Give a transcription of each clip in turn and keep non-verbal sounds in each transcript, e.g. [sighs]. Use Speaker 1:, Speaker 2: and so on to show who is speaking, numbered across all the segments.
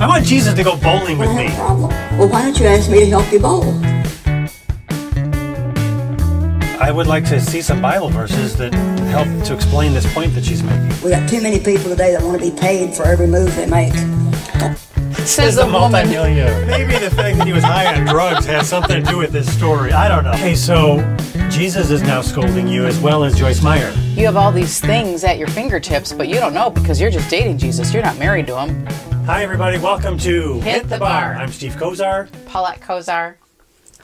Speaker 1: I want Jesus to go bowling with
Speaker 2: I
Speaker 1: me.
Speaker 2: have a problem. Well, why don't you ask me to help you bowl?
Speaker 1: I would like to see some Bible verses that help to explain this point that she's making.
Speaker 2: We got too many people today that want to be paid for every move they make.
Speaker 3: Says
Speaker 1: He's
Speaker 3: the woman.
Speaker 1: multimillionaire. Maybe the fact that he was high on drugs has something to do with this story. I don't know. Okay, so Jesus is now scolding you as well as Joyce Meyer.
Speaker 3: You have all these things at your fingertips, but you don't know because you're just dating Jesus. You're not married to him.
Speaker 1: Hi, everybody. Welcome to Hit,
Speaker 3: the Bar.
Speaker 1: I'm Steve Kozar.
Speaker 3: Paulette Kozar,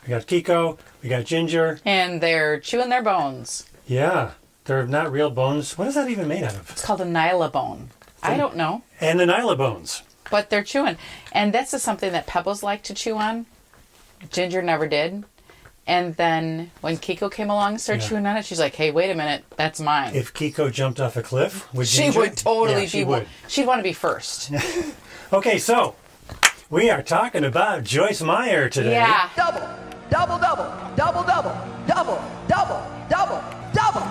Speaker 1: We got Kiko. We got Ginger.
Speaker 3: and they're chewing their bones.
Speaker 1: Yeah, they're not real bones. What is that even made out of?
Speaker 3: It's called a Nyla bone. I don't know,
Speaker 1: And Anila bones.
Speaker 3: but they're chewing. And this is something that pebbles like to chew on. Ginger never did. And then when Kiko came along and started
Speaker 1: Yeah.
Speaker 3: chewing on it, she's like, hey, wait a minute, that's mine.
Speaker 1: If Kiko jumped off a cliff, would
Speaker 3: she
Speaker 1: Ginger-
Speaker 3: would totally
Speaker 1: Yeah, she
Speaker 3: be
Speaker 1: would.
Speaker 3: she'd want to be first.
Speaker 1: Okay, so we are talking about Joyce Meyer today.
Speaker 3: yeah.
Speaker 4: double, double, double, double, double, double, double, double, double.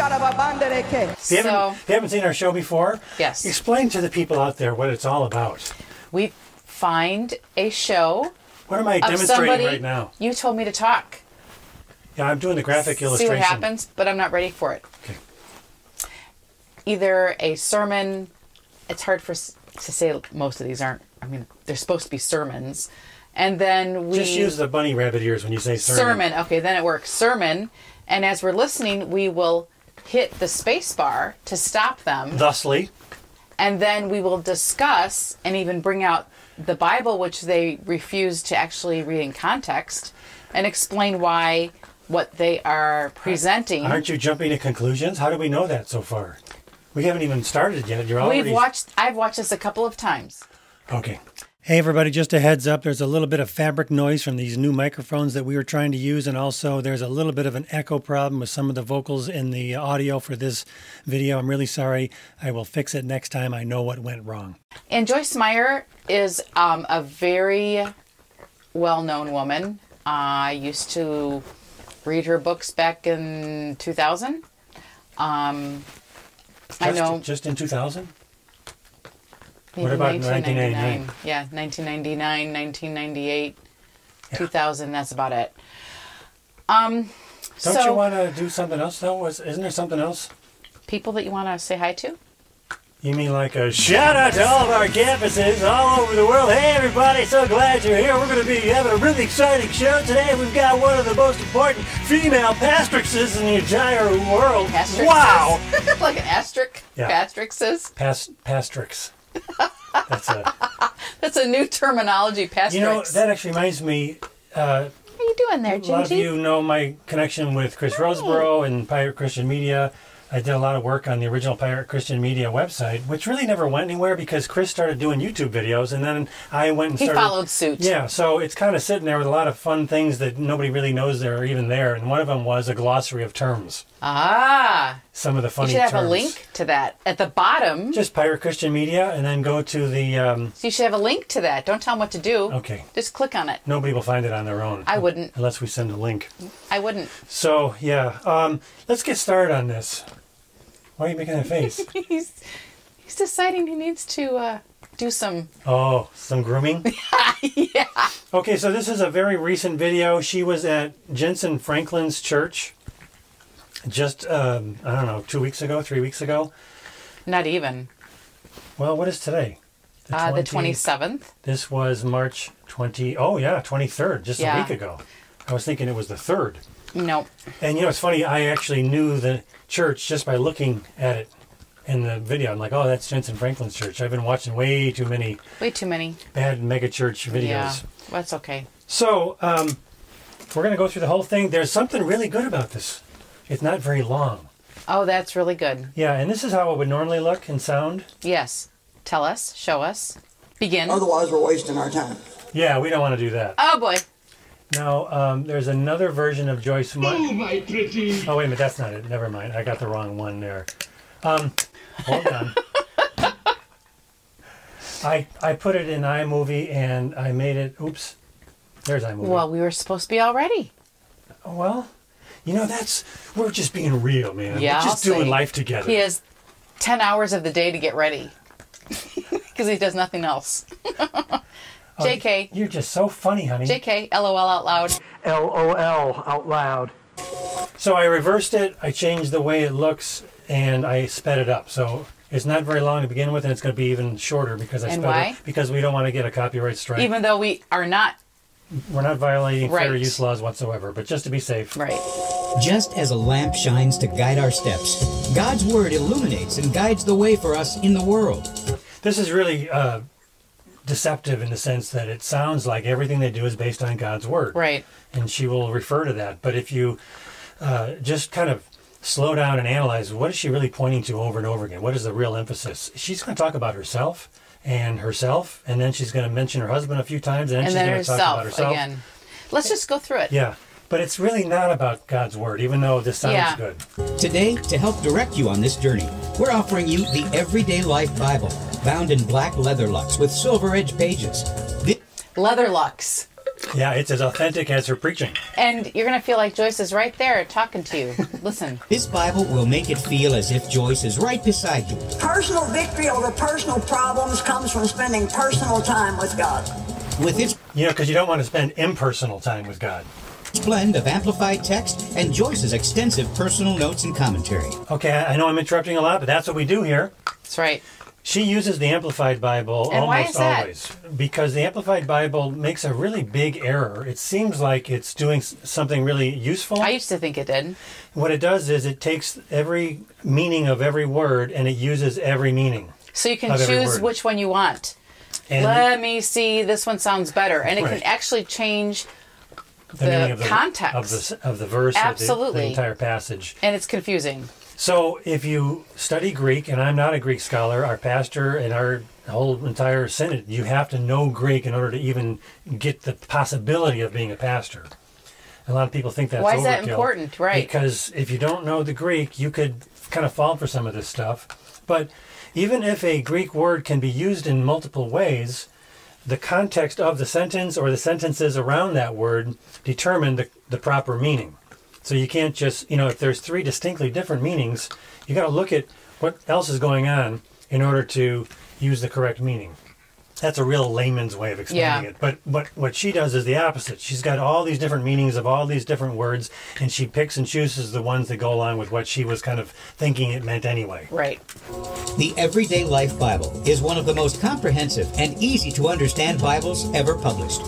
Speaker 4: Isharababandereke.
Speaker 1: If you,
Speaker 3: So
Speaker 1: haven't, if you haven't seen our show before,
Speaker 3: Yes.
Speaker 1: explain to the people out there what it's all about.
Speaker 3: we find a show
Speaker 1: What am I
Speaker 3: of
Speaker 1: demonstrating
Speaker 3: somebody
Speaker 1: right now?
Speaker 3: you told me to talk.
Speaker 1: Yeah, I'm doing the graphic
Speaker 3: See
Speaker 1: illustration.
Speaker 3: what happens, but I'm not ready for it.
Speaker 1: Okay.
Speaker 3: Either a sermon, it's hard for s- to say most of these aren't, I mean, they're supposed to be sermons. And then we.
Speaker 1: Just use the bunny rabbit ears when you say sermon.
Speaker 3: sermon. Okay, then it works. Sermon. And as we're listening, we will hit the space bar to stop them.
Speaker 1: Thusly,
Speaker 3: and then we will discuss and even bring out the Bible, which they refuse to actually read in context, and explain why what they are presenting.
Speaker 1: aren't you jumping to conclusions? How do we know that so far? We haven't even started yet. You're already
Speaker 3: We've watched. I've watched this a couple of times.
Speaker 1: Okay. Hey, everybody, just a heads up there's a little bit of fabric noise from these new microphones that we were trying to use, and also there's a little bit of an echo problem with some of the vocals in the audio for this video. I'm really sorry. I will fix it next time. I know what went wrong.
Speaker 3: And Joyce Meyer is um, a very well-known woman. I used to read her books back in 2000. Um, I
Speaker 1: Just-
Speaker 3: know.
Speaker 1: Just in 2000?
Speaker 3: maybe
Speaker 1: What about
Speaker 3: 1999?
Speaker 1: 1999?
Speaker 3: Yeah, 1999, 1998, 2000. That's about it. Um,
Speaker 1: Don't
Speaker 3: so
Speaker 1: you want to do something else, though? Was- Isn't there something else?
Speaker 3: people that you want to say hi to.
Speaker 1: You mean like a shout out to all of our campuses all over the world? Hey, everybody, so glad you're here. We're going to be having a really exciting show today. We've got one of the most important female pastresses in the entire world.
Speaker 3: Asterisks.
Speaker 1: Wow!
Speaker 3: [laughs] like an asterisk.
Speaker 1: Yeah.
Speaker 3: Asterisks.
Speaker 1: Pas- pastrix. That's a.
Speaker 3: That's a new terminology. Pastrix.
Speaker 1: You know, that actually reminds me. Uh,
Speaker 3: What are you doing there,
Speaker 1: a lot of
Speaker 3: Gingy?
Speaker 1: you know my connection with Chris Roseborough and Pirate Christian Media. I did a lot of work on the original Pirate Christian Media website, which really never went anywhere because Chris started doing YouTube videos, and then I went and
Speaker 3: He
Speaker 1: started.
Speaker 3: followed suit.
Speaker 1: Yeah, so it's kind of sitting there with a lot of fun things that nobody really knows there are even there, and one of them was a glossary of terms.
Speaker 3: Ah,
Speaker 1: Some of the
Speaker 3: you
Speaker 1: funny
Speaker 3: should have
Speaker 1: terms.
Speaker 3: a link to that at the bottom.
Speaker 1: Just Pirate Christian Media, and then go to the. Um,
Speaker 3: So you should have a link to that. Don't tell them what to do.
Speaker 1: okay,
Speaker 3: Just click on it.
Speaker 1: nobody will find it on their own.
Speaker 3: I wouldn't.
Speaker 1: unless we send a link.
Speaker 3: I wouldn't. [laughs]
Speaker 1: So yeah, um, let's get started on this. Why are you making that
Speaker 3: [laughs]
Speaker 1: face?
Speaker 3: He's he's deciding he needs to uh, do some.
Speaker 1: oh, some grooming.
Speaker 3: [laughs] yeah.
Speaker 1: Okay, so this is a very recent video. She was at Jensen Franklin's church just um, I don't know two weeks ago, three weeks ago.
Speaker 3: Not even.
Speaker 1: Well, what is today?
Speaker 3: Uh,
Speaker 1: 20
Speaker 3: the twenty seventh.
Speaker 1: This was March twenty. Oh yeah, twenty third, just a
Speaker 3: Yeah.
Speaker 1: week ago. I was thinking it was the third.
Speaker 3: No.
Speaker 1: And you know, it's funny. I actually knew the church just by looking at it in the video. I'm like, oh, that's Jensen Franklin's church. I've been watching way too many
Speaker 3: Way too many.
Speaker 1: bad megachurch videos.
Speaker 3: Yeah. That's okay.
Speaker 1: So um, we're gonna go through the whole thing. There's something really good about this. It's not very long.
Speaker 3: Oh, that's really good.
Speaker 1: Yeah, and this is how it would normally look and sound.
Speaker 3: Yes. Tell us. Show us. Begin.
Speaker 1: Oh,
Speaker 2: Otherwise, we're wasting our time.
Speaker 1: Yeah, we don't want to do that.
Speaker 3: Oh boy.
Speaker 1: Now, um, there's another version of Joyce Meyer. Oh, my pretty. Oh, wait a minute. That's not it. Never mind. I got the wrong one there. Um, hold on. I, I put it in iMovie and I made it. Oops. There's iMovie.
Speaker 3: Well, we were supposed to be all ready.
Speaker 1: Oh, well, you know, that's. We're just being real, man.
Speaker 3: Yeah,
Speaker 1: We're just
Speaker 3: I'll
Speaker 1: doing
Speaker 3: say.
Speaker 1: life together. [laughs]
Speaker 3: He has ten hours of the day to get ready. because he does nothing else. JK,
Speaker 1: You're just so funny, honey.
Speaker 3: JK, LOL out loud.
Speaker 1: LOL out loud. So I reversed it, I changed the way it looks, and I sped it up. So it's not very long to begin with, and it's going to be even shorter because I
Speaker 3: And
Speaker 1: sped
Speaker 3: why?
Speaker 1: it because we don't want to get a copyright strike.
Speaker 3: Even though we are not
Speaker 1: We're not violating fair
Speaker 3: Right.
Speaker 1: use laws whatsoever, but just to be safe.
Speaker 3: right.
Speaker 5: Just as a lamp shines to guide our steps, God's Word illuminates and guides the way for us in the world.
Speaker 1: This is really uh, deceptive in the sense that it sounds like everything they do is based on God's word.
Speaker 3: Right.
Speaker 1: and she will refer to that. But if you uh, just kind of slow down and analyze what is she really pointing to over and over again, what is the real emphasis? She's going to talk about herself and herself, and then she's going to mention her husband a few times, and then
Speaker 3: And
Speaker 1: she's
Speaker 3: then
Speaker 1: going to talk about herself.
Speaker 3: herself, again. Let's just go through it.
Speaker 1: Yeah, but it's really not about God's word, even though this sounds
Speaker 3: Yeah.
Speaker 1: good.
Speaker 5: Today, to help direct you on this journey, we're offering you the Everyday Life Bible, bound in black leather lux with silver edge pages. Thi-
Speaker 3: Leatherlux.
Speaker 1: Yeah, it's as authentic as her preaching.
Speaker 3: And you're going to feel like Joyce is right there talking
Speaker 1: [laughs]
Speaker 3: to you. Listen.
Speaker 5: This Bible will make it feel as if Joyce is right beside you.
Speaker 2: Personal victory over personal problems comes from spending personal time with God.
Speaker 5: With its
Speaker 1: You know, because you don't want to spend impersonal time with God.
Speaker 5: blend of amplified text and Joyce's extensive personal notes and commentary.
Speaker 1: Okay, I I know I'm interrupting a lot, but that's what we do here.
Speaker 3: That's right.
Speaker 1: She uses the Amplified Bible
Speaker 3: And
Speaker 1: almost
Speaker 3: why is that?
Speaker 1: always because the Amplified Bible makes a really big error. It seems like it's doing s- something really useful.
Speaker 3: I used to think it did.
Speaker 1: what it does is it takes every meaning of every word and it uses every meaning.
Speaker 3: So you can
Speaker 1: Not every
Speaker 3: choose
Speaker 1: word.
Speaker 3: which one you want.
Speaker 1: And
Speaker 3: Let me see. This one sounds better. And it
Speaker 1: Right.
Speaker 3: can actually change
Speaker 1: the,
Speaker 3: the,
Speaker 1: of the
Speaker 3: context.
Speaker 1: of the s- of the verse, of the-
Speaker 3: Absolutely.
Speaker 1: the entire passage.
Speaker 3: and it's confusing.
Speaker 1: So if you study Greek, and I'm not a Greek scholar, our pastor and our whole entire synod, you have to know Greek in order to even get the possibility of being a pastor. A lot of people think that's
Speaker 3: Why is that
Speaker 1: overkill
Speaker 3: important? Right.
Speaker 1: Because if you don't know the Greek, you could kind of fall for some of this stuff. But even if a Greek word can be used in multiple ways, the context of the sentence or the sentences around that word determine the, the proper meaning. So you can't just, you know, if there's three distinctly different meanings, you got to look at what else is going on in order to use the correct meaning. That's a real layman's way of explaining
Speaker 3: Yeah.
Speaker 1: it. But what what she does is the opposite. She's got all these different meanings of all these different words, and she picks and chooses the ones that go along with what she was kind of thinking it meant anyway.
Speaker 3: Right.
Speaker 5: The Everyday Life Bible is one of the most comprehensive and easy to understand Bibles ever published.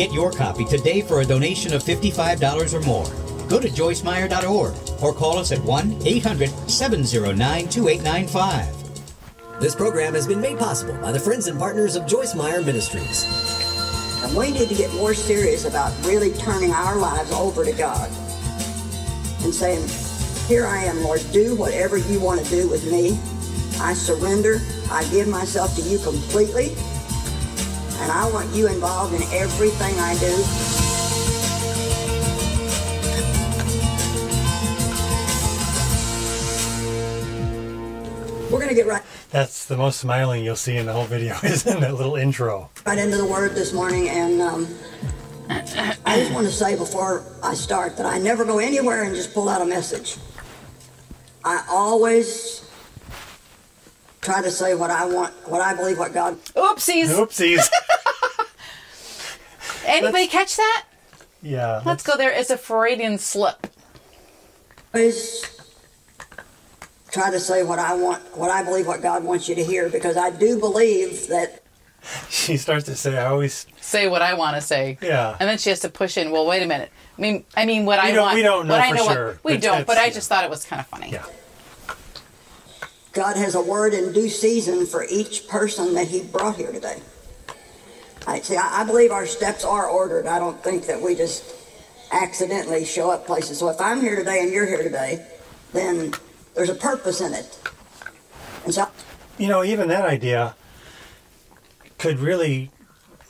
Speaker 5: Get your copy today for a donation of $55 or more. Go to joycemeyer.org or call us at 1 800 709 2895.
Speaker 6: This program has been made possible by the friends and partners of Joyce Meyer Ministries.
Speaker 2: And we need to get more serious about really turning our lives over to God and saying, Here I am, Lord, do whatever you want to do with me. I surrender. I give myself to you completely. And I want you involved in everything I do. We're going to get right.
Speaker 1: That's the most smiling you'll see in the whole video [laughs] is in that little intro.
Speaker 2: right into the word this morning and um, i just want to say before i start that i never go anywhere and just pull out a message i always try to say what i want what i believe what god
Speaker 3: Oopsies.
Speaker 1: Oopsies.
Speaker 3: Anybody catch that?
Speaker 1: yeah.
Speaker 3: Let's go there. It's a Freudian slip.
Speaker 2: always try to say what i want what i believe what god wants you to hear because i do believe that
Speaker 1: [laughs] She starts to say, "I always."
Speaker 3: Say what I want to say.
Speaker 1: Yeah.
Speaker 3: And then she has to push in. Well, wait a minute. I mean, I mean, what I
Speaker 1: don't-
Speaker 3: want.
Speaker 1: we don't know
Speaker 3: what I
Speaker 1: for
Speaker 3: know what-
Speaker 1: sure,
Speaker 3: we
Speaker 1: but
Speaker 3: don't. But
Speaker 1: that's-
Speaker 3: I just thought it was kind of funny.
Speaker 1: Yeah.
Speaker 2: God has a word in due season for each person that He brought here today. I see. I, I believe our steps are ordered. I don't think that we just accidentally show up places. So if I'm here today and you're here today, then there's a purpose in it. And so,
Speaker 1: you know, even that idea could really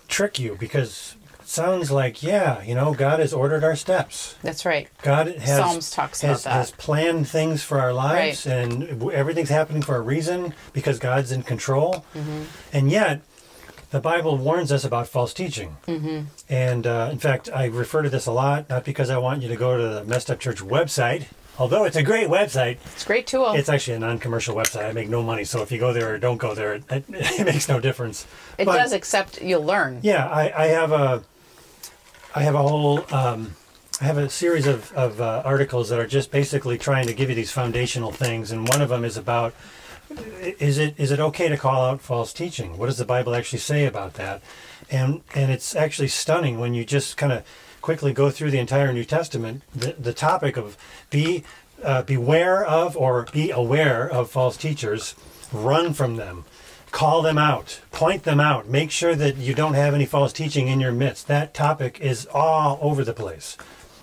Speaker 1: trick you because it sounds like, yeah, you know, God has ordered our steps.
Speaker 3: That's right.
Speaker 1: God has
Speaker 3: Psalms talks about
Speaker 1: has,
Speaker 3: that.
Speaker 1: has planned things for our lives, and w- everything's happening for a reason because God's in control.
Speaker 3: Mm-hmm.
Speaker 1: And yet, the Bible warns us about false teaching.
Speaker 3: Mm-hmm.
Speaker 1: And uh, in fact, I refer to this a lot, not because I want you to go to the Messed Up Church website, Although it's a great website,
Speaker 3: It's a great tool.
Speaker 1: it's actually a non-commercial website. I make no money, so if you go there or don't go there, it, [laughs] it, makes no difference.
Speaker 3: it
Speaker 1: But-
Speaker 3: does, except you'll learn.
Speaker 1: Yeah, I, I have a, I have a whole, um, I have a series of, of uh, articles that are just basically trying to give you these foundational things, and one of them is about i- is it is it okay to call out false teaching? What does the Bible actually say about that? And and it's actually stunning when you just kind of quickly go through the entire New Testament. The, the topic of be uh, beware of or be aware of false teachers, run from them, call them out, point them out, make sure that you don't have any false teaching in your midst. That topic is all over the place,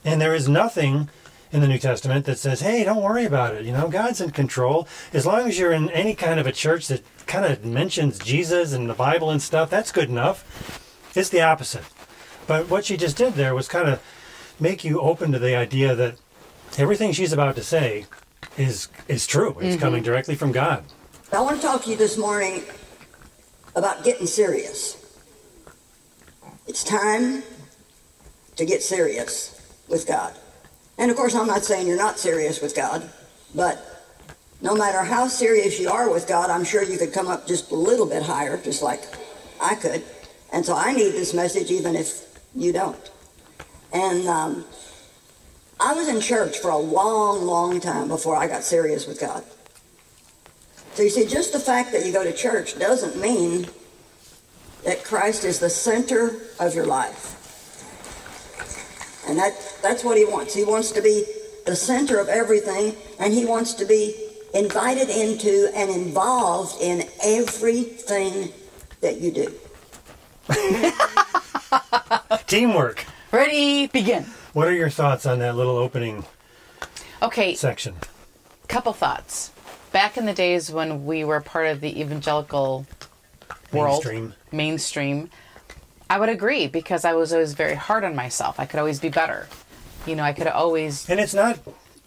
Speaker 1: and there is nothing in the New Testament that says, "Hey, don't worry about it. You know, God's in control. As long as you're in any kind of a church that kind of mentions Jesus and the Bible and stuff, that's good enough." It's the opposite. But what she just did there was kind of make you open to the idea that everything she's about to say is is true. It's coming directly from God.
Speaker 2: I want to talk to you this morning about getting serious. It's time to get serious with God. And of course, I'm not saying you're not serious with God, but no matter how serious you are with God, I'm sure you could come up just a little bit higher, just like I could. And so I need this message even if you don't. And um, I was in church for a long, long time before I got serious with God. So you see, just the fact that you go to church doesn't mean that Christ is the center of your life. And that, that's what he wants. He wants to be the center of everything, and he wants to be invited into and involved in everything that you do.
Speaker 1: Teamwork.
Speaker 3: Ready, begin.
Speaker 1: What are your thoughts on that little opening
Speaker 3: Okay,
Speaker 1: section?
Speaker 3: couple thoughts. Back in the days when we were part of the evangelical world,
Speaker 1: Mainstream.
Speaker 3: mainstream, I would agree because I was always very hard on myself. I could always be better. You know, I could always.
Speaker 1: And it's not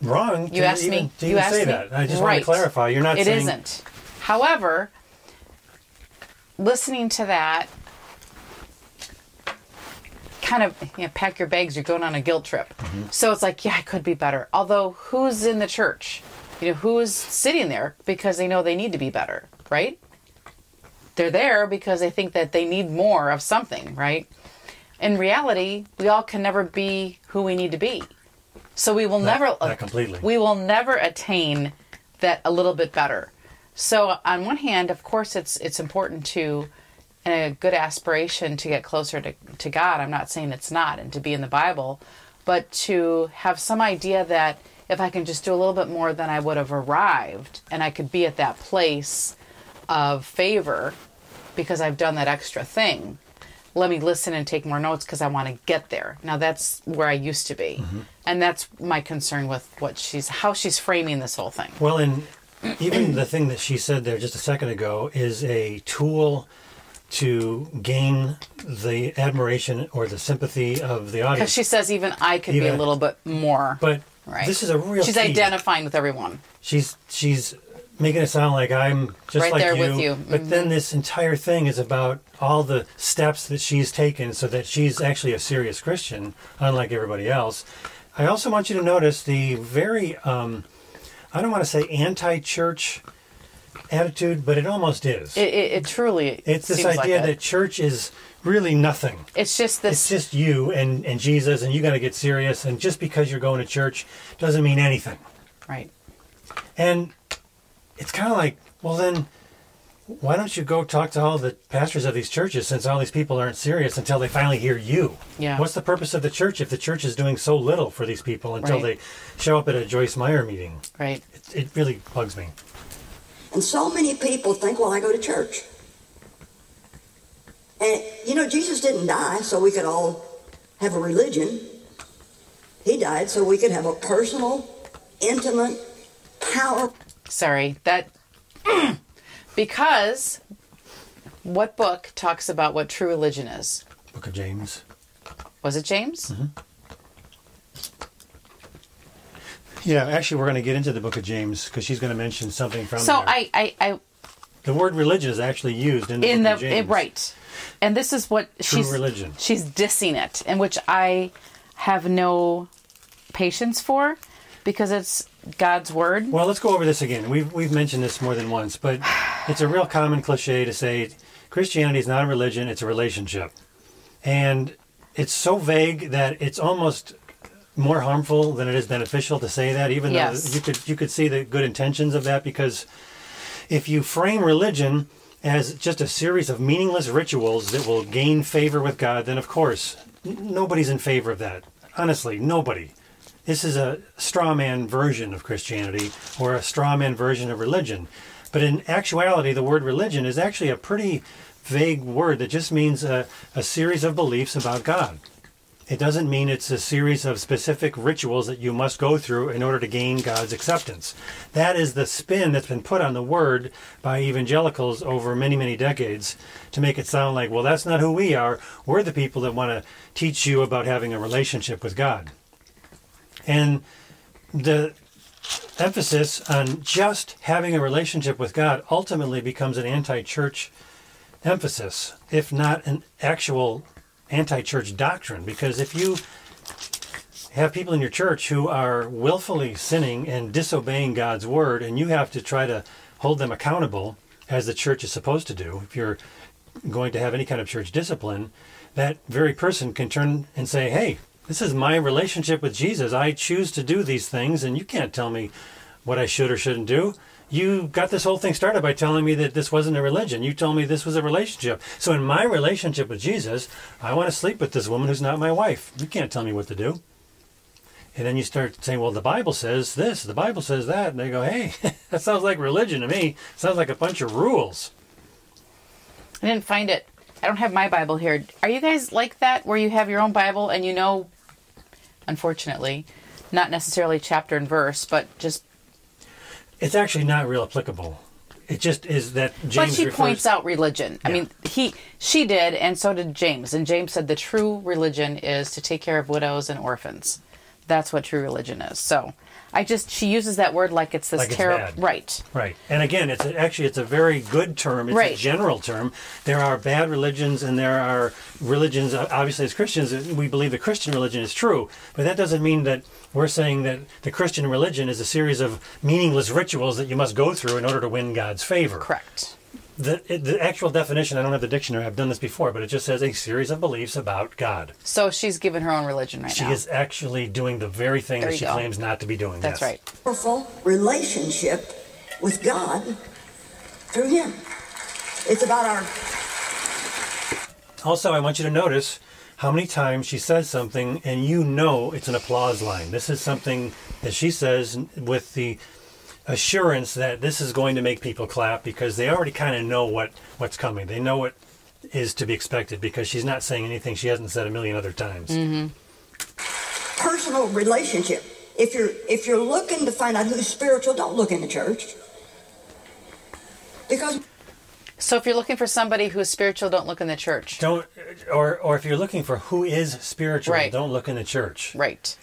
Speaker 1: wrong to
Speaker 3: You asked
Speaker 1: even,
Speaker 3: me.
Speaker 1: to
Speaker 3: you
Speaker 1: even
Speaker 3: asked
Speaker 1: say
Speaker 3: me.
Speaker 1: that. I just
Speaker 3: right.
Speaker 1: want to clarify. You're not
Speaker 3: It
Speaker 1: saying
Speaker 3: not However, listening to that kind of you know, pack your bags. You're going on a guilt trip.
Speaker 1: Mm-hmm.
Speaker 3: So it's like, yeah, I could be better. Although, who's in the church? You know, who's sitting there because they know they need to be better, right? They're there because they think that they need more of something, right? In reality, we all can never be who we need to be. So we will never
Speaker 1: not completely.
Speaker 3: we will never attain that a little bit better. So on one hand, of course it's it's important to and a good aspiration to get closer to, to God. I'm not saying it's not and to be in the Bible, but to have some idea that if I can just do a little bit more than I would have arrived and I could be at that place of favor because I've done that extra thing. Let me listen and take more notes because I want to get there. Now that's where I used to be.
Speaker 1: Mm-hmm.
Speaker 3: And that's my concern with what she's how she's framing this whole thing.
Speaker 1: Well, and even the thing that she said there just a second ago is a tool to gain the admiration or the sympathy of the audience.
Speaker 3: Because she says even I could be a
Speaker 1: Even-
Speaker 3: little bit more.
Speaker 1: but
Speaker 3: right.
Speaker 1: this is a real.
Speaker 3: She's
Speaker 1: key.
Speaker 3: identifying with everyone.
Speaker 1: She's she's making it sound like I'm just
Speaker 3: Right
Speaker 1: like
Speaker 3: there
Speaker 1: you.
Speaker 3: with you. Mm-hmm.
Speaker 1: But then this entire thing is about all the steps that she's taken so that she's actually a serious Christian, unlike everybody else. I also want you to notice the very um, I don't want to say anti-church attitude, but it almost is.
Speaker 3: It, it, it truly
Speaker 1: it's this
Speaker 3: seems
Speaker 1: idea
Speaker 3: like
Speaker 1: that
Speaker 3: it.
Speaker 1: church is really nothing.
Speaker 3: it's just this
Speaker 1: It's just you and, and Jesus, and you got to get serious. And just because you're going to church doesn't mean anything.
Speaker 3: right.
Speaker 1: And it's kind of like, well, then why don't you go talk to all the pastors of these churches since all these people aren't serious until they finally hear you?
Speaker 3: Yeah.
Speaker 1: What's the purpose of the church if the church is doing so little for these people until
Speaker 3: Right.
Speaker 1: they show up at a Joyce Meyer meeting?
Speaker 3: Right.
Speaker 1: It, it really bugs me.
Speaker 2: And so many people think, well, I go to church. And, you know, Jesus didn't die so we could all have a religion. He died so we could have a personal, intimate, powerful
Speaker 3: Sorry. That [clears throat] because what book talks about what true religion is?
Speaker 1: Book of James.
Speaker 3: Was it
Speaker 1: Mm-hmm.
Speaker 3: James?
Speaker 1: Yeah, actually, we're going to get into the Book of James because she's going to mention something from
Speaker 3: So
Speaker 1: there.
Speaker 3: I, I, I
Speaker 1: the word religion is actually used in the
Speaker 3: in
Speaker 1: Book
Speaker 3: the
Speaker 1: of James.
Speaker 3: it- right, and this is what
Speaker 1: True
Speaker 3: she's
Speaker 1: religion.
Speaker 3: She's dissing it, and which I have no patience for because it's God's word.
Speaker 1: Well, let's go over this again. We've, we've mentioned this more than once, but it's a real common cliche to say Christianity is not a religion, it's a relationship. And it's so vague that it's almost more harmful than it is beneficial to say that, even
Speaker 3: Yes.
Speaker 1: though you could, you could see the good intentions of that because if you frame religion as just a series of meaningless rituals that will gain favor with God, then of course, n- nobody's in favor of that. Honestly, nobody. This is a straw man version of Christianity or a straw man version of religion. But in actuality, the word religion is actually a pretty vague word that just means a, a series of beliefs about God. It doesn't mean it's a series of specific rituals that you must go through in order to gain God's acceptance. That is the spin that's been put on the word by evangelicals over many, many decades to make it sound like, well, that's not who we are. We're the people that want to teach you about having a relationship with God. And the emphasis on just having a relationship with God ultimately becomes an anti church emphasis, if not an actual anti church doctrine. Because if you have people in your church who are willfully sinning and disobeying God's word, and you have to try to hold them accountable, as the church is supposed to do, if you're going to have any kind of church discipline, that very person can turn and say, Hey, this is my relationship with Jesus. I choose to do these things, and you can't tell me what I should or shouldn't do. You got this whole thing started by telling me that this wasn't a religion. You told me this was a relationship. So, in my relationship with Jesus, I want to sleep with this woman who's not my wife. You can't tell me what to do. And then you start saying, well, the Bible says this, the Bible says that. And they go, hey, [laughs] that sounds like religion to me. Sounds like a bunch of rules.
Speaker 3: I didn't find it. I don't have my Bible here. Are you guys like that, where you have your own Bible and you know, unfortunately, not necessarily chapter and verse, but just.
Speaker 1: It's actually not real applicable. It just is that James
Speaker 3: but she
Speaker 1: refers-
Speaker 3: points out religion. I mean, he, she did, and so did James. And James said the true religion is to take care of widows and orphans. That's what true religion is. So, I just she uses that word like it's this
Speaker 1: Like it's
Speaker 3: terrible.
Speaker 1: bad.
Speaker 3: Right.
Speaker 1: Right. And again, it's a, actually it's a very good term. It's a
Speaker 3: Right.
Speaker 1: general term. There are bad religions and there are religions uh, obviously as Christians we believe the Christian religion is true, but that doesn't mean that we're saying that the Christian religion is a series of meaningless rituals that you must go through in order to win God's favor.
Speaker 3: Correct.
Speaker 1: The it- the actual definition, I don't have the dictionary. I've done this before, but it just says a series of beliefs about God.
Speaker 3: So she's given her own religion right
Speaker 1: She
Speaker 3: now.
Speaker 1: is actually doing the very thing
Speaker 3: There
Speaker 1: that
Speaker 3: you
Speaker 1: she
Speaker 3: go.
Speaker 1: claims not to be doing.
Speaker 3: That's
Speaker 1: Yes.
Speaker 3: right.
Speaker 2: powerful relationship with God through Him. It's about our
Speaker 1: Also, I want you to notice how many times she says something and you know it's an applause line. This is something that she says with the assurance that this is going to make people clap because they already kind of know what what's coming. They know what is to be expected because she's not saying anything she hasn't said a million other times.
Speaker 2: personal relationship. If you're if you're looking to find out who's spiritual, don't look in the church. Because
Speaker 3: So if you're looking for somebody who's spiritual, don't look in the church.
Speaker 1: Don't or or if you're looking for who is spiritual,
Speaker 3: Right.
Speaker 1: don't look in the church.
Speaker 3: Right.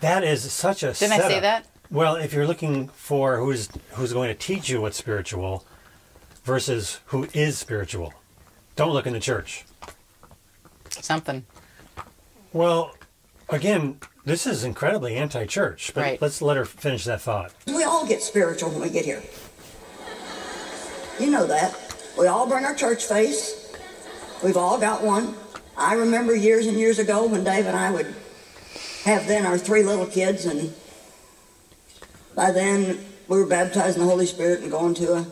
Speaker 1: That is such a.
Speaker 3: Didn't I say
Speaker 1: setup.
Speaker 3: that?
Speaker 1: Well, if you're looking for who's who's going to teach you what's spiritual, versus who is spiritual, don't look in the church.
Speaker 3: Something.
Speaker 1: Well, again, this is incredibly anti-church. But
Speaker 3: Right.
Speaker 1: let's let her finish that thought.
Speaker 2: we all get spiritual when we get here. You know that. We all bring our church face. We've all got one. I remember years and years ago when Dave and I would have then our three little kids, and by then we were baptized in the Holy Spirit and going to a.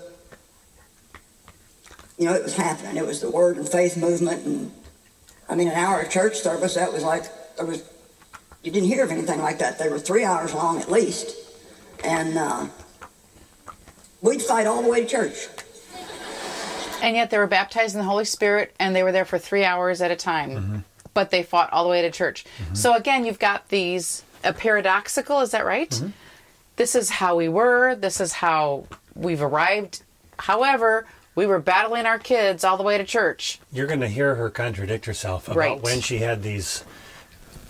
Speaker 2: You know, it was happening. It was the Word and Faith movement, and I mean, an hour of church service that was like there was. You didn't hear of anything like that. They were three hours long at least and uh, we'd fight all the way to church.
Speaker 3: And yet they were baptized in the Holy Spirit and they were there for three hours at a time.
Speaker 1: Mm-hmm.
Speaker 3: But they fought all the way to church. So again, you've got these a paradoxical, is that right?
Speaker 1: Mm-hmm.
Speaker 3: This is how we were, this is how we've arrived. However, we were battling our kids all the way to church.
Speaker 1: You're going to hear her contradict herself about
Speaker 3: Right.
Speaker 1: when she had these.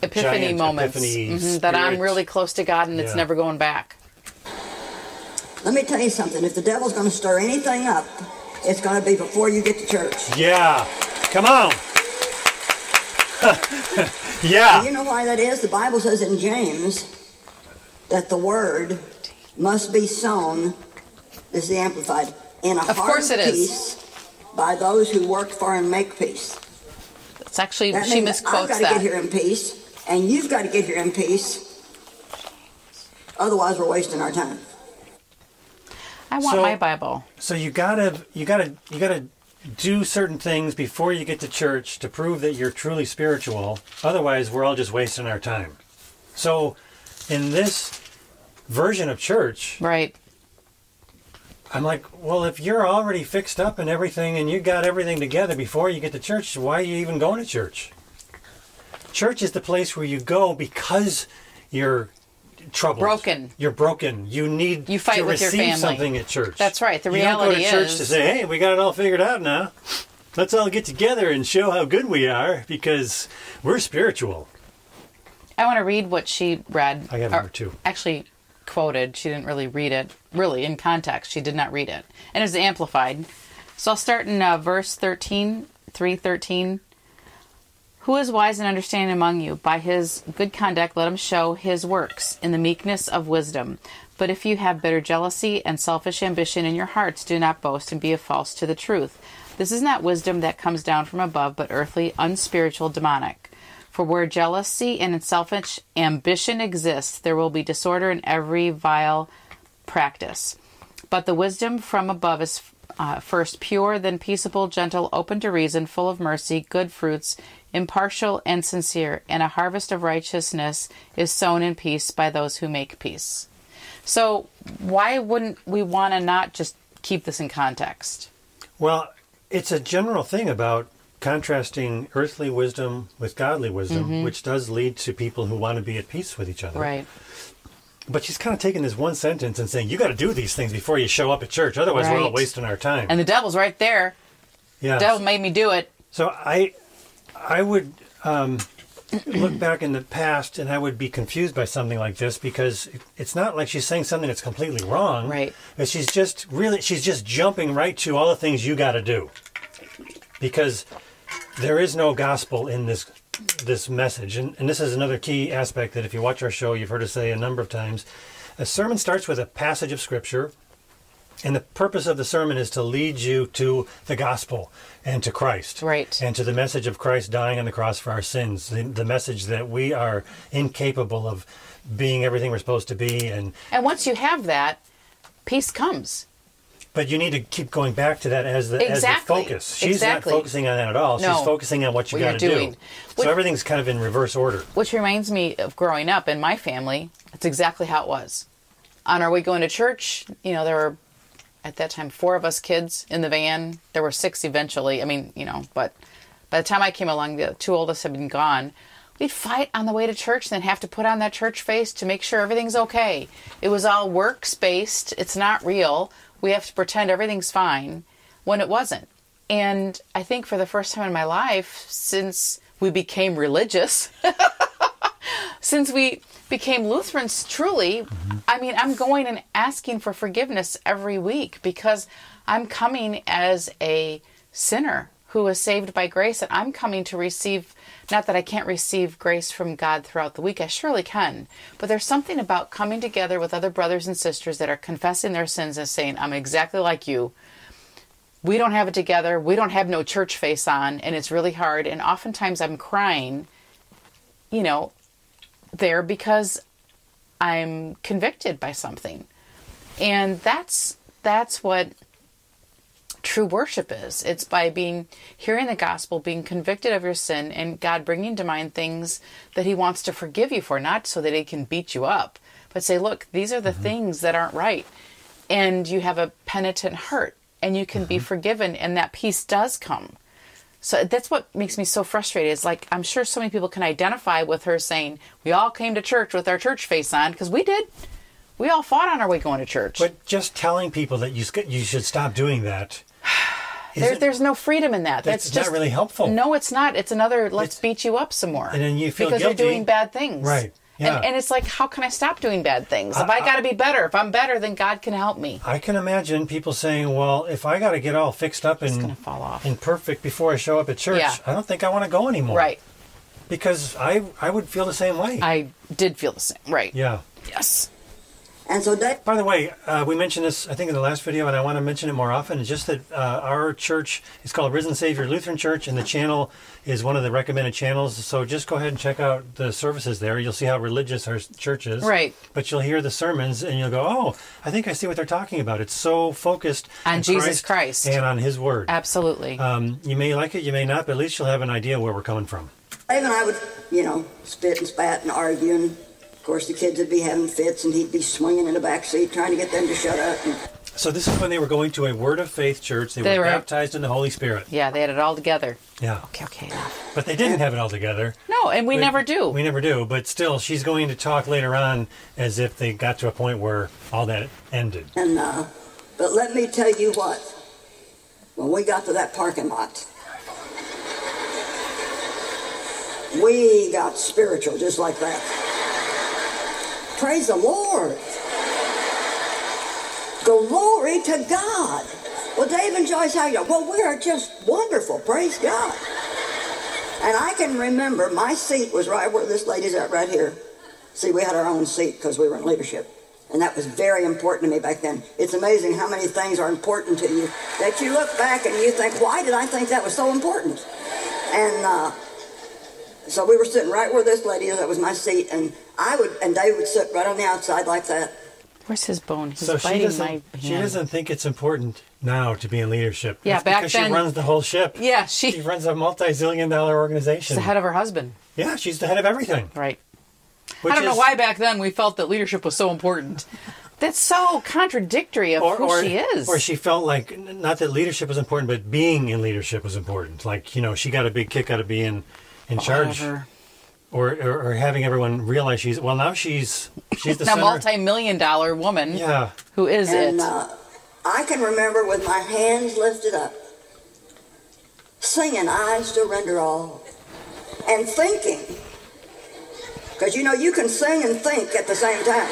Speaker 3: Epiphany
Speaker 1: Giant
Speaker 3: moments.
Speaker 1: epiphany
Speaker 3: Mhm, that I'm
Speaker 1: spirits.
Speaker 3: really close to God and it's
Speaker 1: Yeah.
Speaker 3: never going back.
Speaker 2: Let me tell you something. If the devil's going to stir anything up, it's going to be before you get to church.
Speaker 1: Yeah, come on. [laughs] yeah.
Speaker 2: You know why that is? The Bible says in James that the word must be sown, this is the Amplified, in a
Speaker 3: Of
Speaker 2: heart
Speaker 3: course it is.
Speaker 2: peace by those who work for and make peace.
Speaker 3: It's actually
Speaker 2: That
Speaker 3: she
Speaker 2: means I've
Speaker 3: misquotes
Speaker 2: got to get
Speaker 3: that.
Speaker 2: here in peace, and you've got to get here in peace. Otherwise, we're wasting our time.
Speaker 3: I want
Speaker 1: So-
Speaker 3: my Bible.
Speaker 1: So you gotta you gotta you gotta do certain things before you get to church to prove that you're truly spiritual. Otherwise, we're all just wasting our time. So in this version of church,
Speaker 3: Right.
Speaker 1: I'm like, well, if you're already fixed up and everything and you got everything together before you get to church, why are you even going to church? Church is the place where you go because you're troubled.
Speaker 3: Broken.
Speaker 1: You're broken. You need
Speaker 3: You fight
Speaker 1: to
Speaker 3: with your
Speaker 1: receive
Speaker 3: family.
Speaker 1: something at church.
Speaker 3: That's right. The
Speaker 1: you don't go to
Speaker 3: reality
Speaker 1: church to
Speaker 3: is-
Speaker 1: say, hey, we got it all figured out now. Let's all get together and show how good we are because we're spiritual.
Speaker 3: I want to read what she read.
Speaker 1: I have
Speaker 3: or
Speaker 1: number two.
Speaker 3: Actually, quoted. She didn't really read it. Really, in context, she did not read it, and it was amplified. So I'll start in uh, verse 13, 313. Who is wise and understanding among you? By his good conduct, let him show his works in the meekness of wisdom. But if you have bitter jealousy and selfish ambition in your hearts, do not boast and be false to the truth. This is not wisdom that comes down from above, but earthly, unspiritual, demonic. For where jealousy and selfish ambition exists, there will be disorder in every vile practice. But the wisdom from above is uh, first pure, then peaceable, gentle, open to reason, full of mercy, good fruits, impartial and sincere, and a harvest of righteousness is sown in peace by those who make peace. So, why wouldn't we want to not just keep this in context?
Speaker 1: Well, it's a general thing about contrasting earthly wisdom with godly wisdom, which does lead to people who want to be at peace with each other.
Speaker 3: Mm-hmm. Right.
Speaker 1: But she's kind of taking this one sentence and saying, you got to do these things before you show up at church. Otherwise, we're all
Speaker 3: Right.
Speaker 1: wasting our time.
Speaker 3: And the devil's right there.
Speaker 1: yeah.
Speaker 3: Devil made me do it.
Speaker 1: So I, I would um, [clears throat] look back in the past and I would be confused by something like this because it- it's not like she's saying something that's completely wrong.
Speaker 3: Right.
Speaker 1: But she's just really she's just jumping right to all the things you got to do because there is no gospel in this this message and, and this is another key aspect that if you watch our show you've heard us say a number of times a sermon starts with a passage of scripture and the purpose of the sermon is to lead you to the gospel and to Christ.
Speaker 3: Right.
Speaker 1: And to the message of Christ dying on the cross for our sins. The, the message that we are incapable of being everything we're supposed to be. And
Speaker 3: And once you have that, peace comes.
Speaker 1: But you need to keep going back to that as the,
Speaker 3: Exactly.
Speaker 1: as the focus. She's
Speaker 3: Exactly.
Speaker 1: not focusing on that at all.
Speaker 3: No.
Speaker 1: She's focusing on what you
Speaker 3: What you're
Speaker 1: got to do.
Speaker 3: doing.
Speaker 1: So
Speaker 3: What-
Speaker 1: everything's kind of in reverse order.
Speaker 3: Which reminds me of growing up in my family, that's exactly how it was. On our way going to church, you know, there were at that time four of us kids in the van. There were six eventually. I mean, you know, but by the time I came along, the two oldest had been gone. We'd fight on the way to church and then have to put on that church face to make sure everything's okay. It was all works based, it's not real. We have to pretend everything's fine when it wasn't. And I think for the first time in my life, since we became religious, since we became Lutherans, truly, I mean, I'm going and asking for forgiveness every week because I'm coming as a sinner who is saved by grace, and I'm coming to receive. Not that I can't receive grace from God throughout the week, I surely can. But there's something about coming together with other brothers and sisters that are confessing their sins and saying, I'm exactly like you we don't have it together. We don't have no church face on, and it's really hard. And oftentimes I'm crying, you know, there because I'm convicted by something. And that's that's what true worship is. It's by being hearing the gospel, being convicted of your sin, and God bringing to mind things that He wants to forgive you for, not so that He can beat you up, but say, look, these are the things that aren't right, and you have a penitent heart, and you can be forgiven, and that peace does come. So that's what makes me so frustrated. Is like I'm sure so many people can identify with her saying, "We all came to church with our church face on because we did. We all fought on our way going to church."
Speaker 1: But just telling people that you sc- you should stop doing that.
Speaker 3: [sighs] There,
Speaker 1: isn't-
Speaker 3: there's no freedom in that.
Speaker 1: That's
Speaker 3: That's,
Speaker 1: not
Speaker 3: just
Speaker 1: really helpful.
Speaker 3: No, it's not. It's another let's
Speaker 1: It's-
Speaker 3: beat you up some more.
Speaker 1: And then you feel
Speaker 3: because
Speaker 1: guilty.
Speaker 3: you're doing bad things,
Speaker 1: Right, yeah.
Speaker 3: And, and it's like, how can I stop doing bad things? If I, got to be better, if I'm better, then God can help me.
Speaker 1: I can imagine people saying, "Well, if I got to get all fixed up
Speaker 3: gonna
Speaker 1: and
Speaker 3: fall off.
Speaker 1: and perfect before I show up at church,
Speaker 3: Yeah.
Speaker 1: I don't think I want to go anymore."
Speaker 3: Right.
Speaker 1: Because I I would feel the same way.
Speaker 3: I did feel the same. Right.
Speaker 1: yeah.
Speaker 3: Yes.
Speaker 2: And so Dave
Speaker 1: By the way, uh, we mentioned this, I think, in the last video, and I want to mention it more often. Is just that uh, our church is called Risen Savior Lutheran Church, and the channel is one of the recommended channels. So just go ahead and check out the services there. You'll see how religious our s- church is.
Speaker 3: Right.
Speaker 1: But you'll hear the sermons, and you'll go, "Oh, I think I see what they're talking about." It's so focused
Speaker 3: On
Speaker 1: in
Speaker 3: Jesus Christ.
Speaker 1: and on His Word.
Speaker 3: Absolutely.
Speaker 1: Um, you may like it, you may not, but at least you'll have an idea where we're coming from.
Speaker 2: Dave and I would, you know, spit and spat and argue, and of course the kids would be having fits, and he'd be swinging in the back seat trying to get them to shut up. And
Speaker 1: So this is when they were going to a Word of Faith church. They,
Speaker 3: They
Speaker 1: were
Speaker 3: were-
Speaker 1: baptized in the Holy Spirit.
Speaker 3: yeah, they had it all together.
Speaker 1: Yeah.
Speaker 3: Okay, okay. enough.
Speaker 1: But they didn't have it all together.
Speaker 3: No, and we
Speaker 1: But-
Speaker 3: never do.
Speaker 1: We never do. But still, she's going to talk later on as if they got to a point where all that ended.
Speaker 2: And uh, but let me tell you what. When we got to that parking lot, we got spiritual just like that. Praise the Lord. Glory to God. Well, Dave and Joyce, how you? Well, we are just wonderful. Praise God. And I can remember my seat was right where this lady's at, right here. See, we had our own seat because we were in leadership. And that was very important to me back then. It's amazing how many things are important to you that you look back and you think, why did I think that was so important? And uh, so we were sitting right where this lady is. That was my seat. And I would, and Dave would sit right on the outside like that.
Speaker 3: Where's his bone? He's
Speaker 1: so she
Speaker 3: biting
Speaker 1: doesn't.
Speaker 3: my hand.
Speaker 1: She doesn't think it's important now to be in leadership.
Speaker 3: Yeah,
Speaker 1: That's
Speaker 3: back
Speaker 1: because
Speaker 3: then-
Speaker 1: she runs the whole ship.
Speaker 3: Yeah, she-
Speaker 1: she runs a multi-zillion-dollar organization.
Speaker 3: She's the head of her husband.
Speaker 1: yeah, she's the head of everything.
Speaker 3: Right.
Speaker 1: which
Speaker 3: I don't
Speaker 1: is-
Speaker 3: know why back then we felt that leadership was so important. That's so contradictory of
Speaker 1: Or,
Speaker 3: who
Speaker 1: or
Speaker 3: she is.
Speaker 1: or she felt like n- not that leadership was important, but being in leadership was important. Like you know, she got a big kick out of being in charge,
Speaker 3: Whatever.
Speaker 1: or, or or having everyone realize she's well now she's she's the
Speaker 3: a
Speaker 1: center.
Speaker 3: multi-million dollar woman
Speaker 1: yeah,
Speaker 3: who is
Speaker 2: And
Speaker 3: it
Speaker 2: uh, I can remember with my hands lifted up, singing, I surrender all, and thinking. Because you know, you can sing and think at the same time.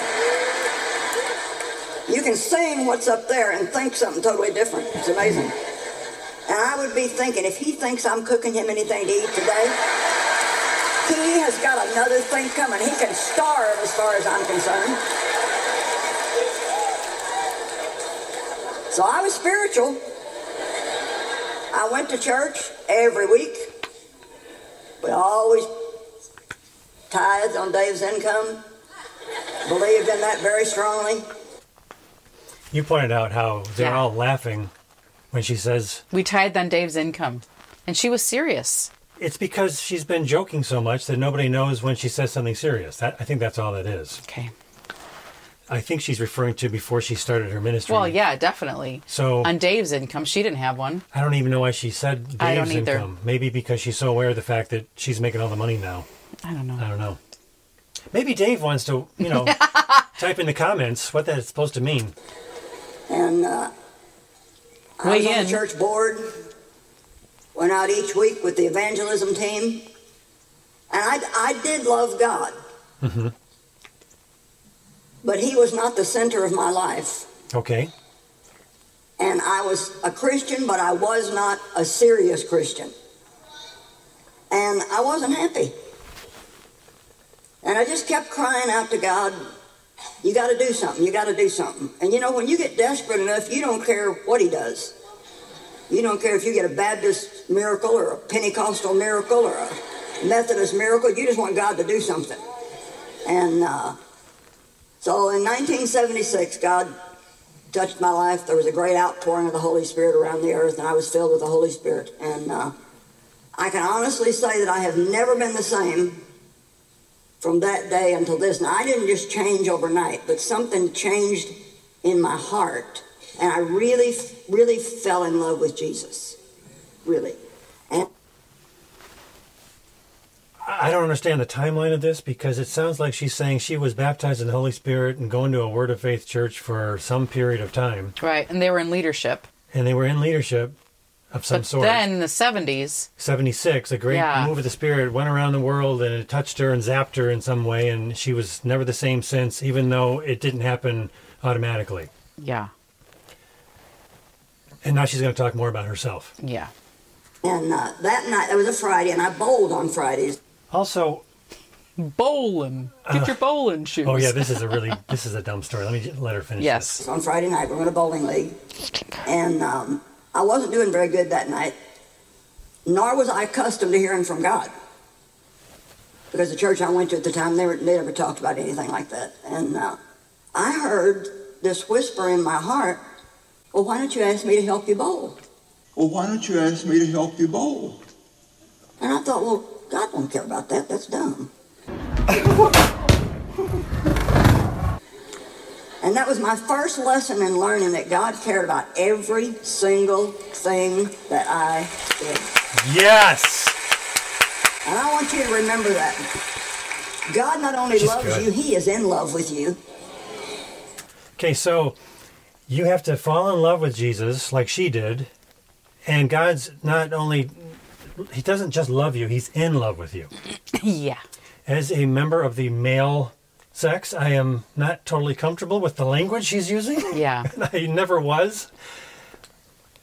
Speaker 2: You can sing what's up there and think something totally different. It's amazing. And I would be thinking, if he thinks I'm cooking him anything to eat today, he has got another thing coming. He can starve as far as I'm concerned. So I was spiritual. I went to church every week. We always tithed on Dave's income. Believed in that very strongly.
Speaker 1: You pointed out how they're
Speaker 3: Yeah.
Speaker 1: all laughing when she says
Speaker 3: we tied on dave's income and she was serious
Speaker 1: it's because she's been joking so much that nobody knows when she says something serious. That I think that's all that is.
Speaker 3: okay
Speaker 1: I think she's referring to before she started her ministry.
Speaker 3: well yeah definitely
Speaker 1: So
Speaker 3: on dave's income she didn't have one
Speaker 1: I don't even know why she said Dave's
Speaker 3: I don't either.
Speaker 1: income. Maybe because she's so aware of the fact that she's making all the money now.
Speaker 3: i don't know
Speaker 1: I don't know. Maybe Dave wants to, you
Speaker 3: [laughs]
Speaker 1: know, type in the comments what that's supposed to mean.
Speaker 2: And uh, I
Speaker 3: Weigh
Speaker 2: was on
Speaker 3: in.
Speaker 2: the church board. Went out each week with the evangelism team. And I, I did love God.
Speaker 3: Mm-hmm.
Speaker 2: But he was not the center of my life.
Speaker 1: Okay.
Speaker 2: and I was a Christian, but I was not a serious Christian. And I wasn't happy. And I just kept crying out to God, You got to do something, you got to do something. And you know, when you get desperate enough, you don't care what He does. You don't care if you get a Baptist miracle or a Pentecostal miracle or a Methodist miracle, you just want God to do something. And uh, so in 1976, God touched my life. There was a great outpouring of the Holy Spirit around the earth, and I was filled with the Holy Spirit. And uh, I can honestly say that I have never been the same from that day until this. Now, I didn't just change overnight, but something changed in my heart, and I really, really fell in love with Jesus. Really. And
Speaker 1: I I don't understand the timeline of this because it sounds like she's saying she was baptized in the Holy Spirit and going to a Word of Faith church for some period of time,
Speaker 3: right and they were in leadership
Speaker 1: and they were in leadership of some
Speaker 3: but
Speaker 1: sort.
Speaker 3: then in the 70s
Speaker 1: 76, a great
Speaker 3: Yeah.
Speaker 1: move of the Spirit went around the world and it touched her and zapped her in some way, and she was never the same since, even though it didn't happen automatically.
Speaker 3: yeah
Speaker 1: And now she's going to talk more about herself.
Speaker 3: yeah
Speaker 2: and uh, that night, it was a Friday, and I bowled on Fridays.
Speaker 1: Also,
Speaker 7: Bowling. Get your bowling shoes.
Speaker 1: Oh yeah, this is a really this is a dumb story. Let me ju- let her finish.
Speaker 7: Yes.
Speaker 2: on Friday night. We went to bowling league, and um, I wasn't doing very good that night. Nor was I accustomed to hearing from God, because the church I went to at the time they, were, they never talked about anything like that. And uh, I heard this whisper in my heart, "Well, why don't you ask me to help you bowl?"
Speaker 8: Well, why don't you ask me to help you bowl?
Speaker 2: And I thought, well, God don't care about that. That's dumb. and that was my first lesson in learning that God cared about every single thing that I did.
Speaker 1: Yes. Yes.
Speaker 2: And I want you to remember that. God not only
Speaker 1: She's
Speaker 2: loves
Speaker 1: good.
Speaker 2: you, He is in love with you.
Speaker 1: Okay, so you have to fall in love with Jesus like she did, and God's not only he doesn't just love you; he's in love with you.
Speaker 3: [laughs] Yeah.
Speaker 1: As a member of the male sex, I am not totally comfortable with the language she's using. [laughs]
Speaker 3: Yeah.
Speaker 1: I never was.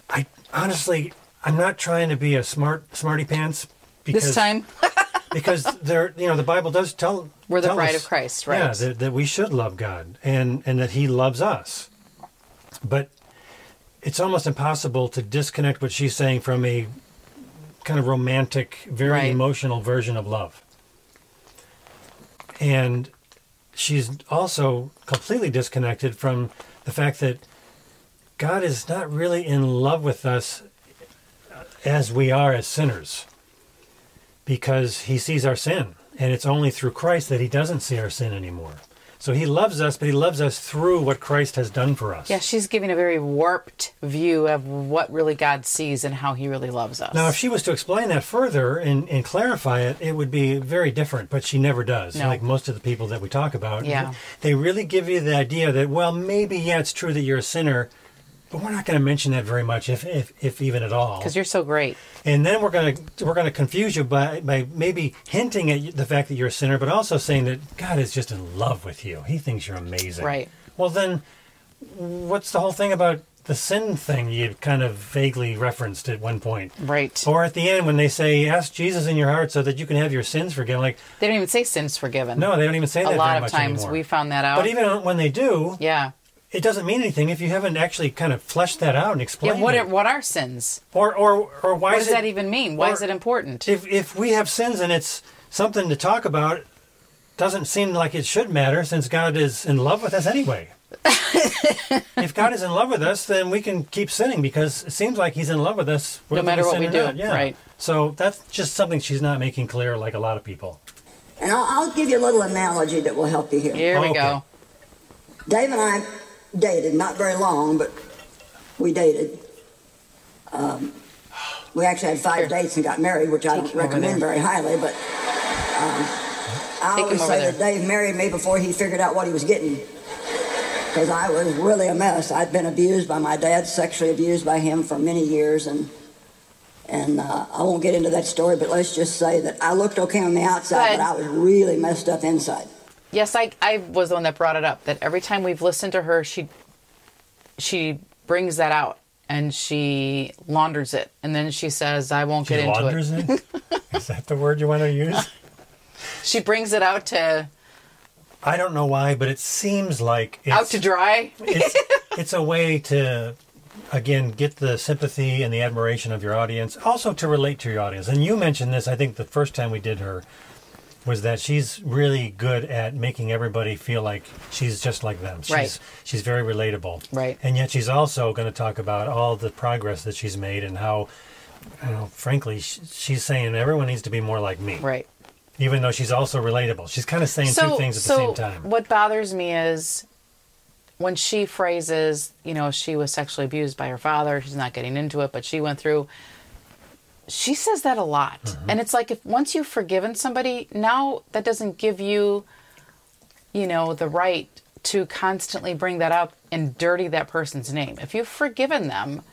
Speaker 1: I honestly, I'm not trying to be a smart smarty pants because
Speaker 3: This time,
Speaker 1: because there, you know, the Bible does tell
Speaker 3: We're the
Speaker 1: tell
Speaker 3: bride
Speaker 1: us-
Speaker 3: of Christ,
Speaker 1: Yeah,
Speaker 3: right.
Speaker 1: that, that we should love God and and that He loves us, but it's almost impossible to disconnect what she's saying from a kind of romantic, very
Speaker 3: Right.
Speaker 1: emotional version of love. And she's also completely disconnected from the fact that God is not really in love with us uh, as we are as sinners because he sees our sin. And it's only through Christ that he doesn't see our sin anymore. So he loves us, but he loves us through what Christ has done for us.
Speaker 3: yeah, she's giving a very warped view of what really God sees and how He really loves us.
Speaker 1: Now, if she was to explain that further and, and clarify it, it would be very different, but she never does.
Speaker 3: No.
Speaker 1: Like most of the people that we talk about,
Speaker 3: Yeah.
Speaker 1: they really give you the idea that, well, maybe, yeah, it's true that you're a sinner, but we're not going to mention that very much, if, if, if even at all.
Speaker 3: because you're so great.
Speaker 1: and then we're gonna we're gonna confuse you by by maybe hinting at the fact that you're a sinner, but also saying that God is just in love with you. He thinks you're amazing.
Speaker 3: Right.
Speaker 1: Well, then, what's the whole thing about the sin thing you kind of vaguely referenced at one point?
Speaker 3: Right.
Speaker 1: Or at the end when they say, "Ask Jesus in your heart so that you can have your sins forgiven." Like,
Speaker 3: They don't even say sins forgiven.
Speaker 1: no, they don't even say that.
Speaker 3: a lot
Speaker 1: very
Speaker 3: of
Speaker 1: much
Speaker 3: times
Speaker 1: anymore.
Speaker 3: we found that out.
Speaker 1: But even when they do,
Speaker 3: yeah.
Speaker 1: it doesn't mean anything if you haven't actually kind of fleshed that out and
Speaker 3: Yeah.
Speaker 1: explained
Speaker 3: What
Speaker 1: it.
Speaker 3: are, what are sins?
Speaker 1: or or or why
Speaker 3: What
Speaker 1: is
Speaker 3: does
Speaker 1: it,
Speaker 3: that even mean? Why is
Speaker 1: or-
Speaker 3: it important?
Speaker 1: if if we have sins and it's something to talk about, doesn't seem like it should matter since God is in love with us
Speaker 3: [laughs]
Speaker 1: anyway. if God is in love with us, then we can keep sinning because it seems like He's in love with us, whether
Speaker 3: matter what
Speaker 1: sin
Speaker 3: we
Speaker 1: or
Speaker 3: do,
Speaker 1: not. Yeah.
Speaker 3: right.
Speaker 1: So that's just something she's not making clear, like a lot of people.
Speaker 2: And I'll, I'll give you a little analogy that will help you here.
Speaker 3: Here we
Speaker 1: okay.
Speaker 3: go.
Speaker 2: Dave and I dated, not very long, but we dated. Um, we actually had five dates and got married, which I don't
Speaker 3: him over
Speaker 2: recommend very highly, but um, I
Speaker 3: Take
Speaker 2: always
Speaker 3: him over
Speaker 2: say that Dave married me before he figured out what he was getting. Because I was really a mess. I'd been abused by my dad, sexually abused by him for many years, and and uh, I won't get into that story. But let's just say that I looked okay on the outside,
Speaker 3: Good.
Speaker 2: but I was really messed up inside.
Speaker 3: Yes, I I was the one that brought it up. That every time we've listened to her, she she brings that out and she launders it, and then she says, "I won't get into
Speaker 1: launders
Speaker 3: it."
Speaker 1: it.
Speaker 3: [laughs]
Speaker 1: Is that the word you want to use?
Speaker 3: She brings it out to
Speaker 1: I don't know why, but it seems like it's,
Speaker 3: out to dry.
Speaker 1: it's,
Speaker 3: [laughs]
Speaker 1: it's a way to again get the sympathy and the admiration of your audience also to relate to your audience and you mentioned this i think the first time we did her was that she's really good at making everybody feel like she's just like them she's
Speaker 3: Right.
Speaker 1: she's very relatable
Speaker 3: Right.
Speaker 1: and yet she's also going to talk about all the progress that she's made and how you know, frankly sh- she's saying everyone needs to be more like me
Speaker 3: Right.
Speaker 1: even though she's also relatable she's kind of saying two things at the same time
Speaker 3: What bothers me is when she phrases, you know, she was sexually abused by her father, she's not getting into it, but she went through. She says that a lot.
Speaker 1: Mm-hmm.
Speaker 3: And it's like if once you've forgiven somebody, now that doesn't give you, you know, the right to constantly bring that up and dirty that person's name. If you've forgiven them,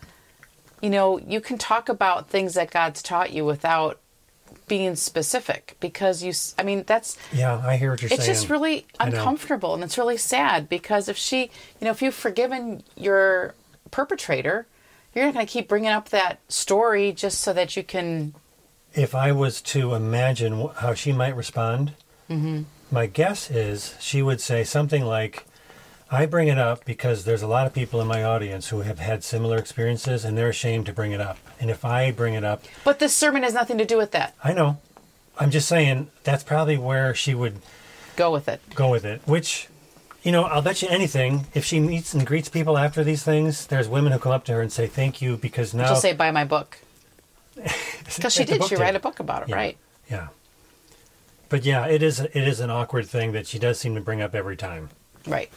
Speaker 3: you know, you can talk about things that God's taught you without being specific because you s- I mean that's
Speaker 1: yeah i hear what you're
Speaker 3: it's
Speaker 1: saying
Speaker 3: just really
Speaker 1: I know.
Speaker 3: uncomfortable and it's really sad because if she you know if you've forgiven your perpetrator you're not going to keep bringing up that story just so that you can
Speaker 1: if I was to imagine wh- how she might respond,
Speaker 3: Mm-hmm.
Speaker 1: My guess is she would say something like, I bring it up because there's a lot of people in my audience who have had similar experiences and they're ashamed to bring it up. And if I bring it up,
Speaker 3: But this sermon has nothing to do with that.
Speaker 1: I know. I'm just saying that's probably where she would
Speaker 3: Go with it.
Speaker 1: go with it. Which, you know, I'll bet you anything. If she meets and greets people after these things, there's women who come up to her and say thank you because now
Speaker 3: She'll say, buy
Speaker 1: [laughs]
Speaker 3: my book. Because she
Speaker 1: At the
Speaker 3: did.
Speaker 1: book
Speaker 3: She wrote
Speaker 1: table.
Speaker 3: a book about it,
Speaker 1: Yeah.
Speaker 3: right?
Speaker 1: Yeah. But yeah, it is it is an awkward thing that she does seem to bring up every time.
Speaker 3: Right.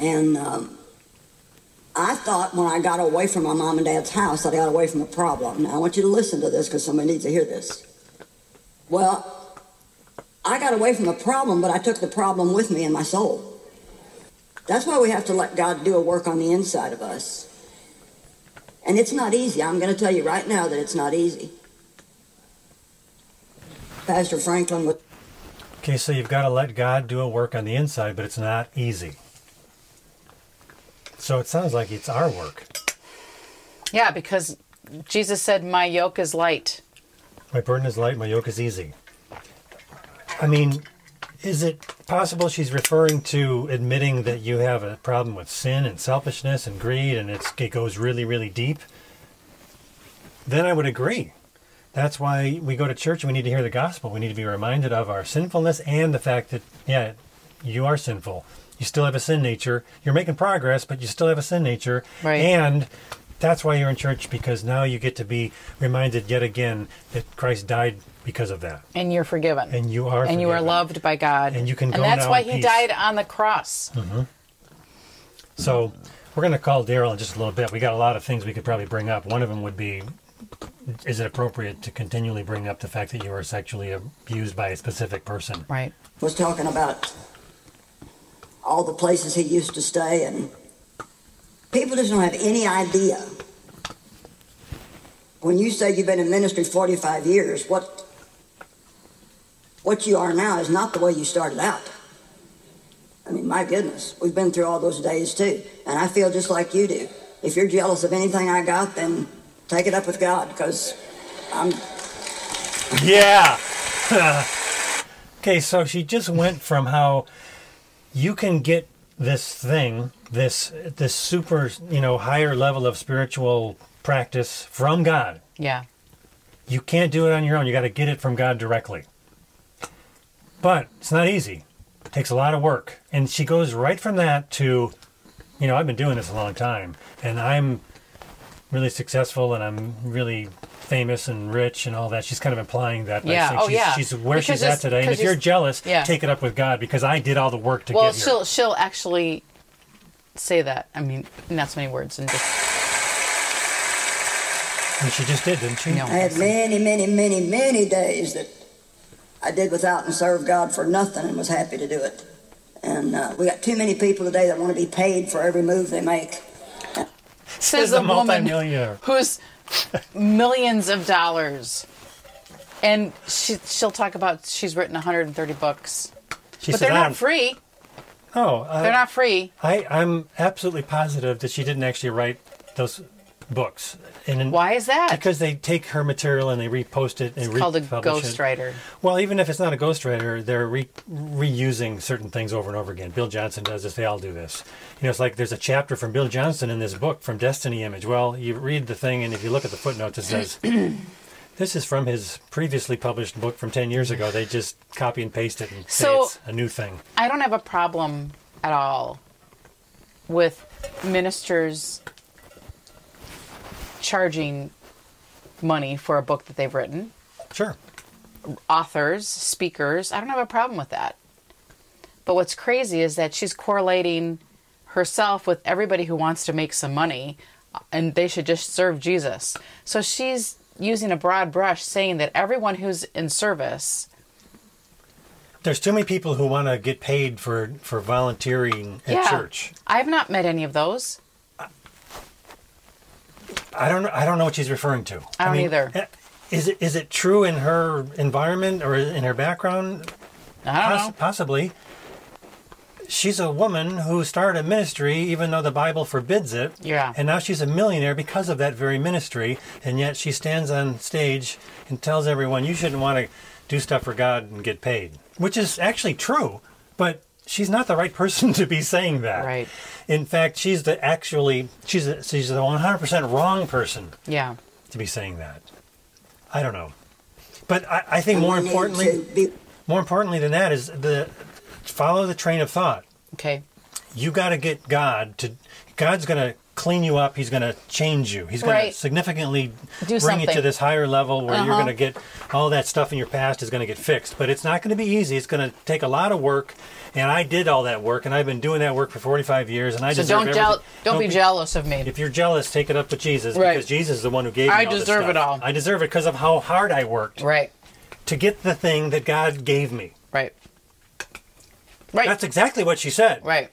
Speaker 2: And um, I thought when I got away from my mom and dad's house, that I got away from a problem. Now, I want you to listen to this because somebody needs to hear this. Well, I got away from the problem, but I took the problem with me in my soul. That's why we have to let God do a work on the inside of us. And it's not easy. I'm going to tell you right now that it's not easy. Pastor Franklin was
Speaker 1: Okay, so you've got to let God do a work on the inside, but it's not easy. So it sounds like it's our work.
Speaker 3: Yeah, because Jesus said, my yoke is light.
Speaker 1: My burden is light, my yoke is easy. I mean, is it possible she's referring to admitting that you have a problem with sin and selfishness and greed and it's, it goes really, really deep? Then I would agree. That's why we go to church and we need to hear the gospel. We need to be reminded of our sinfulness and the fact that, yeah, you are sinful. You still have a sin nature. You're making progress, but you still have a sin nature.
Speaker 3: Right.
Speaker 1: And that's why you're in church because now you get to be reminded yet again that Christ died because of that.
Speaker 3: And you're forgiven.
Speaker 1: And you are
Speaker 3: And you are
Speaker 1: forgiven.
Speaker 3: loved by God.
Speaker 1: And you can go
Speaker 3: And that's
Speaker 1: now
Speaker 3: why
Speaker 1: in
Speaker 3: he
Speaker 1: peace. Mm-hmm.
Speaker 3: died on the cross.
Speaker 1: So we're going to call Daryl in just a little bit. We got a lot of things we could probably bring up. One of them would be is it appropriate to continually bring up the fact that you were sexually abused by a specific person?
Speaker 3: Right.
Speaker 2: was talking about all the places he used to stay, and people just don't have any idea. When you say you've been in ministry 45 years, what what you are now is not the way you started out. I mean, my goodness, we've been through all those days too, and I feel just like you do. If you're jealous of anything I got, then take it up with God, because I'm
Speaker 1: Yeah. [laughs] okay, so she just went from how you can get this thing, this this super, you know, higher level of spiritual practice from God.
Speaker 3: Yeah.
Speaker 1: You can't do it on your own. You got to get it from God directly. But it's not easy. It takes a lot of work. And she goes right from that to, you know, I've been doing this a long time and I'm really successful and I'm really famous and rich and all that. She's kind of implying that. by
Speaker 3: Yeah.
Speaker 1: saying
Speaker 3: Oh,
Speaker 1: she's,
Speaker 3: yeah.
Speaker 1: she's where
Speaker 3: Because
Speaker 1: she's at
Speaker 3: it's-
Speaker 1: today. And
Speaker 3: because
Speaker 1: if you're
Speaker 3: it's-
Speaker 1: jealous,
Speaker 3: yeah.
Speaker 1: take it up with God because I did all the work to
Speaker 3: Well,
Speaker 1: get here.
Speaker 3: she'll she'll actually say that. I mean, not so many words, and just
Speaker 1: And she just did, didn't she?
Speaker 3: No.
Speaker 2: I had many, many, many, many days that I did without and served God for nothing and was happy to do it. And uh, we got too many people today that want to be paid for every move they make.
Speaker 3: says
Speaker 1: a
Speaker 3: a woman
Speaker 1: multimillionaire.
Speaker 3: who's millions of dollars, and she she'll talk about she's written 130 books,
Speaker 1: She
Speaker 3: but
Speaker 1: said,
Speaker 3: they're
Speaker 1: "I
Speaker 3: not
Speaker 1: don't-
Speaker 3: free.
Speaker 1: Oh, I-
Speaker 3: They're not free.
Speaker 1: I, I'm absolutely positive that she didn't actually write those books. And in-
Speaker 3: Why is that?
Speaker 1: Because they take her material and they repost it and
Speaker 3: it's called a
Speaker 1: republish it.
Speaker 3: ghostwriter.
Speaker 1: Well, even if it's not a ghostwriter, they're re- reusing certain things over and over again. Bill Johnson does this. They all do this. You know, it's like there's a chapter from Bill Johnson in this book from Destiny Image. Well, you read the thing, and if you look at the footnotes, it
Speaker 3: [clears throat]
Speaker 1: says. This is from his previously published book from 10 years ago. They just copy and paste it and
Speaker 3: So-
Speaker 1: say it's a new thing.
Speaker 3: I don't have a problem at all with ministers charging money for a book that they've written.
Speaker 1: Sure.
Speaker 3: authors, speakers. I don't have a problem with that. But what's crazy is that she's correlating herself with everybody who wants to make some money uh, and they should just serve Jesus. So she's using a broad brush saying that everyone who's in service,
Speaker 1: There's too many people who want to get paid for for volunteering at
Speaker 3: yeah,
Speaker 1: church.
Speaker 3: I've not met any of those.
Speaker 1: I don't I don't know what she's referring to.
Speaker 3: I don't either.
Speaker 1: eh, Is it is it true in her environment or in her background?
Speaker 3: I don't
Speaker 1: Poss-
Speaker 3: know.
Speaker 1: Possibly. She's a woman who started a ministry even though the Bible forbids it.
Speaker 3: Yeah.
Speaker 1: And now she's a millionaire because of that very ministry, and yet she stands on stage and tells everyone you shouldn't want to do stuff for God and get paid, which is actually true, but she's not the right person [laughs] to be saying that.
Speaker 3: Right.
Speaker 1: In fact, she's the actually she's the, she's the 100% wrong person
Speaker 3: Yeah.
Speaker 1: to be saying that. I don't know, but I, I think more
Speaker 2: We need
Speaker 1: importantly,
Speaker 2: to be-
Speaker 1: more importantly than that is the follow the train of thought.
Speaker 3: Okay.
Speaker 1: You got to get God to God's going to clean you up. He's going to change you. He's going to
Speaker 3: Right.
Speaker 1: significantly
Speaker 3: Do
Speaker 1: bring you to
Speaker 3: something. Uh-huh.
Speaker 1: this higher level where you're going to get all that stuff in your past is going to get fixed. But it's not going to be easy. It's going to take a lot of work. And I did all that work, and I've been doing that work for 45 years, and I
Speaker 3: So
Speaker 1: deserve
Speaker 3: don't
Speaker 1: everything.
Speaker 3: jeal- don't, be jealous
Speaker 1: [laughs]
Speaker 3: of me.
Speaker 1: If you're jealous, take it up with Jesus
Speaker 3: Right.
Speaker 1: because Jesus is the one who gave me
Speaker 3: I
Speaker 1: all this
Speaker 3: deserve
Speaker 1: stuff.
Speaker 3: it all.
Speaker 1: I deserve it because of how hard I worked
Speaker 3: Right.
Speaker 1: to get the thing that God gave me.
Speaker 3: Right. Right.
Speaker 1: That's exactly what she said.
Speaker 3: right.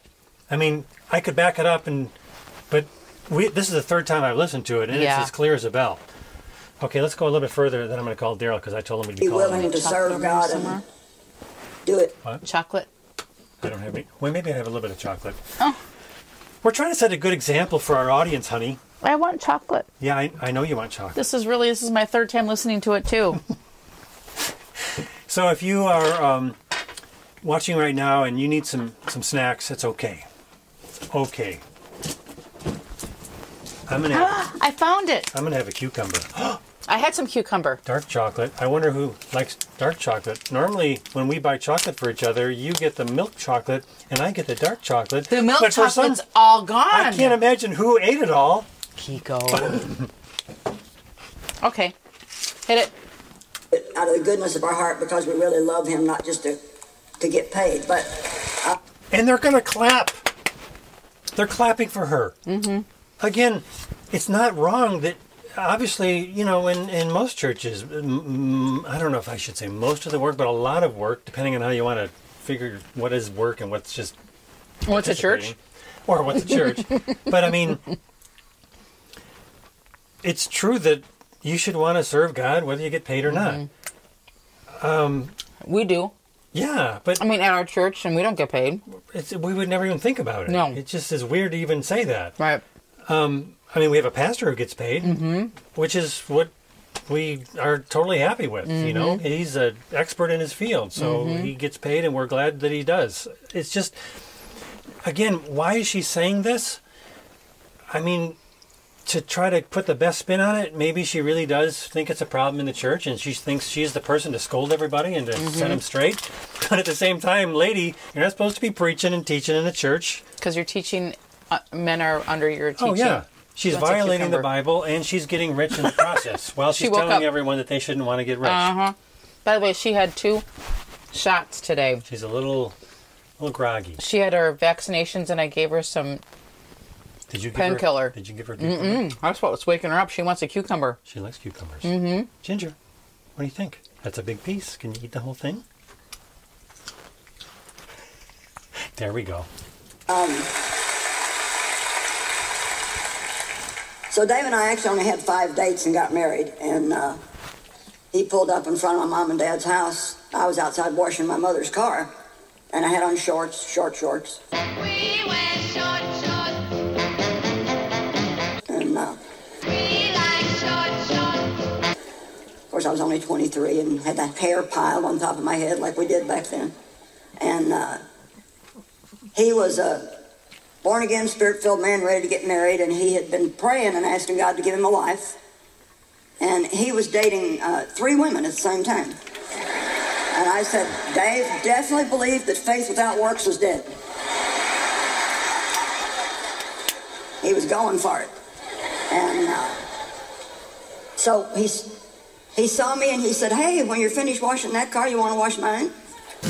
Speaker 1: I mean, I could back it up and, but we this is the third time I've listened to it, and
Speaker 3: Yeah.
Speaker 1: it's as clear as a bell. Okay, let's go a little bit further. Then I'm going to call Daryl because I told him we'd be
Speaker 2: Be
Speaker 1: calling.
Speaker 2: willing
Speaker 1: him.
Speaker 2: to serve
Speaker 3: Chocolate
Speaker 2: God
Speaker 3: somewhere?
Speaker 2: and do it.
Speaker 3: Chocolate.
Speaker 1: I don't have any. Well, maybe I have a little bit of chocolate. Oh. We're trying to set a good example for our audience, honey.
Speaker 3: I want chocolate.
Speaker 1: Yeah, I, I know you want chocolate.
Speaker 3: This is really this is my third time listening to it too.
Speaker 1: [laughs] So if you are um, watching right now and you need some some snacks, it's okay. It's okay. I'm gonna
Speaker 3: [gasps]
Speaker 1: have,
Speaker 3: I found it.
Speaker 1: I'm gonna have a
Speaker 3: [gasps]
Speaker 1: cucumber. [gasps]
Speaker 3: I had some cucumber.
Speaker 1: Dark chocolate. I wonder who likes dark chocolate. Normally, when we buy chocolate for each other, you get the milk chocolate and I get the dark chocolate.
Speaker 3: The milk
Speaker 1: But for some-
Speaker 3: chocolate's all gone.
Speaker 1: I can't imagine who ate it all.
Speaker 3: Kiko. [laughs] okay. Hit it.
Speaker 2: it out of the goodness of our heart because we really love him, not just to to get paid. But
Speaker 1: and they're gonna clap. They're clapping for her. Mm-hmm. Again, it's not wrong that obviously you know in in most churches, mm, I don't know if I should say most of the work, but a lot of work, depending on how you want to figure what is work and what's just
Speaker 3: What's a church?
Speaker 1: or what's a church.
Speaker 3: [laughs]
Speaker 1: but I mean, it's true that you should want to serve God whether you get paid or not.
Speaker 3: Mm-hmm. We do.
Speaker 1: Yeah, but
Speaker 3: I mean, at our church, and we don't get paid.
Speaker 1: it's, we would never even think about it.
Speaker 3: No.
Speaker 1: it just is weird to even say that.
Speaker 3: Right.
Speaker 1: I mean, we have a pastor who gets paid, which is what we are totally happy with. You know, he's an expert in his field, so he gets paid, and we're glad that he does. It's just, again, why is she saying this? I mean, to try to put the best spin on it, maybe she really does think it's a problem in the church, and she thinks she's the person to scold everybody and to set them straight. [laughs] But at the same time, lady, you're not supposed to be preaching and teaching in the church.
Speaker 3: Because you're teaching, uh, men are under your teaching.
Speaker 1: Oh yeah, she's
Speaker 3: That's a
Speaker 1: violating the
Speaker 3: cucumber.
Speaker 1: Bible and she's getting rich
Speaker 3: [laughs]
Speaker 1: in the process while she's
Speaker 3: woke
Speaker 1: telling
Speaker 3: up. Uh-huh.
Speaker 1: everyone that they shouldn't want to get rich.
Speaker 3: By the way, she had two shots today.
Speaker 1: She's a little, little groggy.
Speaker 3: She had her vaccinations, and I gave her some.
Speaker 1: Did you give
Speaker 3: Painkiller.
Speaker 1: her? Did you give her? Cucumber?
Speaker 3: That's what was waking her up. She wants a cucumber.
Speaker 1: She likes cucumbers. Mm-hmm. Ginger, what do you think? That's a big piece. Can you eat the whole thing? There we go.
Speaker 2: Um, so Dave and I actually only had five dates and got married, and uh, he pulled up in front of my mom and dad's house. I was outside washing my mother's car, and I had on shorts, short shorts,
Speaker 9: We wear short shorts.
Speaker 2: and uh,
Speaker 9: We like short shorts.
Speaker 2: Of course, I was only 23 and had that hair piled on top of my head like we did back then. And uh, he was a born again, spirit filled man ready to get married, and he had been praying and asking God to give him a wife. And he was dating uh, three women at the same time. And I said, Dave definitely believed that faith without works was dead. He was going for it. And uh, so he's he saw me and he said, Hey, when you're finished washing that car, you want to wash mine?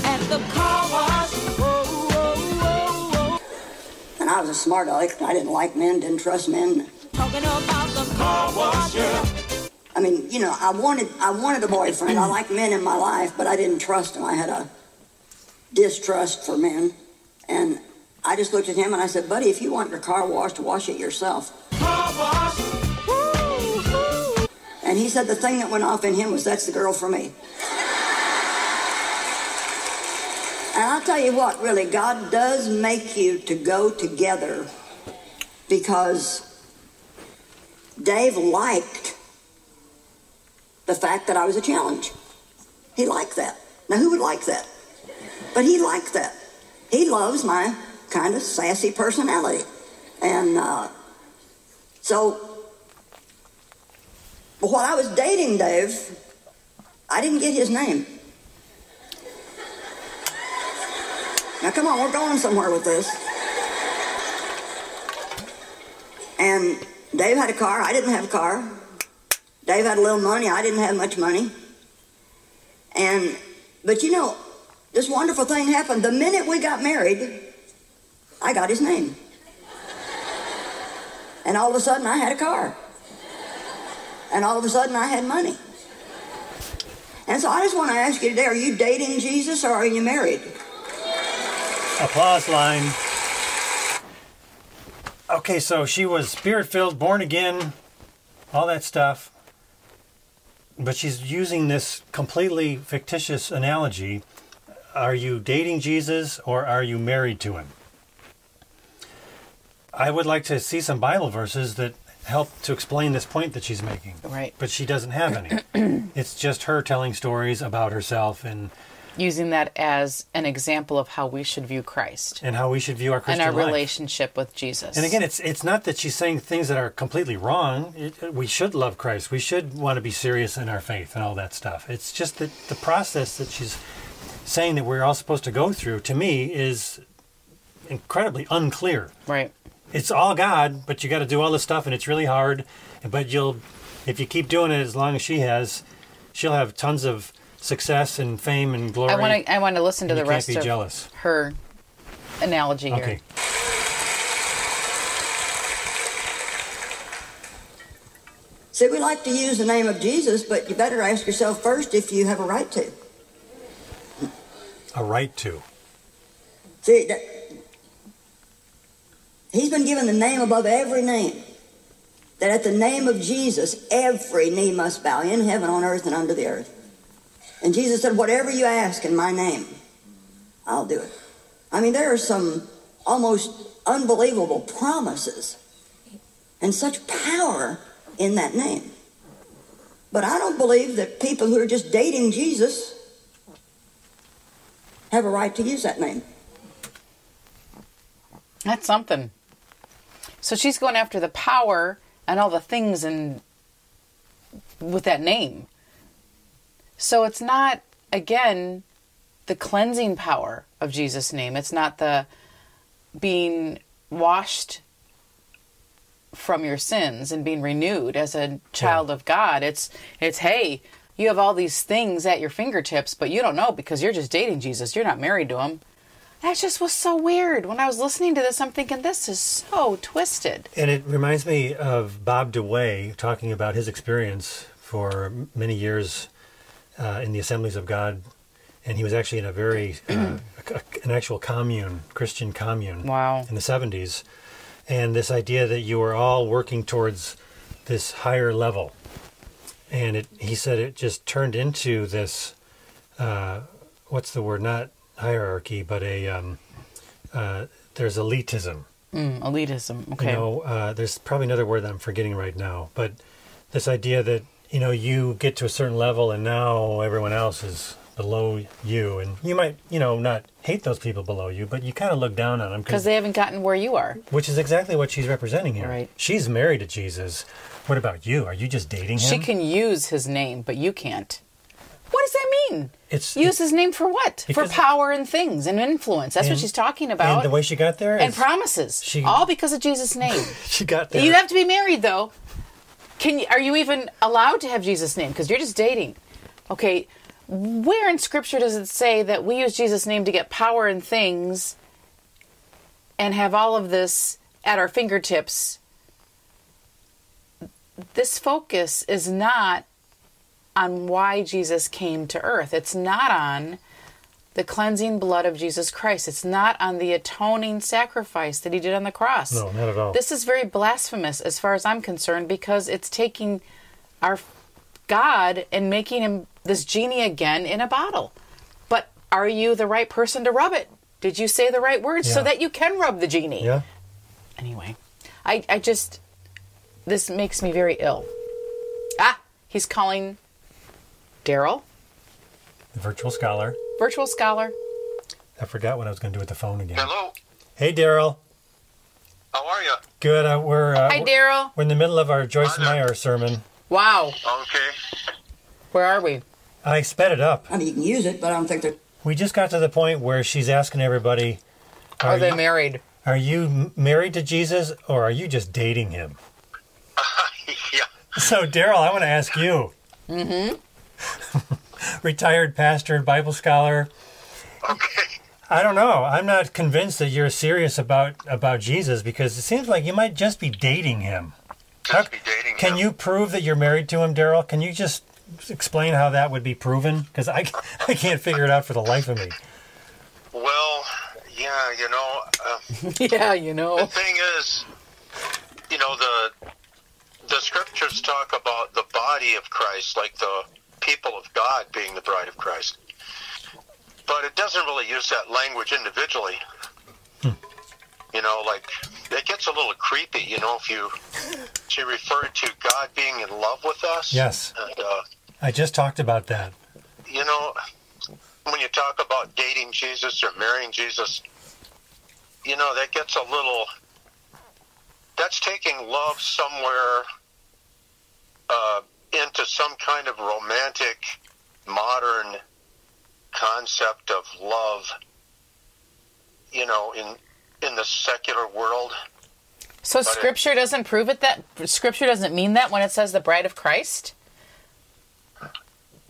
Speaker 4: At the car wash. Whoa, whoa, whoa, whoa.
Speaker 2: And I was a smart aleck. I didn't like men, didn't trust men.
Speaker 4: Talking about the car wash.
Speaker 2: I mean, you know, I wanted I wanted a boyfriend. I liked men in my life, but I didn't trust them. I had a distrust for men. And I just looked at him and I said, Buddy, if you want your car washed, wash it yourself.
Speaker 4: Car wash. Woo, woo.
Speaker 2: And he said the thing that went off in him was that's the girl for me. And I'll tell you what, really, God does make you to go together because Dave liked the fact that I was a challenge. He liked that. Now, who would like that? But he liked that. He loves my kind of sassy personality. And uh, so, but while I was dating Dave, I didn't get his name. Now, come on, we're going somewhere with this. And Dave had a car. I didn't have a car. Dave had a little money. I didn't have much money. And, but you know, this wonderful thing happened. The minute we got married, I got his name. And all of a sudden, I had a car. And all of a sudden, I had money. And so I just want to ask you today are you dating Jesus or are you married?
Speaker 1: Applause line. Okay, so she was spirit filled, born again, all that stuff. But she's using this completely fictitious analogy. Are you dating Jesus or are you married to him? I would like to see some Bible verses that help to explain this point that she's making.
Speaker 3: Right.
Speaker 1: But she doesn't have
Speaker 3: [clears throat]
Speaker 1: any. it's just her telling stories about herself and,
Speaker 3: Using that as an example of how we should view Christ
Speaker 1: and how we should view our
Speaker 3: and
Speaker 1: Christian
Speaker 3: our
Speaker 1: life.
Speaker 3: relationship with Jesus.
Speaker 1: And again, it's it's not that she's saying things that are completely wrong. It, uh, we should love Christ. We should want to be serious in our faith and all that stuff. It's just that the process that she's saying that we're all supposed to go through to me is incredibly unclear.
Speaker 3: right.
Speaker 1: It's all God, but you got to do all this stuff and it's really hard, but you'll if you keep doing it as long as she has, she'll have tons of success and fame and glory.
Speaker 3: I want to. I want to listen to
Speaker 1: And
Speaker 3: the
Speaker 1: you can't
Speaker 3: rest
Speaker 1: be
Speaker 3: of
Speaker 1: jealous.
Speaker 3: her analogy here.
Speaker 1: Okay.
Speaker 2: See, we like to use the name of Jesus, but you better ask yourself first if you have a right to.
Speaker 1: A right to.
Speaker 2: See, that, he's been given the name above every name. That at the name of Jesus, every knee must bow in heaven, on earth, and under the earth. And Jesus said, Whatever you ask in my name, I'll do it. I mean, there are some almost unbelievable promises and such power in that name. But I don't believe that people who are just dating Jesus have a right to use that name.
Speaker 3: That's something. So she's going after the power and all the things and with that name. So it's not again the cleansing power of Jesus' name. It's not the being washed from your sins and being renewed as a child of God. It's it's hey, you have all these things at your fingertips, but you don't know because you're just dating Jesus. You're not married to him. That just was so weird. When I was listening to this, I'm thinking this is so twisted.
Speaker 1: And it reminds me of Bob DeWay talking about his experience for m- many years uh, in the Assemblies of God, and he was actually in a very uh, a- a- an actual commune, Christian commune,
Speaker 3: Wow.
Speaker 1: in the '70s, and this idea that you were all working towards this higher level, and it he said it just turned into this, uh, what's the word? Not hierarchy, but a um, uh, there's elitism.
Speaker 3: Mm, elitism. Okay.
Speaker 1: You know, uh, there's probably another word that I'm forgetting right now, but this idea that you know you get to a certain level and now everyone else is below you, and you might you know not hate those people below you, but you kind of look down on them
Speaker 3: Because they haven't gotten where you are.
Speaker 1: which is exactly what she's representing here.
Speaker 3: Right.
Speaker 1: She's married to Jesus. What about you? Are you just dating him?
Speaker 3: She can use his name, but you can't. What does that mean?
Speaker 1: It's
Speaker 3: Use his name for what? For
Speaker 1: Because-
Speaker 3: power and things and influence. That's what
Speaker 1: And-
Speaker 3: she's talking
Speaker 1: and
Speaker 3: about.
Speaker 1: the way she got there
Speaker 3: And
Speaker 1: is-
Speaker 3: promises.
Speaker 1: she-
Speaker 3: All because of Jesus' name.
Speaker 1: [laughs] she got there.
Speaker 3: you have to be married though. Can you, are you even allowed to have Jesus' name? Because you're just dating. Okay, where in Scripture does it say that we use Jesus' name to get power and things, and have all of this at our fingertips? This focus is not on why Jesus came to earth. It's not on the cleansing blood of Jesus Christ. It's not on the atoning sacrifice that he did on the cross.
Speaker 1: No, not at all.
Speaker 3: This is very blasphemous as far as I'm concerned because it's taking our God and making him this genie again in a bottle. But are you the right person to rub it? Did you say the right words so
Speaker 1: Yeah.
Speaker 3: that you can rub the genie?
Speaker 1: yeah.
Speaker 3: Anyway, I, I just, this makes me very ill. Ah, he's calling Daryl.
Speaker 1: the virtual scholar.
Speaker 3: Virtual Scholar.
Speaker 1: I forgot what I was going to do with the phone again.
Speaker 10: Hello,
Speaker 1: Hey, Daryl.
Speaker 10: how are you?
Speaker 1: Good. Uh, we're uh,
Speaker 3: Hi, Daryl.
Speaker 1: we're in the middle of our Joyce
Speaker 10: Hi there.
Speaker 1: Meyer sermon.
Speaker 3: Wow.
Speaker 10: Okay.
Speaker 3: Where are we?
Speaker 1: I sped it up.
Speaker 2: I mean, you can use it, but I don't think they're
Speaker 1: We just got to the point where she's asking everybody,
Speaker 3: Are,
Speaker 1: "Are
Speaker 3: they
Speaker 1: you,
Speaker 3: Oh, married? [laughs]
Speaker 1: are you m- married to Jesus or are you just dating him?"
Speaker 10: [laughs] yeah.
Speaker 1: So, Daryl, I want to ask you. Mm-hmm. [laughs] Retired pastor, Bible scholar.
Speaker 10: Okay.
Speaker 1: I don't know. I'm not convinced that you're serious about about Jesus because it seems like you might just be dating him.
Speaker 10: Just be dating.
Speaker 1: Can
Speaker 10: him.
Speaker 1: you prove that you're married to him, Daryl? Can you just explain how that would be proven? Because I, [laughs] I can't figure it out for the life of me.
Speaker 10: Well, yeah. You know, uh,
Speaker 3: yeah, you know.
Speaker 10: the thing is, you know the the scriptures talk about the body of Christ, like the people of God being the bride of Christ. But it doesn't really use that language individually. Hmm. You know, like it gets a little creepy. You know, if you she referred to God being in love with us.
Speaker 1: Yes.
Speaker 10: And, uh,
Speaker 1: I just talked about that.
Speaker 10: you know, when you talk about dating Jesus or marrying Jesus, you know, that gets a little. That's taking love somewhere uh, into some kind of romantic, modern concept of love. You know, in in the secular world,
Speaker 3: So scripture doesn't prove it that scripture doesn't mean that when it says the bride of Christ?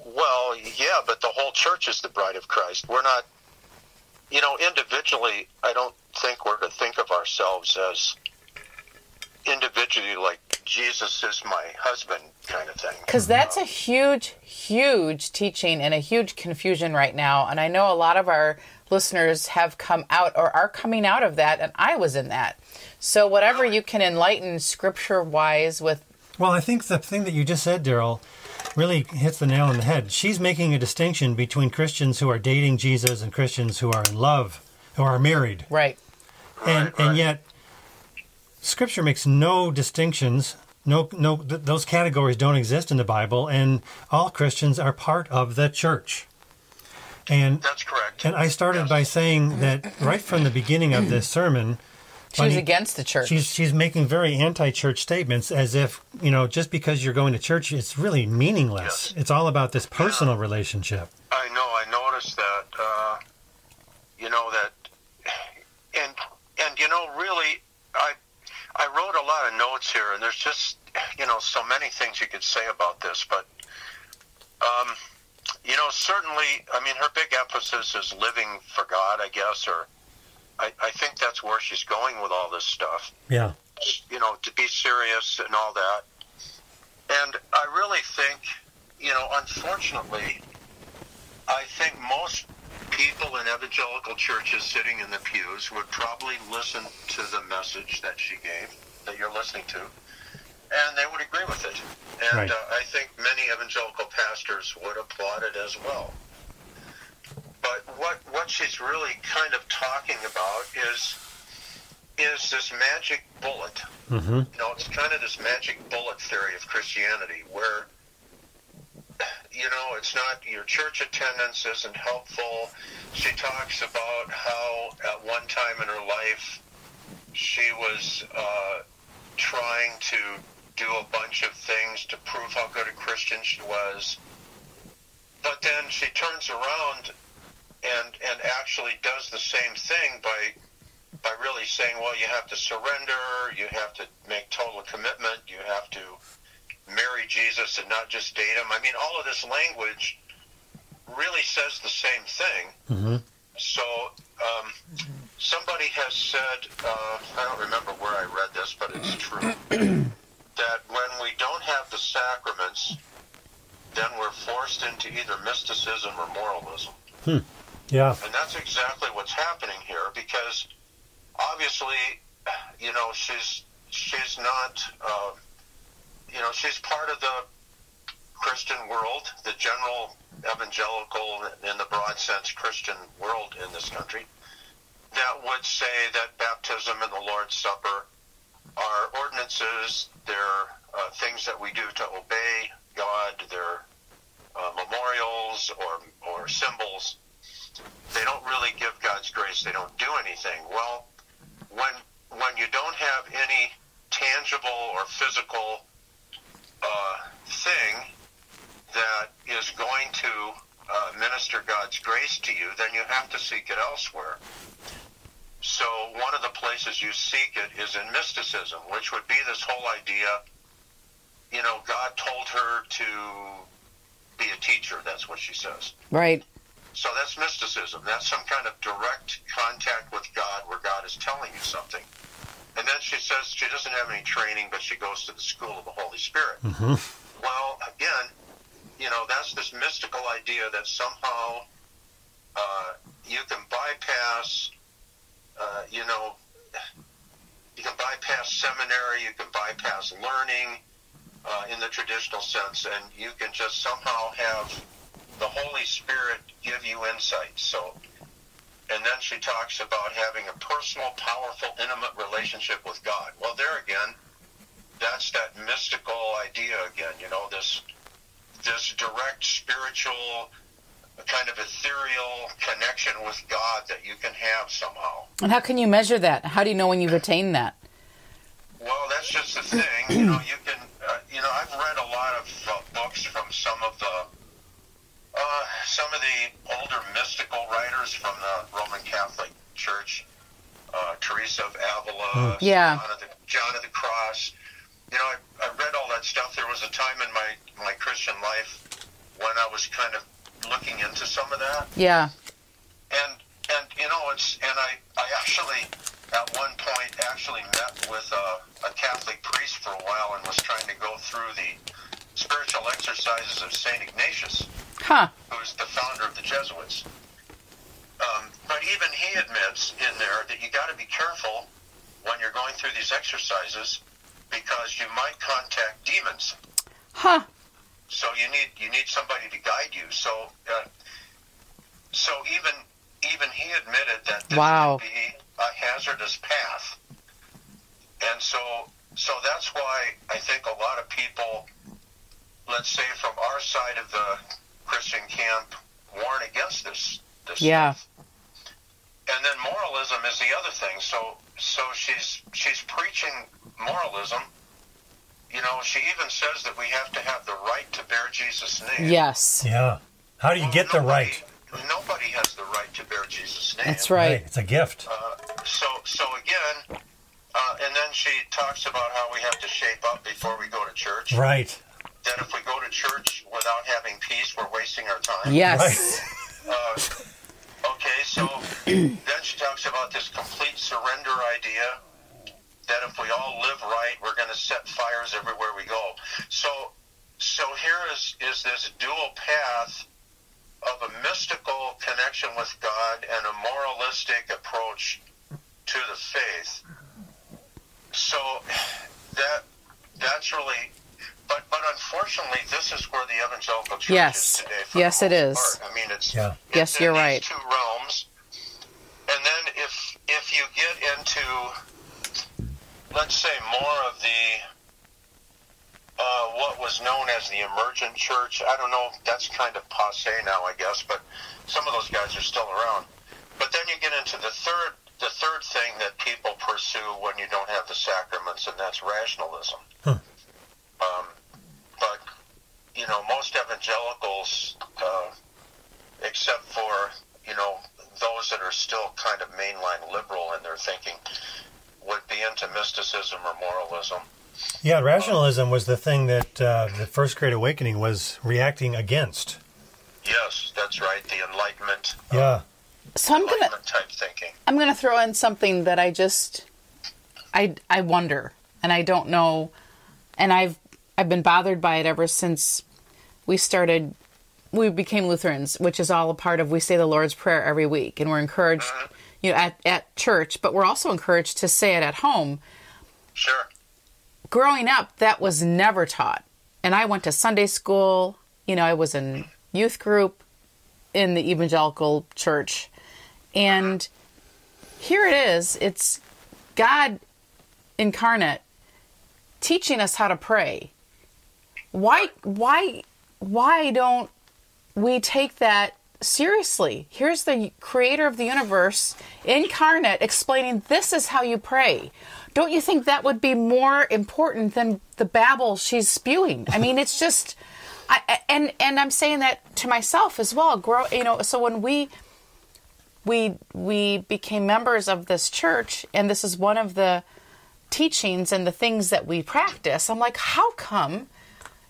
Speaker 10: Well, yeah, but the whole church is the bride of Christ. We're not, you know, individually, I don't think we're to think of ourselves as individually like Jesus is my husband kind of thing.
Speaker 3: Because that's a huge, huge teaching and a huge confusion right now. And I know a lot of our listeners have come out or are coming out of that, and I was in that. So, whatever you can enlighten scripture wise with,
Speaker 1: Well, I think the thing that you just said, Daryl, really hits the nail on the head. She's making a distinction between Christians who are dating Jesus and Christians who are in love, who are married.
Speaker 3: right,
Speaker 1: and and yet scripture makes no distinctions no no th- those categories don't exist in the bible and all christians are part of the church and
Speaker 10: That's correct.
Speaker 1: and i started by saying that right from the beginning of this sermon
Speaker 3: she was
Speaker 1: Bunny-
Speaker 3: against the church.
Speaker 1: She's she's making very anti-church statements as if you know just because you're going to church it's really meaningless.
Speaker 10: Yes.
Speaker 1: It's all about this personal relationship.
Speaker 10: I know. I noticed that. Uh, you know that, and and you know, really, I I wrote a lot of notes here, and there's just you know so many things you could say about this, but um, you know, certainly, I mean, her big emphasis is living for God, I guess, or I, I think that's where she's going with all this stuff
Speaker 1: Yeah.
Speaker 10: you know, to be serious and all that. And I really think, you know, unfortunately, I think most people in evangelical churches sitting in the pews would probably listen to the message that she gave, that you're listening to, and they would agree with it. And
Speaker 1: Right.
Speaker 10: uh, I think many evangelical pastors would applaud it as well. But what, what she's really kind of talking about is is this magic bullet.
Speaker 1: Mm-hmm.
Speaker 10: You know, it's kind of this magic bullet theory of Christianity where, you know, it's not, your church attendance isn't helpful. She talks about how at one time in her life she was uh, trying to do a bunch of things to prove how good a Christian she was. But then she turns around and, and actually does the same thing by by really saying, well, you have to surrender, you have to make total commitment, you have to marry Jesus and not just date him. I mean, all of this language really says the same thing.
Speaker 1: Mm-hmm.
Speaker 10: So um, somebody has said, uh, I don't remember where I read this, but it's true, that when we don't have the sacraments, then we're forced into either mysticism or moralism.
Speaker 1: Yeah.
Speaker 10: And that's exactly what's happening here because obviously, you know, she's she's not, uh, you know, she's part of the Christian world, the general evangelical, in the broad sense, Christian world in this country, that would say that baptism and the Lord's Supper are ordinances, they're uh, things that we do to obey God, they're uh, memorials or, or symbols, they don't really give God's grace. They don't do anything. Well, when when you don't have any tangible or physical uh, thing that is going to uh, minister God's grace to you, then you have to seek it elsewhere. So one of the places you seek it is in mysticism, which would be this whole idea. You know, God told her to be a teacher. That's what she says.
Speaker 3: Right.
Speaker 10: So that's mysticism. That's some kind of direct contact with God where God is telling you something. And then she says she doesn't have any training, but she goes to the school of the Holy Spirit. Well, again, you know, that's this mystical idea that somehow uh, you can bypass, uh, you know, you can bypass seminary, you can bypass learning uh, in the traditional sense, and you can just somehow have the Holy Spirit give you insight. So, and then she talks about having a personal, powerful, intimate relationship with God. Well, there again, that's that mystical idea again. You know, this this direct spiritual kind of ethereal connection with God that you can have somehow.
Speaker 3: And how can you measure that? How do you know when you've attained that?
Speaker 10: Well, that's just the thing. You know, you can. Uh, you know, I've read a lot of uh, books from some of the uh, some of the older mystical writers from the Roman Catholic Church, uh, Teresa of Avila,
Speaker 3: Yeah.
Speaker 10: John, of the, John of the Cross. You know, I, I read all that stuff. There was a time in my my Christian life when I was kind of looking into some of that
Speaker 3: Yeah.
Speaker 10: and and you know it's and I I actually at one point actually met with a, a Catholic priest for a while and was trying to go through the spiritual exercises of Saint Ignatius,
Speaker 3: Huh.
Speaker 10: who's the founder of the Jesuits. Um, but even he admits in there that you got to be careful when you're going through these exercises because you might contact demons.
Speaker 3: Huh.
Speaker 10: So you need you need somebody to guide you. So uh, so even even he admitted that this
Speaker 3: Wow.
Speaker 10: could be a hazardous path. And so so that's why I think a lot of people, let's say from our side of the Christian camp, warn against this. this
Speaker 3: Yeah.
Speaker 10: Stuff. And then moralism is the other thing. So so she's she's preaching moralism. You know, she even says that we have to have the right to bear Jesus' name.
Speaker 3: Yes.
Speaker 1: Yeah. How do you get the
Speaker 10: Nobody-
Speaker 1: right?
Speaker 10: Nobody has the right to bear Jesus' name.
Speaker 3: That's right.
Speaker 1: It's a gift.
Speaker 10: So, so again, uh, and then she talks about how we have to shape up before we go to church.
Speaker 1: Right.
Speaker 10: That if we go to church without having peace, we're wasting our time.
Speaker 3: Yes.
Speaker 10: Okay, so then she talks about this complete surrender idea that if we all live right, we're going to set fires everywhere we go. So, so here is is this dual path of a mystical connection with God and a moralistic approach to the faith. So that that's really, but but unfortunately, this is where the evangelical church
Speaker 3: Yes.
Speaker 10: is today. for the
Speaker 3: Yes, it
Speaker 10: most
Speaker 3: is.
Speaker 10: part. I mean, it's,
Speaker 1: Yeah.
Speaker 10: it's
Speaker 3: Yes,
Speaker 10: in
Speaker 3: you're
Speaker 10: these
Speaker 3: right.
Speaker 10: Two realms, and then if if you get into, let's say, more of the uh, what was known as the emergent church. I don't know. That's kind of passe now, I guess. But some of those guys are still around. But then you get into the third the third thing that people pursue when you don't have the sacraments, and that's rationalism. Um, but you know, most evangelicals. Uh, except for you know those that are still kind of mainline liberal in their thinking would be into mysticism or moralism.
Speaker 1: Yeah, rationalism was the thing that uh, the First Great Awakening was reacting against.
Speaker 10: Yes, that's right. The Enlightenment,
Speaker 1: Yeah.
Speaker 3: So I'm gonna
Speaker 10: Enlightenment type thinking.
Speaker 3: I'm gonna throw in something that I just I I wonder and I don't know and I've I've been bothered by it ever since we started we became Lutherans, which is all a part of we say the Lord's Prayer every week and we're encouraged you know at, at church, but we're also encouraged to say it at home.
Speaker 10: Sure.
Speaker 3: growing up, that was never taught. And I went to Sunday school. You know, I was in youth group in the evangelical church. And here it is it's God incarnate teaching us how to pray. Why, why, why don't we take that seriously. Here's the creator of the universe incarnate explaining this is how you pray. Don't you think that would be more important than the babble she's spewing? I mean, it's just I, I- and and I'm saying that to myself as well. Grow, you know, so when we we we became members of this church and this is one of the teachings and the things that we practice i'm like how come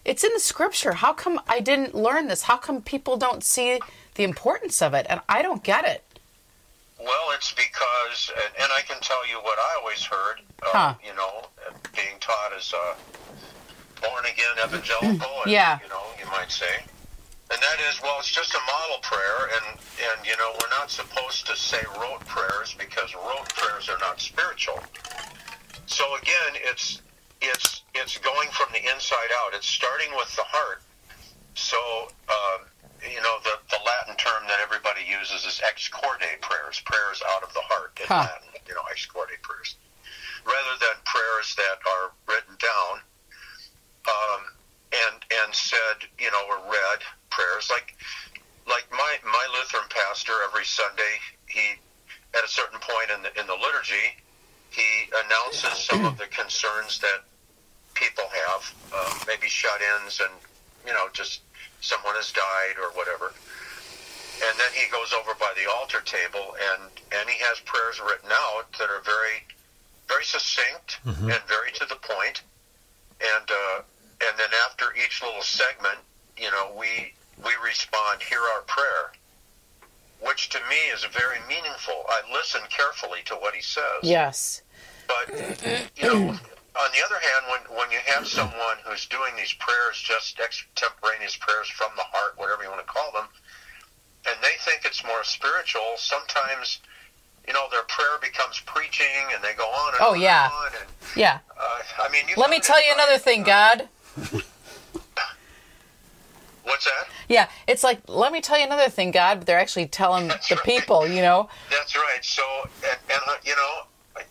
Speaker 3: it's in the scripture how come i didn't learn this how come people don't see the importance of it and i don't get it
Speaker 10: Well, it's because, and, and I can tell you what I always heard, uh,
Speaker 3: Huh.
Speaker 10: you know, being taught as a born again evangelical, and,
Speaker 3: Yeah.
Speaker 10: you know, you might say. And that is, well, it's just a model prayer, and, and, you know, we're not supposed to say rote prayers because rote prayers are not spiritual. So again, it's, it's, it's going from the inside out. It's starting with the heart. So, um, you know, the, the Latin term that everybody uses is ex corde prayers, prayers out of the heart in
Speaker 3: Huh.
Speaker 10: Latin, you know, ex corde prayers, rather than prayers that are written down um, and, and said, you know, or read prayers. Like, like my, my Lutheran pastor every Sunday, he, at a certain point in the, in the liturgy, he announces some of the concerns that people have, uh, maybe shut-ins and, you know, just someone has died or whatever. And then he goes over by the altar table and, and he has prayers written out that are very, very succinct and very to the point. And, uh, and then after each little segment, you know, we, we respond, hear our prayer, which to me is very meaningful. I listen carefully to what he says.
Speaker 3: yes
Speaker 10: But you know, on the other hand, when when you have someone who's doing these prayers, just extemporaneous prayers from the heart, whatever you want to call them, and they think it's more spiritual, sometimes you know their prayer becomes preaching, and they go on and
Speaker 3: Oh,
Speaker 10: on
Speaker 3: yeah.
Speaker 10: and on. And,
Speaker 3: yeah
Speaker 10: uh, I mean, you
Speaker 3: let me tell you another thing god
Speaker 10: What's that?
Speaker 3: yeah it's like let me tell you another thing god but they're actually telling
Speaker 10: That's
Speaker 3: the
Speaker 10: right.
Speaker 3: people you know
Speaker 10: That's right. So, and, and uh, you know,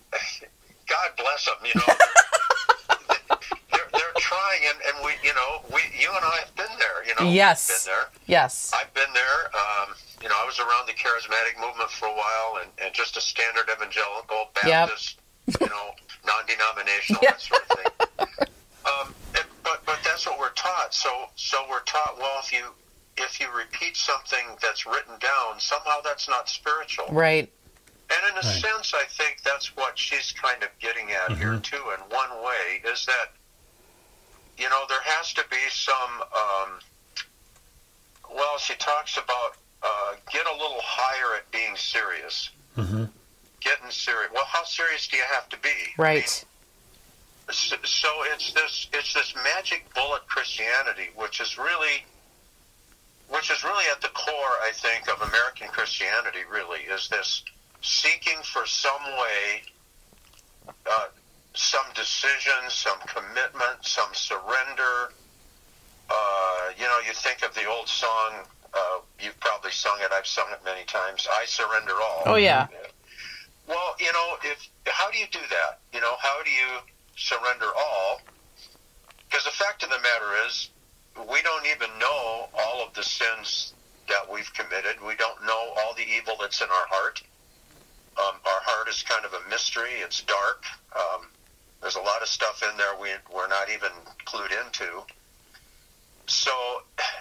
Speaker 10: God bless them. You know,
Speaker 3: [laughs]
Speaker 10: they're, they're trying, and, and we, you know, we, you and I have been there. You know, we've
Speaker 3: Yes.
Speaker 10: been there.
Speaker 3: yes
Speaker 10: I've been there. Um, you know, I was around the charismatic movement for a while, and, and just a standard evangelical Baptist, you know, non-denominational that sort of thing. Um, and, but but that's what we're taught. So so we're taught. Well, if you if you repeat something that's written down, somehow that's not spiritual.
Speaker 3: right
Speaker 10: And in a sense, I think that's what she's kind of getting at here, too, in one way, is that, you know, there has to be some, um, well, she talks about uh, get a little higher at being serious.
Speaker 1: Mhm.
Speaker 10: Getting serious. Well, how serious do you have to be?
Speaker 3: right
Speaker 10: so so it's this it's this magic bullet Christianity, which is really which is really at the core, I think, of American Christianity. Really, is this seeking for some way, uh, some decision, some commitment, some surrender. Uh, you know, you think of the old song. Uh, you've probably sung it. I've sung it many times. I surrender all.
Speaker 3: Oh, yeah.
Speaker 10: Well, you know, if how do you do that? You know, how do you surrender all? Because the fact of the matter is, we don't even know all of the sins that we've committed. We don't know all the evil that's in our heart. Um, our heart is kind of a mystery. It's dark. Um, there's a lot of stuff in there we, we're not even clued into. So,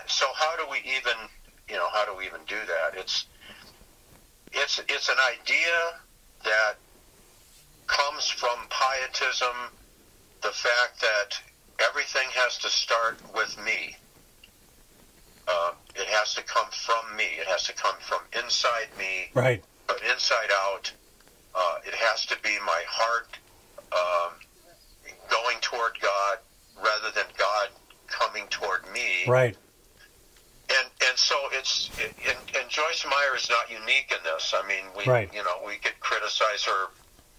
Speaker 10: so how do we even, you know, how do we even do that? It's, it's, it's an idea that comes from pietism, the fact that everything has to start with me. Uh, it has to come from me. It has to come from inside me
Speaker 1: Right.
Speaker 10: but inside out, uh, it has to be my heart um, going toward God rather than God coming toward me.
Speaker 1: Right.
Speaker 10: And and so it's and, and Joyce Meyer is not unique in this. I mean, we
Speaker 1: Right.
Speaker 10: you know we could criticize her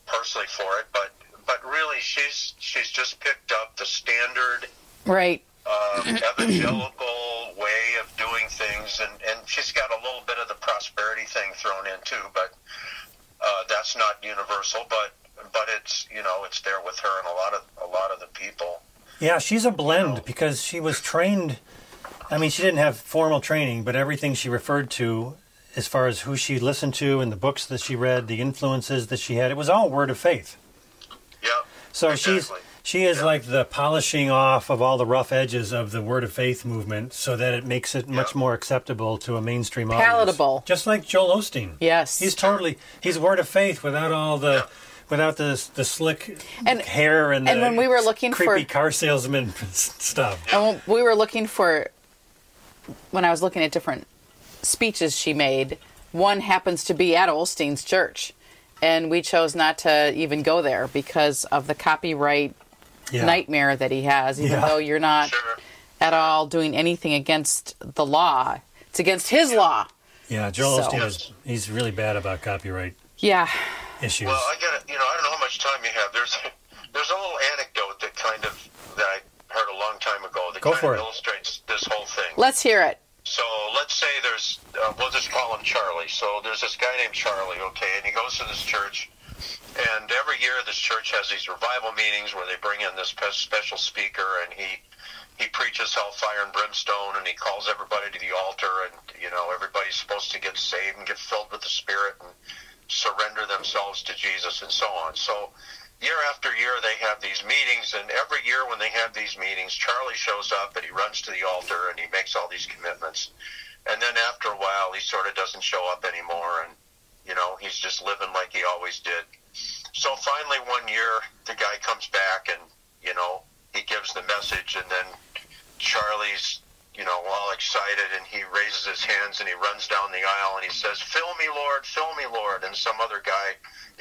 Speaker 10: personally for it, but but really she's she's just picked up the standard
Speaker 3: right
Speaker 10: uh, evangelical way of doing things, and, and she's got a little bit of the prosperity thing thrown in too, but uh, that's not universal. But but it's you know it's there with her and a lot of a lot of the people.
Speaker 1: Yeah, she's a blend because she was trained I mean, she didn't have formal training, but everything she referred to, as far as who she listened to and the books that she read, the influences that she had, it was all word of faith.
Speaker 10: Yeah.
Speaker 1: So she's she is like the polishing off of all the rough edges of the word of faith movement, so that it makes it much more acceptable to a mainstream audience.
Speaker 3: Palatable.
Speaker 1: Just like Joel Osteen.
Speaker 3: Yes.
Speaker 1: He's totally he's word of faith without all the. Without the the slick
Speaker 3: And-
Speaker 1: hair and,
Speaker 3: and
Speaker 1: the
Speaker 3: when we were looking for- Oh,
Speaker 1: creepy car salesman [laughs] stuff,
Speaker 3: And when we were looking for, when I was looking at different speeches she made, one happens to be at Olstein's church. And we chose not to even go there because of the copyright
Speaker 1: Yeah.
Speaker 3: nightmare that he has, even
Speaker 1: Yeah.
Speaker 3: though you're not at all doing anything against the law. It's against his law.
Speaker 1: yeah, Joel
Speaker 3: So-
Speaker 1: Osteen is he's really bad about copyright
Speaker 3: Yeah.
Speaker 1: issues.
Speaker 10: Well, I got to you know I don't know how much time you have. There's [laughs] there's a little anecdote that kind of that I heard a long time ago that
Speaker 1: Go
Speaker 10: kind
Speaker 1: for
Speaker 10: of
Speaker 1: it.
Speaker 10: illustrates this whole thing.
Speaker 3: Let's hear [laughs] it.
Speaker 10: So let's say there's, uh, we'll just call him Charlie. So there's this guy named Charlie, okay, and he goes to this church. And every year, this church has these revival meetings where they bring in this pe- special speaker, and he he preaches hellfire and brimstone, and he calls everybody to the altar, and you know everybody's supposed to get saved and get filled with the Spirit and surrender themselves to Jesus and so on. So year after year, they have these meetings, and every year when they have these meetings, Charlie shows up and he runs to the altar and he makes all these commitments. And then after a while, he sort of doesn't show up anymore, and you know he's just living like he always did. So finally, one year, the guy comes back and you know he gives the message, and then Charlie's you know all excited and he raises his hands and he runs down the aisle and he says, "Fill me, Lord, fill me, Lord!" And some other guy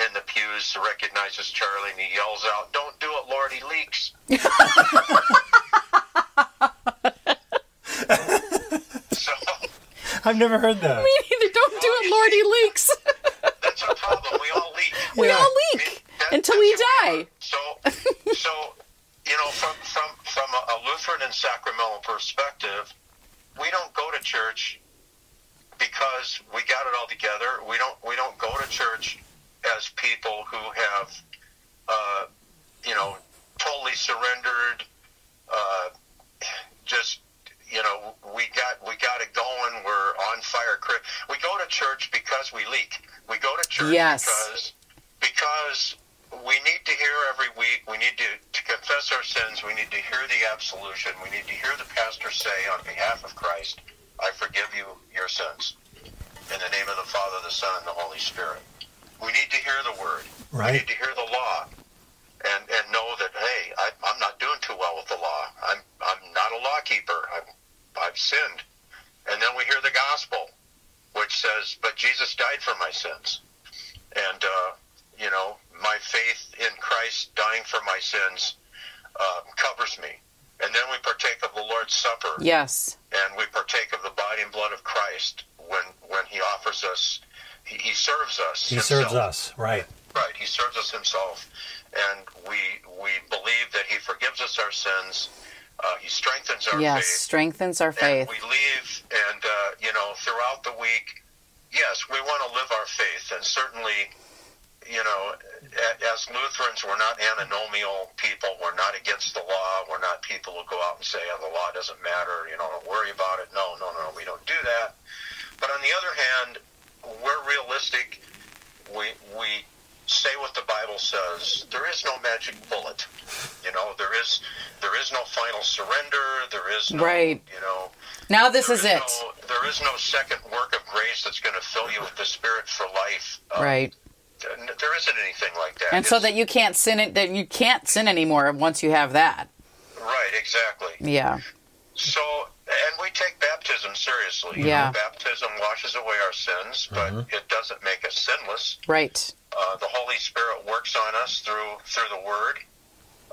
Speaker 10: in the pews recognizes Charlie and he yells out, "Don't do it, Lord! He leaks." so
Speaker 1: I've never heard that.
Speaker 3: Either don't do it, Lord, he leaks.
Speaker 10: that's our problem. We all leak.
Speaker 3: We all leak
Speaker 10: That-
Speaker 3: until we
Speaker 10: that's who
Speaker 3: die.
Speaker 10: are. So, so you know, from from from a, a Lutheran and Sacramento perspective, we don't go to church because we got it all together. We don't we don't go to church as people who have, uh, you know, totally surrendered. Uh, just you know, we got we got it going. We're on fire. Chri- We go to church because we leak. We go to church
Speaker 3: Yes.
Speaker 10: because because we need to hear every week. We need to, to confess our sins. We need to hear the absolution. We need to hear the pastor say, on behalf of Christ, I forgive you your sins. In the name of the Father, the Son, and the Holy Spirit. We need to hear the word.
Speaker 1: Right.
Speaker 10: We need to hear the law. And, and know that, hey, I, I'm not doing too well with the law. I'm, I'm not a law keeper. I'm, I've sinned. And then we hear the gospel, which says, but Jesus died for my sins. And, uh, you know, my faith in Christ dying for my sins uh, covers me. And then we partake of the Lord's Supper
Speaker 3: Yes.
Speaker 10: and we partake of the body and blood of Christ when when He offers us, He, he serves us.
Speaker 1: He
Speaker 10: himself.
Speaker 1: serves us, right?
Speaker 10: Right, He serves us Himself, and we we believe that He forgives us our sins. Uh, he strengthens our
Speaker 3: Yes.
Speaker 10: faith.
Speaker 3: Strengthens our faith.
Speaker 10: And we leave, and uh, you know, throughout the week, yes, we want to live our faith, and certainly, you know, a- as Lutherans, we're not antinomial people. We're not against the law. We're not people who go out and say, "Oh, the law doesn't matter." You know, don't worry about it. No, no, no, we don't do that. But on the other hand, we're realistic. We we say what the Bible says. There is no magic bullet. You know, there is there is no final surrender. There is no
Speaker 3: Right.
Speaker 10: you know
Speaker 3: Now this
Speaker 10: there
Speaker 3: is it.
Speaker 10: no- there is no second work of grace that's going to fill you with the spirit for life Uh,
Speaker 3: Right.
Speaker 10: n- there isn't anything like that
Speaker 3: And so
Speaker 10: It's-
Speaker 3: that you can't sin it that you can't sin anymore once you have that.
Speaker 10: right exactly
Speaker 3: Yeah.
Speaker 10: So, and we take baptism seriously. You
Speaker 3: Yeah.
Speaker 10: know, baptism washes away our sins, but it doesn't make us sinless.
Speaker 3: Right.
Speaker 10: Uh, the Holy Spirit works on us through through the Word,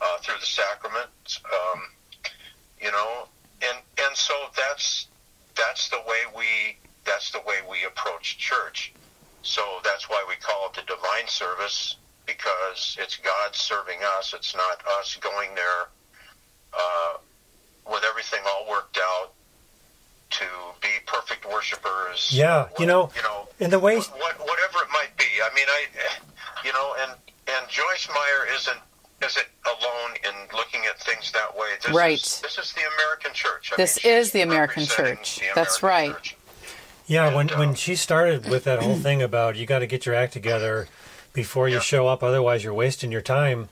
Speaker 10: uh, through the sacraments. Um, you know, and and so that's that's the way we that's the way we approach church. So that's why we call it the divine service because it's God serving us. It's not us going there uh, with everything all worked out to be perfect worshipers.
Speaker 1: Yeah, you know,
Speaker 10: you know,
Speaker 1: in the way
Speaker 10: what, what- whatever it might be. I mean, I, you know, and and Joyce Meyer isn't is it alone in looking at things that way. This
Speaker 3: Right.
Speaker 10: Is, this is the American church. I
Speaker 3: This
Speaker 10: mean,
Speaker 3: is
Speaker 10: she's
Speaker 3: the American
Speaker 10: representing
Speaker 3: church.
Speaker 10: the
Speaker 3: That's
Speaker 10: American
Speaker 3: right.
Speaker 10: church.
Speaker 1: Yeah, when
Speaker 10: um,
Speaker 1: when she started with that whole thing about you got to get your act together before you show up, otherwise you're wasting your time.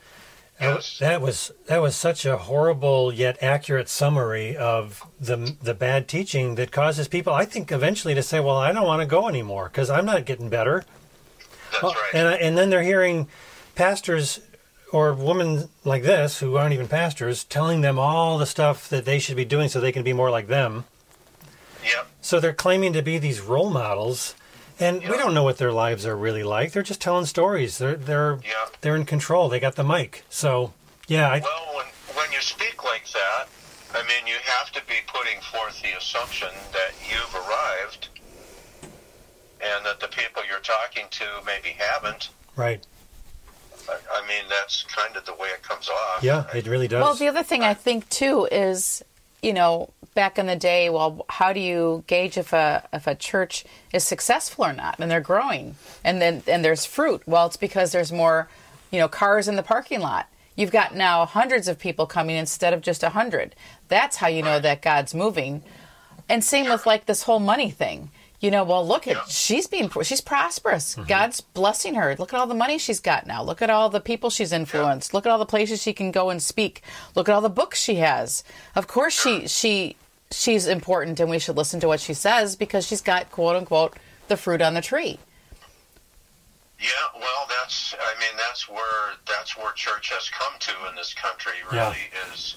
Speaker 1: that-
Speaker 10: Yes.
Speaker 1: That was that was such a horrible yet accurate summary of the the bad teaching that causes people, I think, eventually to say, "Well, I don't want to go anymore because I'm not getting better."
Speaker 10: That's
Speaker 1: Well,
Speaker 10: right.
Speaker 1: And I, and then they're hearing pastors or women like this who aren't even pastors telling them all the stuff that they should be doing so they can be more like them.
Speaker 10: yep.
Speaker 1: So they're claiming to be these role models, and we don't know what their lives are really like. They're just telling stories. They're they're
Speaker 10: Yeah.
Speaker 1: they're in control. They got the mic. So yeah, I,
Speaker 10: Well, when when you speak like that, I mean, you have to be putting forth the assumption that you've arrived, and that the people you're talking to maybe haven't.
Speaker 1: right.
Speaker 10: I, I mean, that's kind of the way it comes off.
Speaker 1: Yeah, it really does.
Speaker 3: Well, the other thing I think too is, you know, back in the day, well, how do you gauge if a if a church is successful or not, and they're growing, and then and there's fruit? Well, it's because there's more, you know, cars in the parking lot. You've got now hundreds of people coming instead of just a hundred. That's how you know that God's moving. And same with like this whole money thing. You know, well, look at she's being she's prosperous. God's blessing her. Look at all the money she's got now. Look at all the people she's influenced. Look at all the places she can go and speak. Look at all the books she has. Of course, she she she's important, and we should listen to what she says because she's got quote unquote the fruit on the tree.
Speaker 10: Yeah, well, that's I mean that's where that's where church has come to in this country.
Speaker 1: Yeah.
Speaker 10: Really, is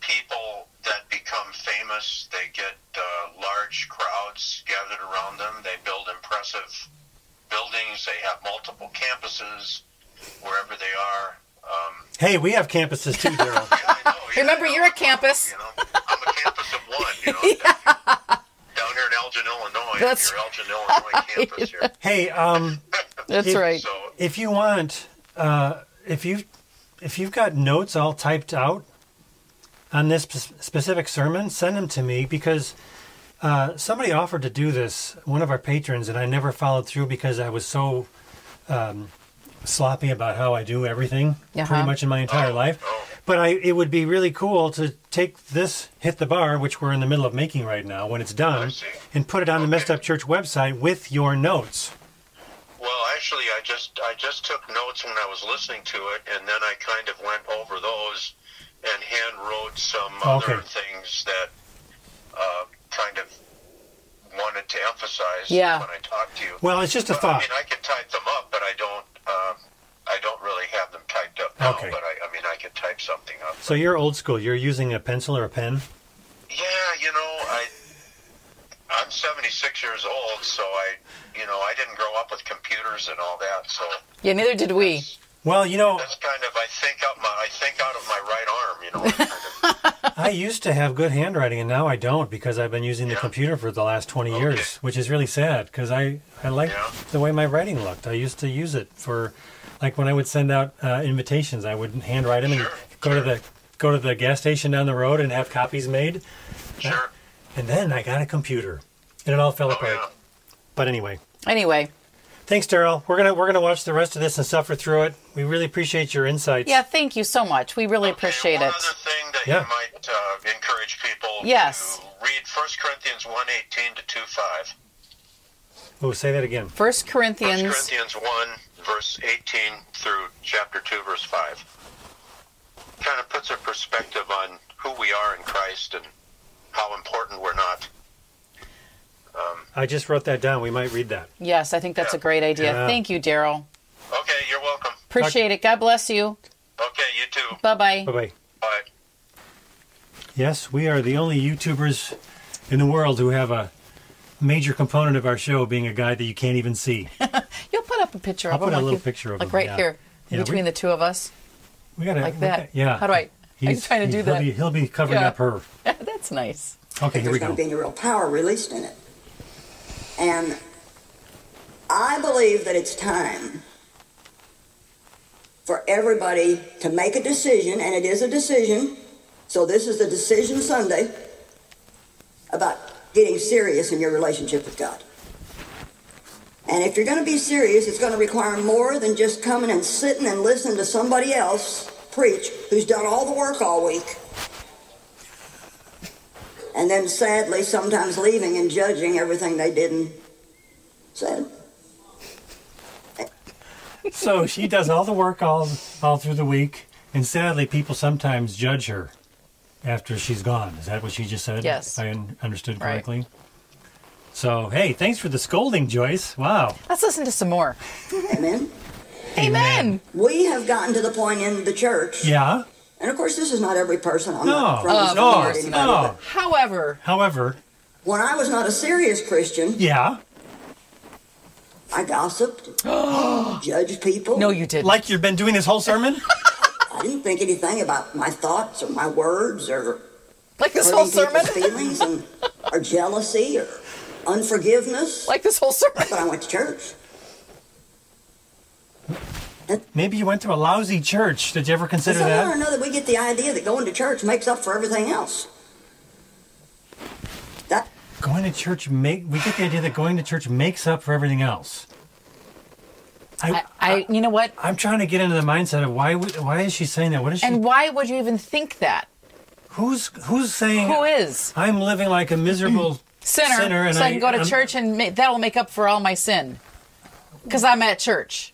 Speaker 10: people that become famous. They get uh, large crowds gathered around them. They build impressive buildings. They have multiple campuses wherever they are. Um,
Speaker 1: hey, we have campuses too,
Speaker 10: [laughs]
Speaker 1: Daryl.
Speaker 10: I
Speaker 3: [laughs]
Speaker 10: know, yeah,
Speaker 3: Remember,
Speaker 10: I know,
Speaker 3: you're a
Speaker 10: I know,
Speaker 3: campus.
Speaker 10: You know, I'm a campus of one.
Speaker 3: [laughs]
Speaker 10: You know, down, here in Elgin, Illinois.
Speaker 3: That's
Speaker 10: your Elgin, Illinois campus here.
Speaker 1: hey, um,
Speaker 3: That's
Speaker 1: Yeah,
Speaker 3: right.
Speaker 10: So
Speaker 1: if you want, uh, if you if you've got notes all typed out on this spe- specific sermon, send them to me because uh, somebody offered to do this. One of our patrons and I never followed through because I was so um, sloppy about how I do everything,
Speaker 3: Uh-huh.
Speaker 1: pretty much in my entire life. But I, it would be really cool to take this hit the bar, which we're in the middle of making right now, when it's done,
Speaker 10: see.
Speaker 1: and put it on the Messed Up Church website with your notes.
Speaker 10: Well, actually, I just I just took notes when I was listening to it, and then I kind of went over those and hand wrote some other
Speaker 1: Okay.
Speaker 10: things that uh, kind of wanted to emphasize
Speaker 3: Yeah.
Speaker 10: when I talked to you.
Speaker 1: Well, it's just a
Speaker 10: But, I
Speaker 1: thought.
Speaker 10: mean, I can type them up, but I don't. Um, I don't really have them typed up now.
Speaker 1: Okay.
Speaker 10: But I, I mean, I can type something up.
Speaker 1: So you're old school. You're using a pencil or a pen.
Speaker 10: Yeah, you know, I I'm 76 years old, so I, you know, I didn't grow up with computers and all that, so.
Speaker 3: Yeah, neither did we.
Speaker 1: Well, you know,
Speaker 10: That's kind of I think out my I think out of my right arm,
Speaker 3: [laughs]
Speaker 10: you know. Kind of-
Speaker 1: I used to have good handwriting, and now I don't because I've been using the computer for the last 20 years, which is really sad because I I like
Speaker 10: Yeah.
Speaker 1: the way my writing looked. I used to use it for, like when I would send out uh, invitations, I would handwrite them
Speaker 10: Sure,
Speaker 1: and go to the go to the gas station down the road and have copies made.
Speaker 10: sure.
Speaker 1: And then I got a computer, and it all fell
Speaker 10: Oh
Speaker 1: apart.
Speaker 10: yeah.
Speaker 1: But anyway.
Speaker 3: Anyway,
Speaker 1: Thanks, Daryl. We're gonna we're gonna watch the rest of this and suffer through it. We really appreciate your insights.
Speaker 3: yeah, thank you so much. We really
Speaker 10: Okay,
Speaker 3: appreciate
Speaker 10: one
Speaker 3: it.
Speaker 10: other thing that
Speaker 1: Yeah.
Speaker 10: you might uh, encourage people
Speaker 3: Yes.
Speaker 10: to read 1 Corinthians 1:18 to 2:5.
Speaker 1: Oh, say that again.
Speaker 3: First
Speaker 10: 1
Speaker 3: Corinthians.
Speaker 10: Corinthians 1 verse 18 through chapter 2 verse 5. Kind of puts a perspective on who we are in Christ and how important we're not.
Speaker 1: I just wrote that down. We might read that.
Speaker 3: Yes, I think that's a great idea.
Speaker 1: Yeah.
Speaker 3: Thank you, Daryl.
Speaker 10: Okay, you're welcome.
Speaker 3: Appreciate it. God bless you.
Speaker 10: Okay, you too.
Speaker 3: Bye bye.
Speaker 1: Bye bye.
Speaker 10: Bye.
Speaker 1: Yes, we are the only YouTubers in the world who have a major component of our show being a guy that you can't even
Speaker 3: [laughs]
Speaker 1: see.
Speaker 3: You'll put up a picture
Speaker 1: I'll
Speaker 3: of him.
Speaker 1: put a
Speaker 3: like
Speaker 1: little
Speaker 3: you-
Speaker 1: picture of
Speaker 3: Like
Speaker 1: him,
Speaker 3: right
Speaker 1: yeah.
Speaker 3: here,
Speaker 1: Yeah, we-
Speaker 3: between the two of us. [laughs]
Speaker 1: We gotta
Speaker 3: Like
Speaker 1: we
Speaker 3: that.
Speaker 1: gotta- yeah.
Speaker 3: How do I- I'm trying to do
Speaker 1: he'll
Speaker 3: that.
Speaker 1: Be, he'll be covering
Speaker 3: Yeah.
Speaker 1: up her.
Speaker 3: That's nice.
Speaker 1: Okay, here
Speaker 2: there's
Speaker 1: we
Speaker 2: going
Speaker 1: go.
Speaker 2: to be any real power released in it. And I believe that it's time for everybody to make a decision, and it is a decision. So this is the decision Sunday about getting serious in your relationship with God. And if you're going to be serious, it's going to require more than just coming and sitting and listening to somebody else preach who's done all the work all week. And then sadly, sometimes leaving and judging everything they did and said.
Speaker 1: So she does all the work all all through the week, and sadly, people sometimes judge her after she's gone. Is that what she just said?
Speaker 3: Yes.
Speaker 1: if I un- understood
Speaker 3: Right.
Speaker 1: correctly. So hey, thanks for the scolding, Joyce. Wow.
Speaker 3: Let's listen to some more.
Speaker 2: Amen.
Speaker 3: Amen.
Speaker 2: We have gotten to the point in the church,
Speaker 1: Yeah.
Speaker 2: and of course, this is not every person. I'm
Speaker 1: No.
Speaker 2: not from this
Speaker 1: Of
Speaker 2: community,
Speaker 1: course
Speaker 2: but
Speaker 1: not.
Speaker 3: However,
Speaker 1: However,
Speaker 2: When I was not a serious Christian,
Speaker 1: yeah,
Speaker 2: I gossiped, judged people.
Speaker 3: no, you didn't.
Speaker 1: like you've been doing this whole sermon.
Speaker 2: I didn't think anything about my thoughts or my words or
Speaker 3: like this whole
Speaker 2: hurting
Speaker 3: sermon.
Speaker 2: people's feelings and, or jealousy or unforgiveness.
Speaker 3: like this whole sermon.
Speaker 2: but I went to church.
Speaker 1: Maybe you went to a lousy church. Did you ever consider
Speaker 2: Somehow or
Speaker 1: that?
Speaker 2: another, we get the idea that going to church makes up for everything else. That
Speaker 1: Going to church make we get the idea that going to church makes up for everything else.
Speaker 3: I, I, you know what?
Speaker 1: I'm trying to get into the mindset of why would, why is she saying that? What is she?
Speaker 3: And why would you even think that?
Speaker 1: who's who's saying?
Speaker 3: Who is
Speaker 1: I'm living like a
Speaker 3: [clears throat]
Speaker 1: miserable
Speaker 3: sinner?
Speaker 1: Sinner, and
Speaker 3: so I,
Speaker 1: I-
Speaker 3: can go to
Speaker 1: I'm-
Speaker 3: church and ma- that'll make up for all my sin. Because I'm at church.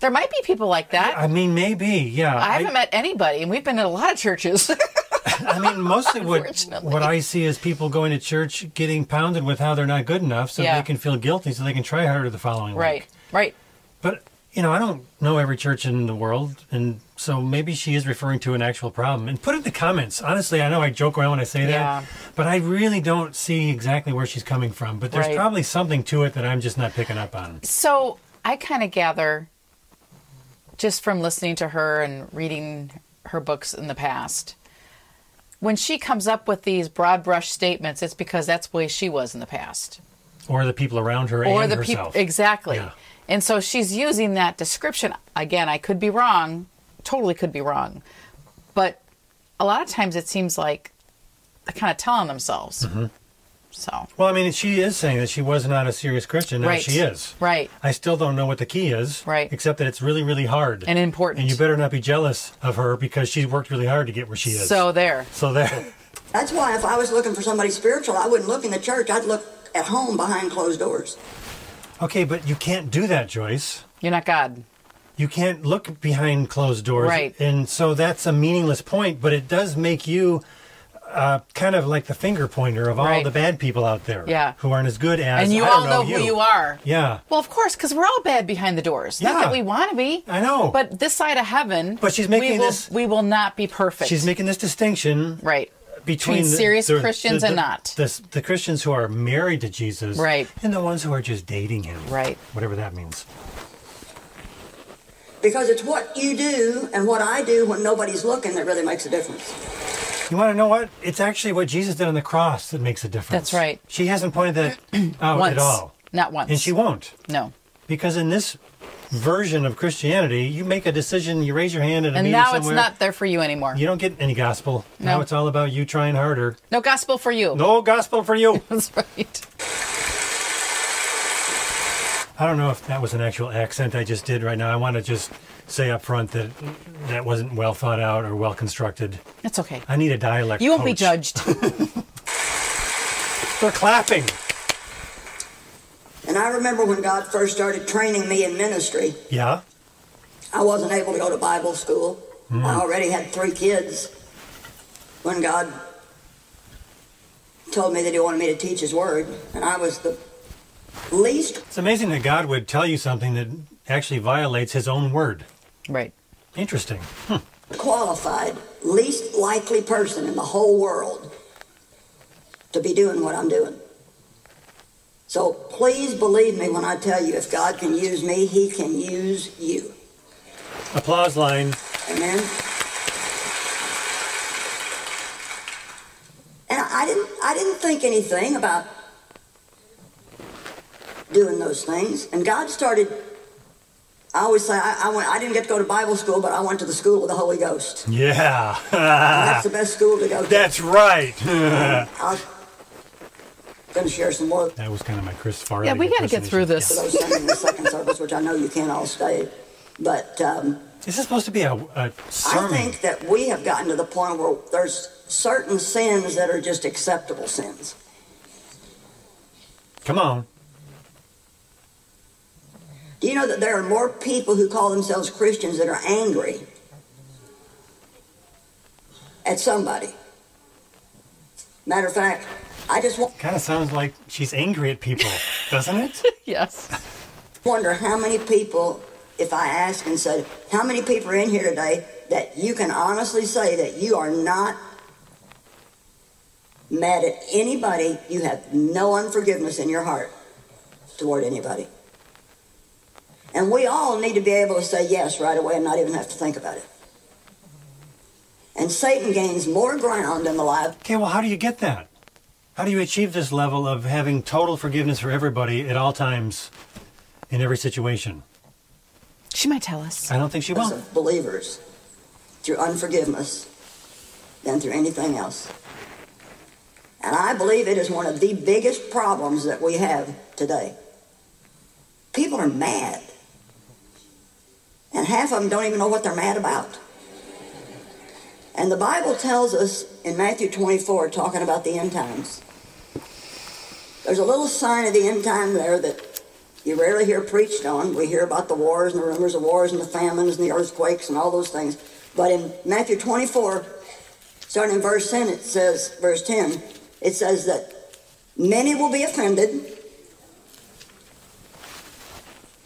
Speaker 3: There might be people like that.
Speaker 1: I mean, maybe, yeah.
Speaker 3: I haven't met anybody, and we've been in a lot of churches. [laughs]
Speaker 1: I mean, mostly what
Speaker 3: Unfortunately.
Speaker 1: what I see is people going to church getting pounded with how they're not good enough, so
Speaker 3: Yeah.
Speaker 1: they can feel guilty, so they can try harder the following week.
Speaker 3: right, right.
Speaker 1: But you know, I don't know every church in the world, and so maybe she is referring to an actual problem. And put it in the comments. Honestly, I know I joke around when I say that,
Speaker 3: Yeah.
Speaker 1: but I really don't see exactly where she's coming from. But there's
Speaker 3: Right.
Speaker 1: probably something to it that I'm just not picking up on.
Speaker 3: So I kind of gather just from listening to her and reading her books in the past. When she comes up with these broad brush statements, it's because that's the way she was in the past.
Speaker 1: Or the people around her
Speaker 3: or
Speaker 1: and
Speaker 3: the people
Speaker 1: herself.
Speaker 3: exactly
Speaker 1: Yeah.
Speaker 3: and so she's using that description again i could be wrong totally could be wrong but a lot of times it seems like they're kind of telling themselves
Speaker 1: Mm-hmm.
Speaker 3: so
Speaker 1: well, I mean, she is saying that she was not a serious Christian. Now
Speaker 3: right
Speaker 1: she is.
Speaker 3: right
Speaker 1: I still don't know what the key is.
Speaker 3: Right.
Speaker 1: Except that it's really, really hard.
Speaker 3: And important.
Speaker 1: And you better not be jealous of her because she's worked really hard to get where she is.
Speaker 3: so there
Speaker 1: So there. [laughs]
Speaker 2: that's why if I was looking for somebody spiritual, I wouldn't look in the church. I'd look at home behind closed doors.
Speaker 1: Okay, but you can't do that, Joyce.
Speaker 3: you're not god
Speaker 1: You can't look behind closed doors.
Speaker 3: Right.
Speaker 1: And so that's a meaningless point, but it does make you uh, kind of like the finger pointer of all
Speaker 3: Right.
Speaker 1: the bad people out there.
Speaker 3: Yeah.
Speaker 1: Who aren't as good as
Speaker 3: and you
Speaker 1: I
Speaker 3: all
Speaker 1: don't
Speaker 3: know,
Speaker 1: know,
Speaker 3: who you are
Speaker 1: Yeah.
Speaker 3: well of course because we're all bad behind the doors not
Speaker 1: Yeah.
Speaker 3: that we want to be
Speaker 1: I know.
Speaker 3: but this side of heaven
Speaker 1: But she's
Speaker 3: we
Speaker 1: making
Speaker 3: will,
Speaker 1: this-
Speaker 3: we will not be perfect
Speaker 1: She's making this distinction
Speaker 3: right
Speaker 1: between,
Speaker 3: Between
Speaker 1: the-
Speaker 3: serious
Speaker 1: the-
Speaker 3: Christians
Speaker 1: the-
Speaker 3: and
Speaker 1: the-
Speaker 3: not.
Speaker 1: The, the Christians who are married to Jesus,
Speaker 3: Right.
Speaker 1: and the ones who are just dating him,
Speaker 3: Right.
Speaker 1: Whatever that means.
Speaker 2: Because it's what you do and what I do when nobody's looking that really makes a difference.
Speaker 1: You want to know what? It's actually what Jesus did on the cross that makes a difference.
Speaker 3: That's right.
Speaker 1: She hasn't pointed
Speaker 3: [clears throat]
Speaker 1: that out
Speaker 3: once
Speaker 1: at all,
Speaker 3: not once
Speaker 1: and she won't,
Speaker 3: no
Speaker 1: because in this version of Christianity, you make a decision, you raise your hand at a
Speaker 3: and
Speaker 1: meeting
Speaker 3: now it's
Speaker 1: somewhere.
Speaker 3: not there for you anymore
Speaker 1: You don't get any gospel. Now
Speaker 3: No.
Speaker 1: it's all about you trying harder.
Speaker 3: No gospel for you.
Speaker 1: No gospel for you.
Speaker 3: [laughs] That's right.
Speaker 1: I don't know if that was an actual accent I just did right now. I want to just say up front that that wasn't well thought out or well constructed.
Speaker 3: It's okay.
Speaker 1: I need a dialect.
Speaker 3: You won't be
Speaker 1: coach.
Speaker 3: judged.
Speaker 1: [laughs] They're clapping.
Speaker 2: And I remember when God first started training me in ministry,
Speaker 1: Yeah.
Speaker 2: I wasn't able to go to Bible school. I already had three kids when God told me that He wanted me to teach His Word. And I was the least,
Speaker 1: It's amazing that God would tell you something that actually violates His own word.
Speaker 3: right.
Speaker 1: Interesting. Hmm.
Speaker 2: qualified, least likely person in the whole world to be doing what I'm doing. So please believe me when I tell you if God can use me, He can use you.
Speaker 1: Applause line.
Speaker 2: Amen. And I didn't I didn't think anything about doing those things. And God started I always say I, I went I didn't get to go to Bible school, but I went to the school of the Holy Ghost.
Speaker 1: Yeah. [laughs]
Speaker 2: That's the best school to go to.
Speaker 1: That's right. [laughs] that
Speaker 2: I'm gonna share some more of
Speaker 1: was kind of my Chris Farley.
Speaker 3: Yeah, we got to get
Speaker 1: impersonation.
Speaker 3: through this.
Speaker 2: those things in the second service, which I know you can't all stay. But um,
Speaker 1: This is supposed to be a, a
Speaker 2: I
Speaker 1: sermon.
Speaker 2: think that we have gotten to the point where there's certain sins that are just acceptable sins.
Speaker 1: Come on.
Speaker 2: Do you know that there are more people who call themselves Christians that are angry at somebody? Matter of fact, I just wo-
Speaker 1: Kind of sounds like she's angry at
Speaker 2: [laughs]
Speaker 1: people, doesn't it?
Speaker 3: yes.
Speaker 2: wonder how many people, if I asked and said, how many people are in here today that you can honestly say that you are not mad at anybody, you have no unforgiveness in your heart toward anybody. And we all need to be able to say yes right away and not even have to think about it. And Satan gains more ground in the life
Speaker 1: Okay, well, how do you get that? How do you achieve this level of having total forgiveness for everybody at all times in every situation?
Speaker 11: She might tell us.
Speaker 1: I don't think she will.
Speaker 2: of believers through unforgiveness than through anything else. And I believe it is one of the biggest problems that we have today. People are mad. And half of them don't even know what they're mad about. And the Bible tells us in Matthew 24, talking about the end times, there's a little sign of the end time there that you rarely hear preached on. We hear about the wars and the rumors of wars and the famines and the earthquakes and all those things. But in Matthew 24, starting in verse 10, it says, verse 10, it says that many will be offended.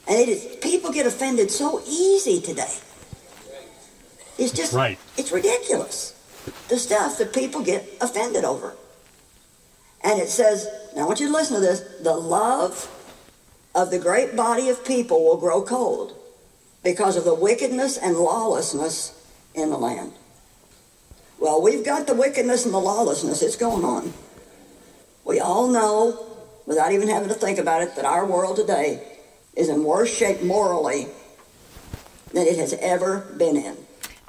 Speaker 2: And it is, people get offended so easy today. It's just,
Speaker 1: Right.
Speaker 2: it's ridiculous. The stuff that people get offended over. And it says, now I want you to listen to this the love of the great body of people will grow cold because of the wickedness and lawlessness in the land. Well, we've got the wickedness and the lawlessness. It's going on. We all know, without even having to think about it, that our world today is in worse shape morally than it has ever been in.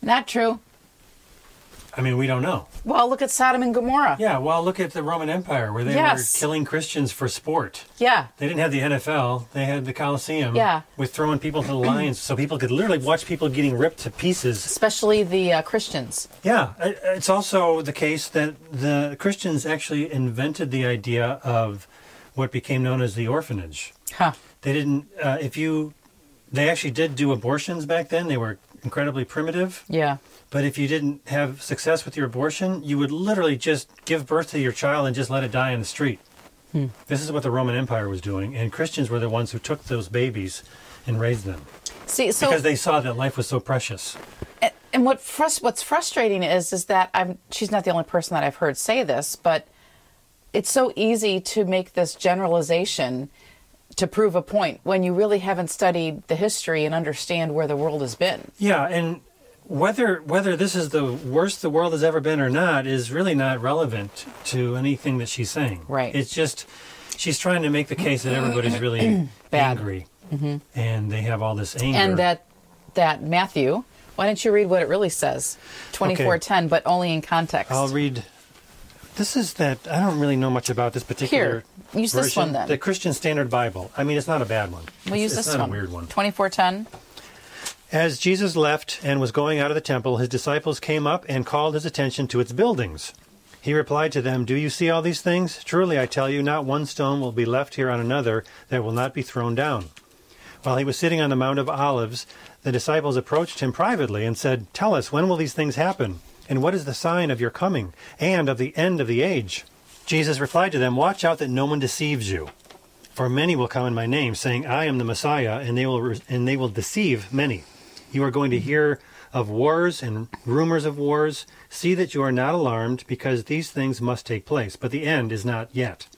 Speaker 3: Not true.
Speaker 1: I mean, we don't know.
Speaker 3: Well, look at Sodom and Gomorrah.
Speaker 1: Yeah, well, look at the Roman Empire where they
Speaker 3: Yes.
Speaker 1: were killing Christians for sport.
Speaker 3: Yeah.
Speaker 1: They didn't have the NFL, they had the Colosseum
Speaker 3: Yeah.
Speaker 1: with throwing people to
Speaker 3: [clears throat]
Speaker 1: the lions so people could literally watch people getting ripped to pieces.
Speaker 3: Especially the uh, Christians.
Speaker 1: Yeah, i- it's also the case that the Christians actually invented the idea of what became known as the orphanage.
Speaker 3: Huh.
Speaker 1: They didn't, uh, if you, they actually did do abortions back then, they were incredibly primitive.
Speaker 3: Yeah.
Speaker 1: But if you didn't have success with your abortion, you would literally just give birth to your child and just let it die in the street. This is what the Roman Empire was doing, and Christians were the ones who took those babies and raised them
Speaker 3: See, so
Speaker 1: because they saw that life was so precious.
Speaker 3: and, and what frus- what's frustrating is is that I'm she's not the only person that I've heard say this, but it's so easy to make this generalization to prove a point when you really haven't studied the history and understand where the world has been.
Speaker 1: Yeah, and whether whether this is the worst the world has ever been or not is really not relevant to anything that she's saying.
Speaker 3: Right.
Speaker 1: It's just she's trying to make the case that everybody's really
Speaker 3: [clears throat] Bad. Mm-hmm.
Speaker 1: angry, and they have all this anger.
Speaker 3: And that that Matthew, why don't you read what it really says? 24:10 but only in context.
Speaker 1: I'll read. This is that I don't really know much about this particular.
Speaker 3: Here, use this
Speaker 1: version.
Speaker 3: one then.
Speaker 1: The Christian Standard Bible. I mean, it's not a bad one.
Speaker 3: we'll
Speaker 1: It's-
Speaker 3: use
Speaker 1: it's
Speaker 3: this
Speaker 1: not
Speaker 3: one.
Speaker 1: A weird one.
Speaker 3: 24:10.
Speaker 1: As Jesus left and was going out of the temple, his disciples came up and called his attention to its buildings. He replied to them, Do you see all these things? Truly, I tell you, not one stone will be left here on another that will not be thrown down. While he was sitting on the Mount of Olives, the disciples approached him privately and said, Tell us, when will these things happen? And what is the sign of your coming and of the end of the age? Jesus replied to them, Watch out that no one deceives you. For many will come in my name, saying, I am the Messiah, and they will, and they will deceive many. You are going to hear of wars and rumors of wars. See that you are not alarmed, because these things must take place, but the end is not yet.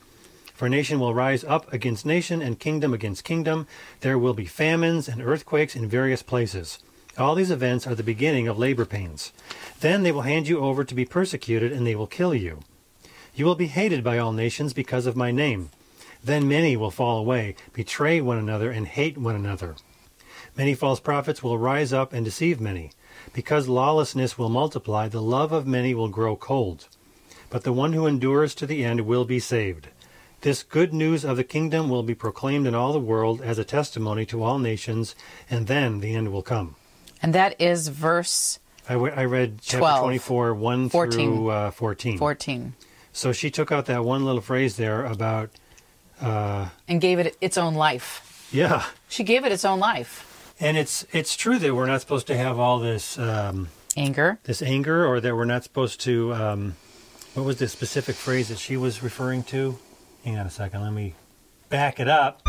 Speaker 1: For nation will rise up against nation, and kingdom against kingdom. There will be famines and earthquakes in various places. All these events are the beginning of labor pains. Then they will hand you over to be persecuted, and they will kill you. You will be hated by all nations because of my name. Then many will fall away, betray one another, and hate one another. Many false prophets will rise up and deceive many. Because lawlessness will multiply, the love of many will grow cold. But the one who endures to the end will be saved. This good news of the kingdom will be proclaimed in all the world as a testimony to all nations, and then the end will come.
Speaker 3: And that is verse
Speaker 1: I, w- I read chapter
Speaker 3: 12.
Speaker 1: 24, 1 through
Speaker 3: 14.
Speaker 1: uh, 14.
Speaker 3: 14
Speaker 1: So she took out that one little phrase there about, uh,
Speaker 3: and gave it its own life.
Speaker 1: yeah.
Speaker 3: She gave it its own life.
Speaker 1: And it's it's true that we're not supposed to have all this um,
Speaker 3: anger,
Speaker 1: this anger, or that we're not supposed to. Um, what was the specific phrase that she was referring to? Hang on a second. Let me back it up.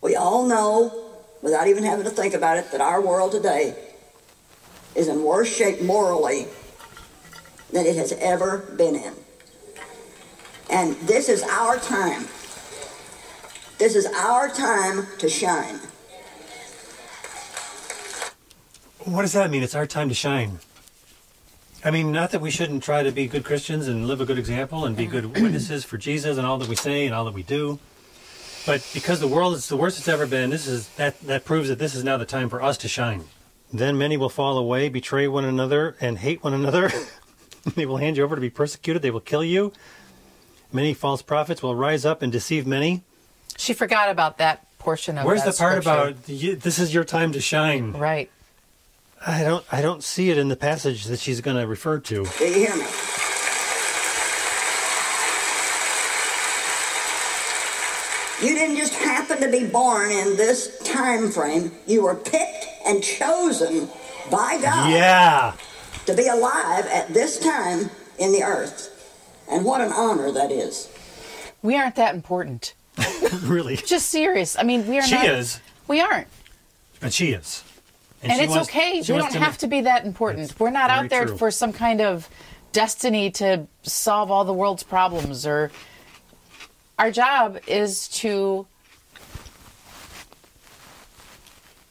Speaker 2: We all know, without even having to think about it, that our world today is in worse shape morally than it has ever been in. And this is our time. This is our time to shine.
Speaker 1: What does that mean? It's our time to shine. I mean, not that we shouldn't try to be good Christians and live a good example and be good witnesses for Jesus and all that we say and all that we do. But because the world is the worst it's ever been, this is that that proves that this is now the time for us to shine. Then many will fall away, betray one another, and hate one another. [laughs] they will hand you over to be persecuted. They will kill you. Many false prophets will rise up and deceive many.
Speaker 3: She forgot about that portion of
Speaker 1: Where's
Speaker 3: that
Speaker 1: the part
Speaker 3: Oh, scripture.
Speaker 1: about you, this is your time to shine?
Speaker 3: Right.
Speaker 1: I don't. I don't see it in the passage that she's going to refer
Speaker 3: [gasps]
Speaker 1: to.
Speaker 2: Do you hear me? You didn't just happen to be born in this time frame. You were picked and chosen by God
Speaker 1: Yeah.
Speaker 2: to be alive at this time in the earth. And what an honor that is.
Speaker 3: We aren't that important.
Speaker 1: [laughs] really.
Speaker 3: Just serious. I mean, we are
Speaker 1: She
Speaker 3: not.
Speaker 1: is.
Speaker 3: We aren't.
Speaker 1: But she is.
Speaker 3: And,
Speaker 1: she
Speaker 3: it's
Speaker 1: wants-
Speaker 3: okay. We
Speaker 1: she
Speaker 3: don't
Speaker 1: wants
Speaker 3: have to be that important. We're not
Speaker 1: very
Speaker 3: out there
Speaker 1: true.
Speaker 3: for some kind of destiny to solve all the world's problems or our job is to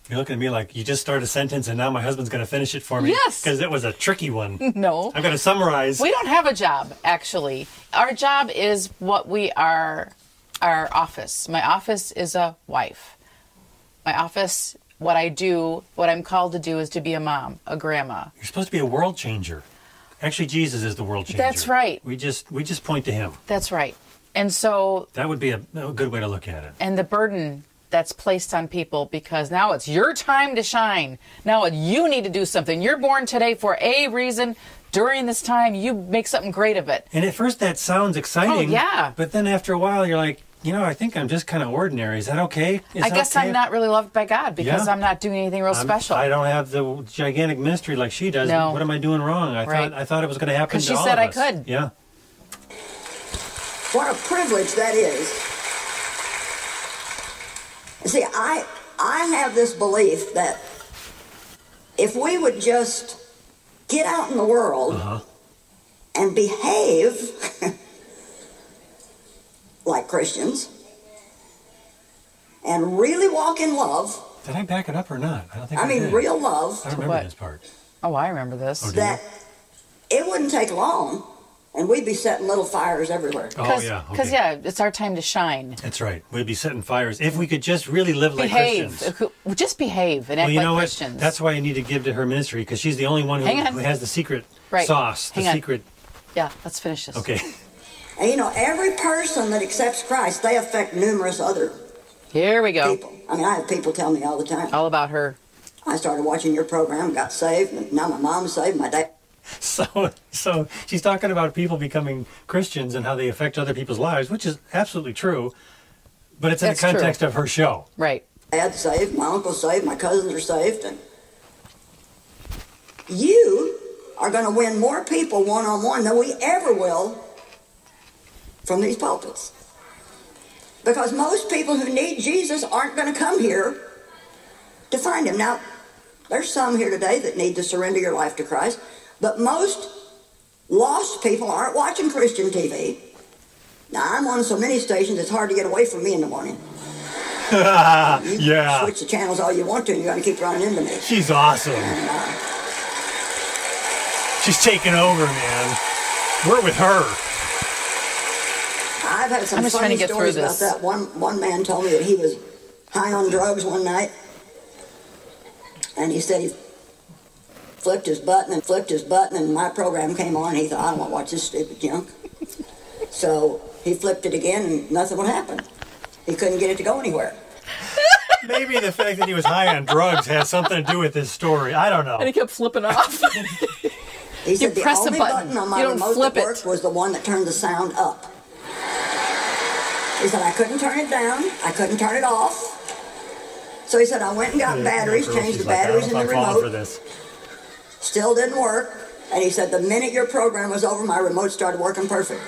Speaker 1: You're looking at me like you just started a sentence, and now my husband's going to finish it for me.
Speaker 3: Yes.
Speaker 1: Because it was a tricky one.
Speaker 3: [laughs] no.
Speaker 1: I'm going to summarize.
Speaker 3: We don't have a job actually. Our job is what we are our office. My office is a wife. My office what I do, what I'm called to do is to be a mom, a grandma.
Speaker 1: You're supposed to be a world changer. Actually, Jesus is the world changer.
Speaker 3: That's right.
Speaker 1: We just we just point to him.
Speaker 3: That's right. And so
Speaker 1: That would be a, a good way to look at it.
Speaker 3: and the burden that's placed on people because now it's your time to shine. Now you need to do something. You're born today for a reason. During this time, you make something great of it.
Speaker 1: And at first, that sounds exciting.
Speaker 3: Oh, yeah.
Speaker 1: But then after a while, you're like, you know, I think I'm just kind of ordinary. Is that okay? Is
Speaker 3: I
Speaker 1: that
Speaker 3: guess
Speaker 1: okay
Speaker 3: I'm
Speaker 1: if-
Speaker 3: not really loved by God because
Speaker 1: Yeah.
Speaker 3: I'm not doing anything real
Speaker 1: I'm-
Speaker 3: special.
Speaker 1: I don't have the gigantic mystery like she does.
Speaker 3: No.
Speaker 1: What am I doing wrong? I
Speaker 3: Right.
Speaker 1: thought I thought it was going to happen.
Speaker 3: 'Cause
Speaker 1: to
Speaker 3: she
Speaker 1: all
Speaker 3: said
Speaker 1: of
Speaker 3: I
Speaker 1: us.
Speaker 3: could.
Speaker 1: Yeah.
Speaker 2: What a privilege that is. See, I I have this belief that if we would just get out in the world and behave [laughs] like Christians and really walk in love,
Speaker 1: Did I back it up or not? I don't think.
Speaker 2: I
Speaker 1: I,
Speaker 2: mean
Speaker 1: did.
Speaker 2: real love,
Speaker 1: I don't remember
Speaker 3: What?
Speaker 1: this part.
Speaker 3: oh, I remember this.
Speaker 1: Oh, do you?
Speaker 2: that it wouldn't take long and we'd be setting little fires everywhere.
Speaker 1: Oh yeah.
Speaker 3: Because,
Speaker 1: okay.
Speaker 3: yeah, it's our time to shine.
Speaker 1: That's right. We'd be setting fires if we could just really live like
Speaker 3: behave.
Speaker 1: Christians.
Speaker 3: Uh, Just behave and act
Speaker 1: Well, you
Speaker 3: like
Speaker 1: know
Speaker 3: Christians.
Speaker 1: what? That's why I need to give to her ministry because she's the only one who,
Speaker 3: Hang on.
Speaker 1: who has the secret
Speaker 3: Right.
Speaker 1: sauce, the
Speaker 3: Hang on.
Speaker 1: secret.
Speaker 3: yeah, let's finish this.
Speaker 1: Okay. [laughs]
Speaker 2: And you know, every person that accepts Christ, they affect numerous other
Speaker 3: Here we go.
Speaker 2: people. I mean, I have people tell me all the time.
Speaker 3: All about her.
Speaker 2: I started watching your program, got saved, and now my mom's saved, my dad.
Speaker 1: So, so she's talking about people becoming Christians and how they affect other people's lives, which is absolutely true. But it's in
Speaker 3: That's
Speaker 1: the
Speaker 3: true.
Speaker 1: context of her show.
Speaker 3: Right.
Speaker 2: Dad's saved, my uncle's saved, my cousins are saved, and you are going to win more people one on one than we ever will from these pulpits. Because most people who need Jesus aren't going to come here to find him. Now, there's some here today that need to surrender your life to Christ, but most lost people aren't watching Christian TV. Now, I'm on so many stations, it's hard to get away from me in the morning. You can
Speaker 1: Yeah.
Speaker 2: Switch the channels all you want to, and you're going to keep running into me.
Speaker 1: She's awesome. She's taking over, man. We're with her.
Speaker 2: I've had some
Speaker 3: I'm just
Speaker 2: funny
Speaker 3: trying to get through
Speaker 2: stories about
Speaker 3: this.
Speaker 2: that. One one man told me that he was high on drugs one night, and he said he flipped his button and flipped his button, and my program came on. He thought, I don't want to watch this stupid
Speaker 3: [laughs]
Speaker 2: junk. so he flipped it again, and nothing would happen. He couldn't get it to go anywhere.
Speaker 1: Maybe the fact that he was high on drugs has something to do with this story. I don't
Speaker 7: And
Speaker 1: know.
Speaker 7: he kept flipping off.
Speaker 2: He said the
Speaker 7: press a
Speaker 2: only
Speaker 7: button.
Speaker 2: on my
Speaker 7: You don't
Speaker 2: remote
Speaker 7: flip
Speaker 2: that
Speaker 7: it.
Speaker 2: worked was the one that turned the sound up. He said I couldn't turn it down. I couldn't turn it off. So he said I went and got batteries, changed the
Speaker 1: She's like, I don't
Speaker 2: batteries
Speaker 1: know
Speaker 2: in the
Speaker 1: if I'm falling for
Speaker 2: remote.
Speaker 1: this.
Speaker 2: Still didn't work. And he said the minute your program was over, my remote started working perfect.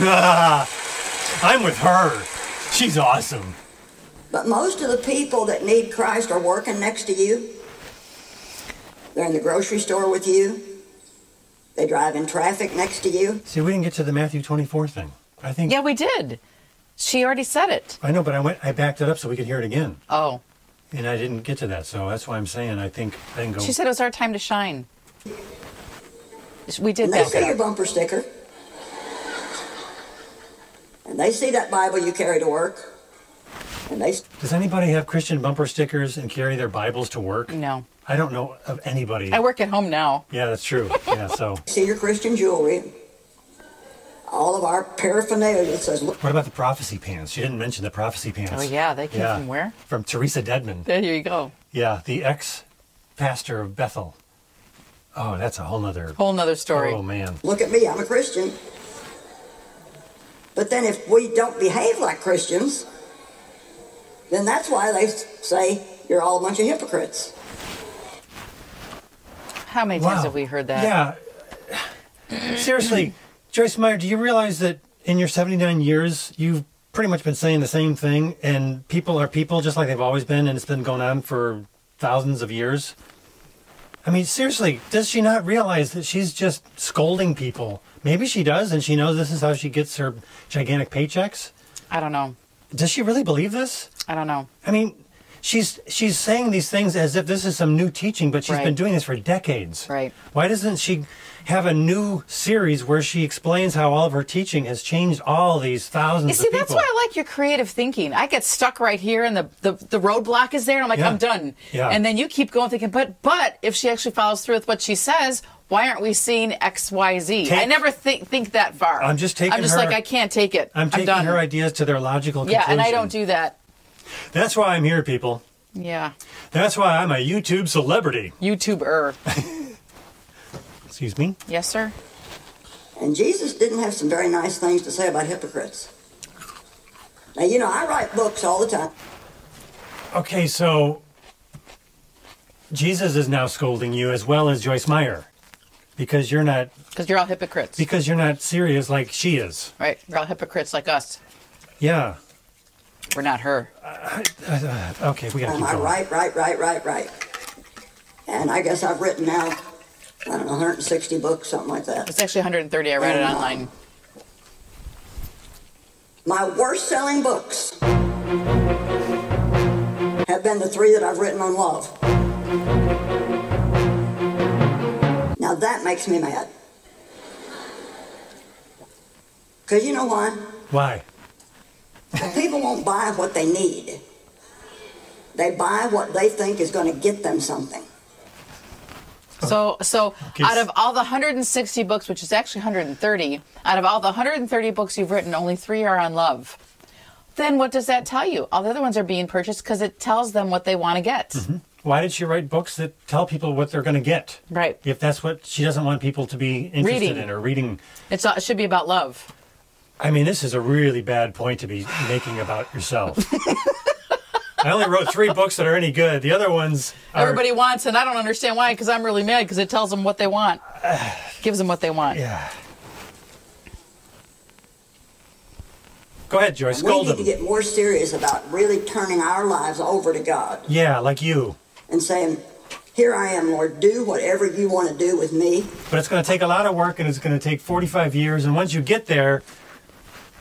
Speaker 1: [laughs] I'm with her. She's awesome.
Speaker 2: But most of the people that need Christ are working next to you. They're in the grocery store with you. They drive in traffic next to you.
Speaker 1: See, we didn't get to the Matthew 24 thing. I think.
Speaker 3: [laughs] Yeah, we did. She already said it.
Speaker 1: I know, but I went. I backed it up so we could hear it again,
Speaker 3: Oh,
Speaker 1: and I didn't get to that. So that's why I'm saying I think I didn't go.
Speaker 3: she said it was our time to shine. We did
Speaker 2: and they
Speaker 3: back
Speaker 2: see your
Speaker 3: it up.
Speaker 2: bumper sticker. And they see that Bible you carry to work. And they
Speaker 1: Does anybody have Christian bumper stickers and carry their Bibles to work?
Speaker 3: No.
Speaker 1: I don't know of anybody.
Speaker 3: I work at home now.
Speaker 1: yeah, that's true. Yeah,
Speaker 3: [laughs]
Speaker 1: so
Speaker 2: see your Christian jewelry. All of our paraphernalia that says, look,
Speaker 1: what about the prophecy pants? She didn't mention the prophecy pants.
Speaker 3: Oh, yeah, they came
Speaker 1: Yeah.
Speaker 3: from where?
Speaker 1: From Teresa Dedman.
Speaker 3: There you go.
Speaker 1: Yeah, the ex pastor of Bethel. Oh, that's a whole nother.
Speaker 3: Whole nother story.
Speaker 1: Oh, man.
Speaker 2: look at me, I'm a Christian. But then if we don't behave like Christians, then that's why they s- say you're all a bunch of hypocrites.
Speaker 3: How many times have we heard that?
Speaker 1: Yeah. Seriously, Joyce Meyer, do you realize that in your 79 years, you've pretty much been saying the same thing, and people are people just like they've always been, and it's been going on for thousands of years? I mean, seriously, does she not realize that she's just scolding people? Maybe she does, and she knows this is how she gets her gigantic paychecks.
Speaker 3: I don't know.
Speaker 1: Does she really believe this?
Speaker 3: I don't know.
Speaker 1: I mean, she's she's saying these things as if this is some new teaching, but she's been
Speaker 3: Right.
Speaker 1: doing this for decades.
Speaker 3: Right.
Speaker 1: Why doesn't she have a new series where she explains how all of her teaching has changed all these thousands
Speaker 3: You see,
Speaker 1: of people?
Speaker 3: that's why I like your creative thinking. I get stuck right here, and the the, the roadblock is there, and I'm like,
Speaker 1: Yeah.
Speaker 3: I'm done.
Speaker 1: Yeah.
Speaker 3: And then you keep going, thinking, but but if she actually follows through with what she says, why aren't we seeing X, Y, Z? I
Speaker 1: Take-
Speaker 3: never think think that far.
Speaker 1: I'm just taking
Speaker 3: I'm just
Speaker 1: her-
Speaker 3: like I can't take it.
Speaker 1: I'm taking
Speaker 3: done.
Speaker 1: her ideas to their logical
Speaker 3: yeah,
Speaker 1: conclusion.
Speaker 3: and I don't do that.
Speaker 1: That's why I'm here, people.
Speaker 3: Yeah,
Speaker 1: That's why I'm a YouTube celebrity. [laughs]
Speaker 3: YouTuber.
Speaker 1: Excuse me.
Speaker 3: yes, sir.
Speaker 2: And Jesus didn't have some very nice things to say about hypocrites. Now, you know, I write books all the time.
Speaker 1: Okay, so Jesus is now scolding you as well as Joyce Meyer because you're not
Speaker 3: Because you're all hypocrites,
Speaker 1: because you're not serious like she is.
Speaker 3: right? You're all hypocrites like us.
Speaker 1: Yeah.
Speaker 3: We're not her.
Speaker 1: Okay, we gotta
Speaker 2: And
Speaker 1: keep
Speaker 2: I
Speaker 1: going.
Speaker 2: write, write, write, write, write. And I guess I've written now, I don't know, 160 books, something like that.
Speaker 3: It's actually 130. I read it
Speaker 2: Yeah.
Speaker 3: online.
Speaker 2: My worst selling books have been the three that I've written on love. Now that makes me mad. Because you know why?
Speaker 1: Why?
Speaker 2: But people won't buy what they need. They buy what they think is going to get them something.
Speaker 3: So, so
Speaker 1: Okay.
Speaker 3: out of all the 160 books, which is actually 130, out of all the 130 books you've written, only three are on love. Then what does that tell you? All the other ones are being purchased because it tells them what they want to get.
Speaker 1: Why did she write books that tell people what they're going to get?
Speaker 3: Right.
Speaker 1: If that's what she doesn't want people to be interested
Speaker 3: Reading.
Speaker 1: in or reading.
Speaker 3: It's all, it should be about love.
Speaker 1: I mean, this is a really bad point to be making about
Speaker 3: [laughs]
Speaker 1: yourself. I only wrote three books that are any good. The other ones are.
Speaker 3: Everybody wants, and I don't understand why because I'm really mad because it tells them what they want, gives them what they want.
Speaker 1: Yeah. Go ahead, Joyce.
Speaker 2: We
Speaker 1: Scold
Speaker 2: need to
Speaker 1: them.
Speaker 2: get more serious about really turning our lives over to God
Speaker 1: Yeah, like you.
Speaker 2: and saying, Here I am, Lord, do whatever you want to do with me.
Speaker 1: But it's going to take a lot of work, and it's going to take 45 years. And once you get there,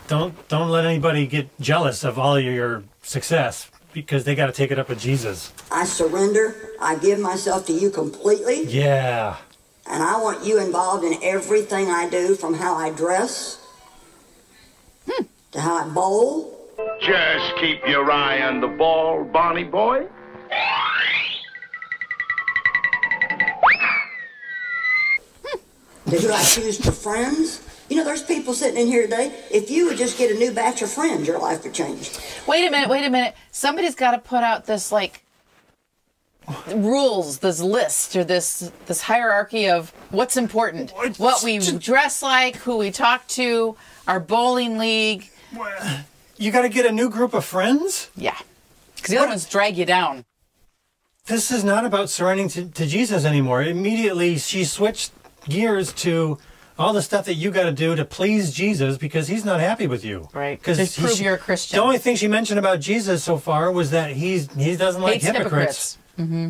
Speaker 1: don't don't let anybody get jealous of all your success because they got to take it up with Jesus.
Speaker 2: I surrender. I give myself to you completely.
Speaker 1: Yeah.
Speaker 2: And I want you involved in everything I do from how I dress to how I bowl.
Speaker 12: Just keep your eye on the ball, Bonnie boy.
Speaker 2: to who I choose for friends, You know, there's people sitting in here today. If you would just get a new batch of friends, your life would change.
Speaker 3: Wait a minute, wait a minute. Somebody's got to put out this like rules, this list or this this hierarchy of what's important. What we dress like, who we talk to, our bowling league.
Speaker 1: You got to get a new group of friends?
Speaker 3: Yeah. Cuz the other ones drag you down.
Speaker 1: This is not about surrendering to, to Jesus anymore. Immediately, she switched gears to all the stuff that you got to do to please Jesus because he's not happy with you.
Speaker 3: Right.
Speaker 1: Because
Speaker 3: Just prove you're a Christian.
Speaker 1: The only thing she mentioned about Jesus so far was that he's he doesn't like
Speaker 3: Hates hypocrites. Mm-hmm.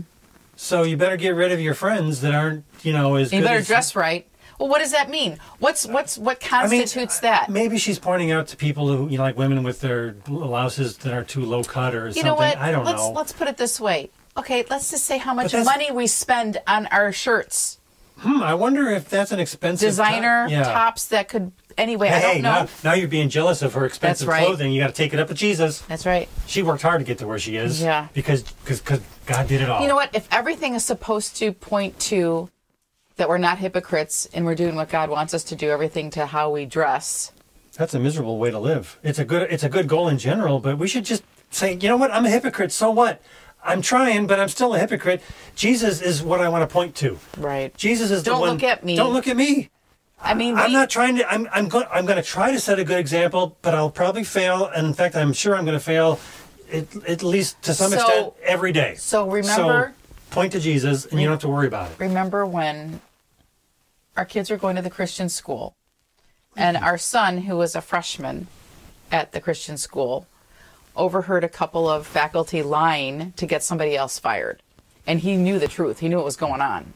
Speaker 1: So you better get rid of your friends that aren't, you know, as
Speaker 3: You
Speaker 1: good
Speaker 3: better
Speaker 1: as-
Speaker 3: dress right. Well, what does that mean? What's what's what
Speaker 1: I mean, uh,
Speaker 3: constitutes that?
Speaker 1: Maybe she's pointing out to people who, you know, like women with their blouses that are too low cut or
Speaker 3: You
Speaker 1: something.
Speaker 3: know what?
Speaker 1: I don't
Speaker 3: let's
Speaker 1: know.
Speaker 3: let's put it this way. Okay, let's just say how much
Speaker 1: that's-
Speaker 3: money we spend on our shirts.
Speaker 1: Hmm, I wonder if that's an expensive
Speaker 3: Designer
Speaker 1: top- yeah.
Speaker 3: tops that could anyway, I
Speaker 1: hey,
Speaker 3: don't know.
Speaker 1: Now, now you're being jealous of her expensive
Speaker 3: right.
Speaker 1: clothing. You got to take it up with Jesus.
Speaker 3: That's right.
Speaker 1: She worked hard to get to where she is.
Speaker 3: Yeah.
Speaker 1: Because cause, 'cause God did it all.
Speaker 3: You know what? If everything is supposed to point to that we're not hypocrites and we're doing what God wants us to do, everything to how we dress.
Speaker 1: That's a miserable way to live. It's a good it's a good goal in general, but we should just say, you know what? I'm a hypocrite. So what? I'm trying, but I'm still a hypocrite. Jesus is what I want to point to.
Speaker 3: Right.
Speaker 1: Jesus is the
Speaker 3: Don't
Speaker 1: one.
Speaker 3: look at me.
Speaker 1: Don't look at me.
Speaker 3: I mean,
Speaker 1: I'm
Speaker 3: we-
Speaker 1: not trying to. I'm I'm going. I'm going to try to set a good example, but I'll probably fail. And in fact, I'm sure I'm going to fail, at, at least to some
Speaker 3: So-
Speaker 1: extent, every day.
Speaker 3: so remember-
Speaker 1: So point to Jesus, and you don't have to worry about it.
Speaker 3: Remember when our kids were going to the Christian school and our son, who was a freshman at the Christian school, overheard a couple of faculty lying to get somebody else fired. And he knew the truth. He knew what was going on.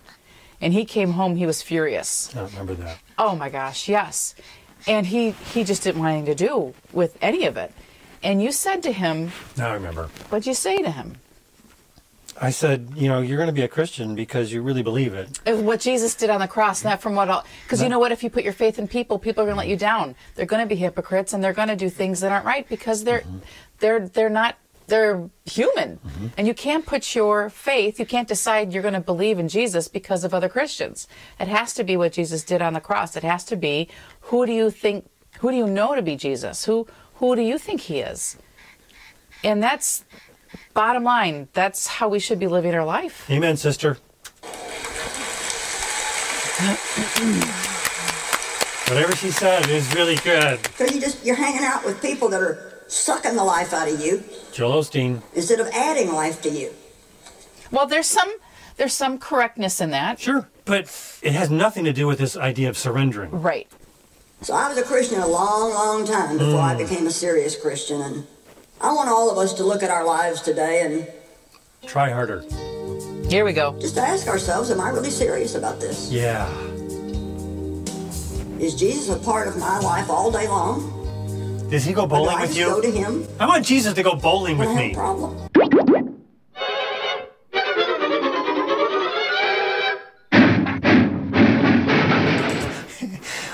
Speaker 3: And he came home, he was furious.
Speaker 1: I don't remember that.
Speaker 3: Oh my gosh, yes. And he he just didn't want anything to do with any of it. And you said to him,
Speaker 1: Now I remember.
Speaker 3: what'd you say to him?
Speaker 1: I said, you know, you're going to be a Christian because you really believe it.
Speaker 3: Of uh, What Jesus did on the cross, not from what all. Because you know what? If you put your faith in people, people are going to let you down. They're going to be hypocrites, and they're going to do things that aren't right because they're they're they're not they're human. And you can't put your faith. You can't decide you're going to believe in Jesus because of other Christians. It has to be what Jesus did on the cross. It has to be who do you think who do you know to be Jesus? Who who do you think he is? And that's bottom line. That's how we should be living our life.
Speaker 1: Amen, sister. Whatever she said is really good.
Speaker 2: Because you just you're hanging out with people that are sucking the life out of you
Speaker 1: Joel Osteen.
Speaker 2: instead of adding life to you.
Speaker 3: Well, there's some there's some correctness in that.
Speaker 1: Sure. But it has nothing to do with this idea of surrendering.
Speaker 3: Right.
Speaker 2: So I was a Christian a long, long time before
Speaker 1: Mm.
Speaker 2: I became a serious Christian, and I want all of us to look at our lives today and
Speaker 1: Try harder.
Speaker 3: Here we go.
Speaker 2: just ask ourselves, am I really serious about this?
Speaker 1: Yeah.
Speaker 2: Is Jesus a part of my life all day long?
Speaker 1: Does he go
Speaker 2: Or do
Speaker 1: bowling
Speaker 2: I
Speaker 1: with
Speaker 2: just
Speaker 1: you?
Speaker 2: go to
Speaker 3: e-
Speaker 2: him?
Speaker 1: I want Jesus to go bowling
Speaker 2: I
Speaker 1: with
Speaker 2: don't have a
Speaker 1: me.
Speaker 3: Uh-huh.
Speaker 2: problem.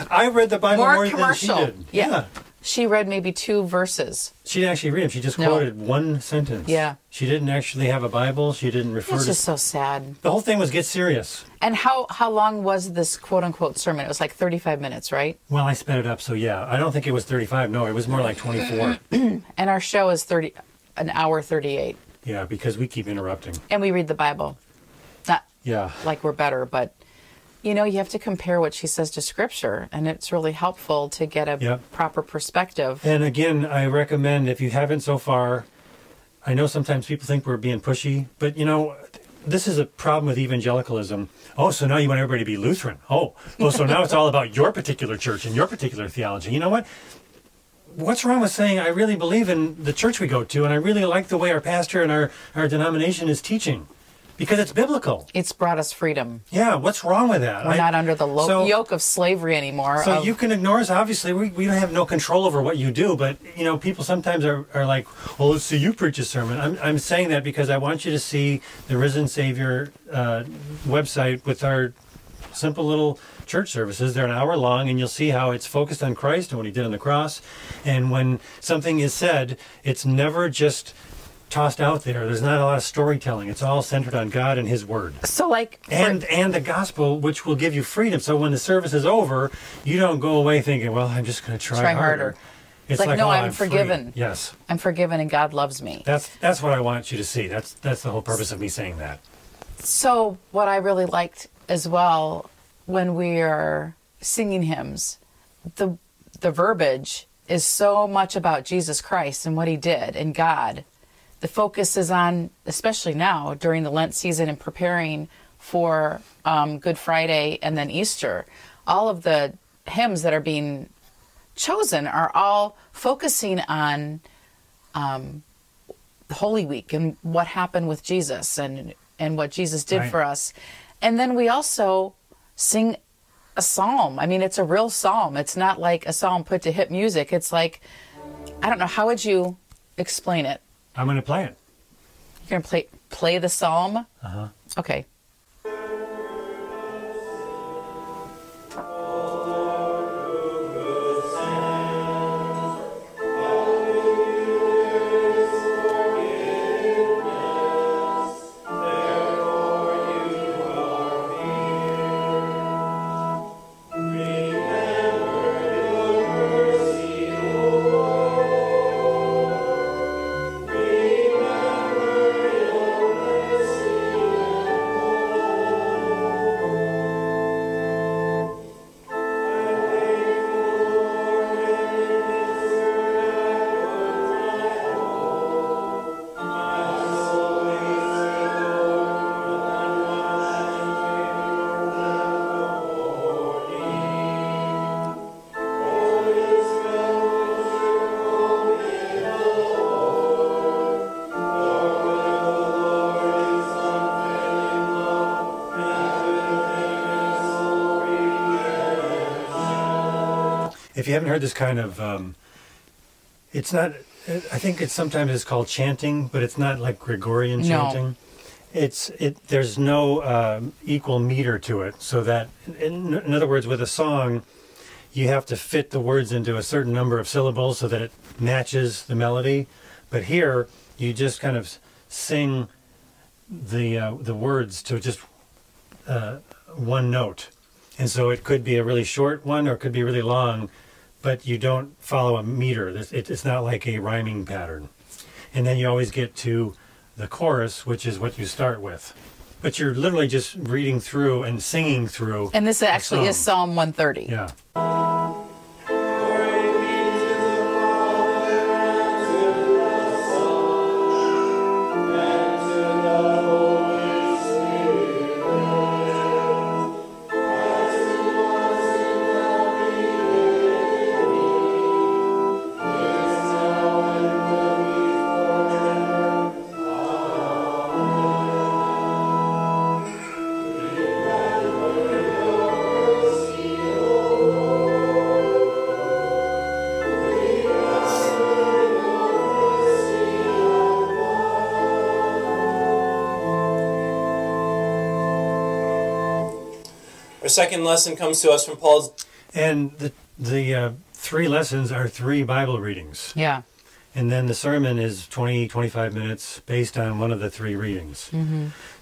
Speaker 1: I read the Bible more,
Speaker 3: More
Speaker 1: than she
Speaker 3: commercial.
Speaker 1: did.
Speaker 3: Yeah. She read maybe two verses.
Speaker 1: She didn't actually read it. She just
Speaker 3: No.
Speaker 1: quoted one sentence.
Speaker 3: Yeah.
Speaker 1: She didn't actually have a Bible. She didn't refer
Speaker 3: It's
Speaker 1: to.
Speaker 3: just so sad.
Speaker 1: the whole thing was get serious.
Speaker 3: And how how long was this quote unquote sermon? It was like 35 minutes, right?
Speaker 1: Well, I sped it up, so yeah. I don't think it was 35. No, it was more like 24.
Speaker 3: And our show is 30 an hour 38,
Speaker 1: yeah, because we keep interrupting.
Speaker 3: and we read the Bible. Not
Speaker 1: Yeah.
Speaker 3: like we're better, but you know, you have to compare what she says to scripture, and it's really helpful to get a
Speaker 1: Yep.
Speaker 3: proper perspective.
Speaker 1: And again, I recommend if you haven't so far, I know sometimes people think we're being pushy, but you know, this is a problem with evangelicalism. Oh, so now you want everybody to be Lutheran. Oh, well, so now it's all about your particular church and your particular theology. You know what? What's wrong with saying I really believe in the church we go to and I really like the way our pastor and our, our denomination is teaching? Because it's biblical.
Speaker 3: It's brought us freedom.
Speaker 1: Yeah, what's wrong with that?
Speaker 3: We're
Speaker 1: I-
Speaker 3: not under the lo-
Speaker 1: so-
Speaker 3: yoke of slavery anymore.
Speaker 1: so
Speaker 3: of-
Speaker 1: you can ignore us. Obviously, we, we don't have no control over what you do, but you know, people sometimes are, are like, "Well, let's see you preach a sermon." I'm, I'm saying that because I want you to see the Risen Savior uh, website with our simple little church services. They're an hour long, and you'll see how it's focused on Christ and what He did on the cross. And when something is said, it's never just tossed out there. There's not a lot of storytelling. It's all centered on God and His Word.
Speaker 11: So like for-
Speaker 1: and and the gospel which will give you freedom so when the service is over you don't go away thinking well i'm just going to try,
Speaker 3: Try harder.
Speaker 1: it's
Speaker 3: like,
Speaker 1: like,
Speaker 3: no,
Speaker 1: oh,
Speaker 3: I'm,
Speaker 1: free."
Speaker 3: forgiven.
Speaker 1: yes
Speaker 3: I'm forgiven and God loves me.
Speaker 1: that's that's what i want you to see that's that's the whole purpose of me saying that
Speaker 3: So, what I really liked as well when we are singing hymns, the the verbiage is so much about Jesus Christ and what he did and God. The focus is on, especially now during the Lent season and preparing for um, Good Friday and then Easter. All of the hymns that are being chosen are all focusing on um, Holy Week and what happened with Jesus and and what Jesus did
Speaker 11: Right.
Speaker 3: for us. And then we also sing a psalm. I mean, it's a real psalm. It's not like a psalm put to hit music. It's like I don't know how would you explain it.
Speaker 1: i'm going to play it
Speaker 3: You're gonna play play the psalm.
Speaker 1: uh-huh
Speaker 3: Okay.
Speaker 1: if you haven't heard this kind of um, it's not i think it's sometimes it's called chanting but it's not like gregorian
Speaker 3: No.
Speaker 1: chanting it's it there's no um, equal meter to it so that in, in other words with a song you have to fit the words into a certain number of syllables so that it matches the melody but here you just kind of s- sing the uh, the words to just uh, one note, and so it could be a really short one or it could be really long, but you don't follow a meter. This- it- It's not like a rhyming pattern, and then you always get to the chorus, which is what you start with. But you're literally just reading through and singing through.
Speaker 3: And this
Speaker 1: a
Speaker 3: actually is
Speaker 1: song.
Speaker 3: Psalm 130.
Speaker 1: Yeah.
Speaker 13: Our second lesson comes to us from Paul's.
Speaker 1: And the the uh, three lessons are three Bible readings.
Speaker 3: Yeah.
Speaker 1: And then the sermon is 20, 25 minutes based on one of the three readings.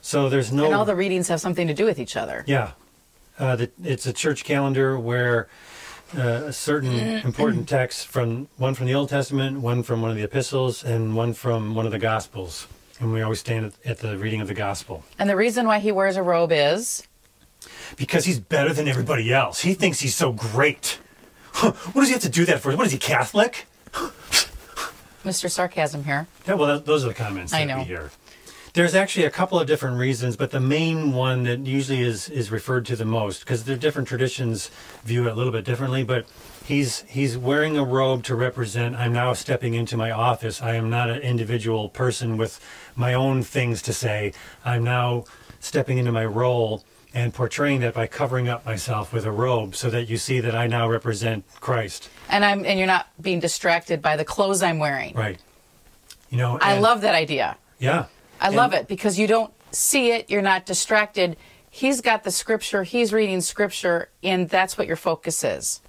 Speaker 1: So there's no
Speaker 3: Mm-hmm. And all the readings have something to do with each other.
Speaker 1: Yeah. Uh, the, it's a church calendar where uh, a certain important texts from one from the Old Testament, one from one of the epistles, and one from one of the Gospels. And we always stand at, at the reading of the Gospel
Speaker 3: And the reason why he wears a robe is
Speaker 1: because he's better than everybody else. He thinks he's so great. Huh, what does he have to do that for? What is he Catholic?
Speaker 3: Mr. Sarcasm here.
Speaker 1: Yeah, well, that, those are the comments that
Speaker 3: I know.
Speaker 1: we hear. There's actually a couple of different reasons, but the main one that usually is is referred to the most because the different traditions view it a little bit differently. But he's he's wearing a robe to represent. I'm now stepping into my office. I am not an individual person with my own things to say. I'm now stepping into my role and portraying that by covering up myself with a robe, so that you see that I now represent Christ.
Speaker 3: And I'm and you're not being distracted by the clothes I'm wearing.
Speaker 1: Right. You know.
Speaker 3: I
Speaker 1: and-
Speaker 3: love that idea.
Speaker 1: Yeah.
Speaker 3: I
Speaker 1: And-
Speaker 3: love it because you don't see it, you're not distracted. He's got the scripture, he's reading scripture, and that's what your focus is.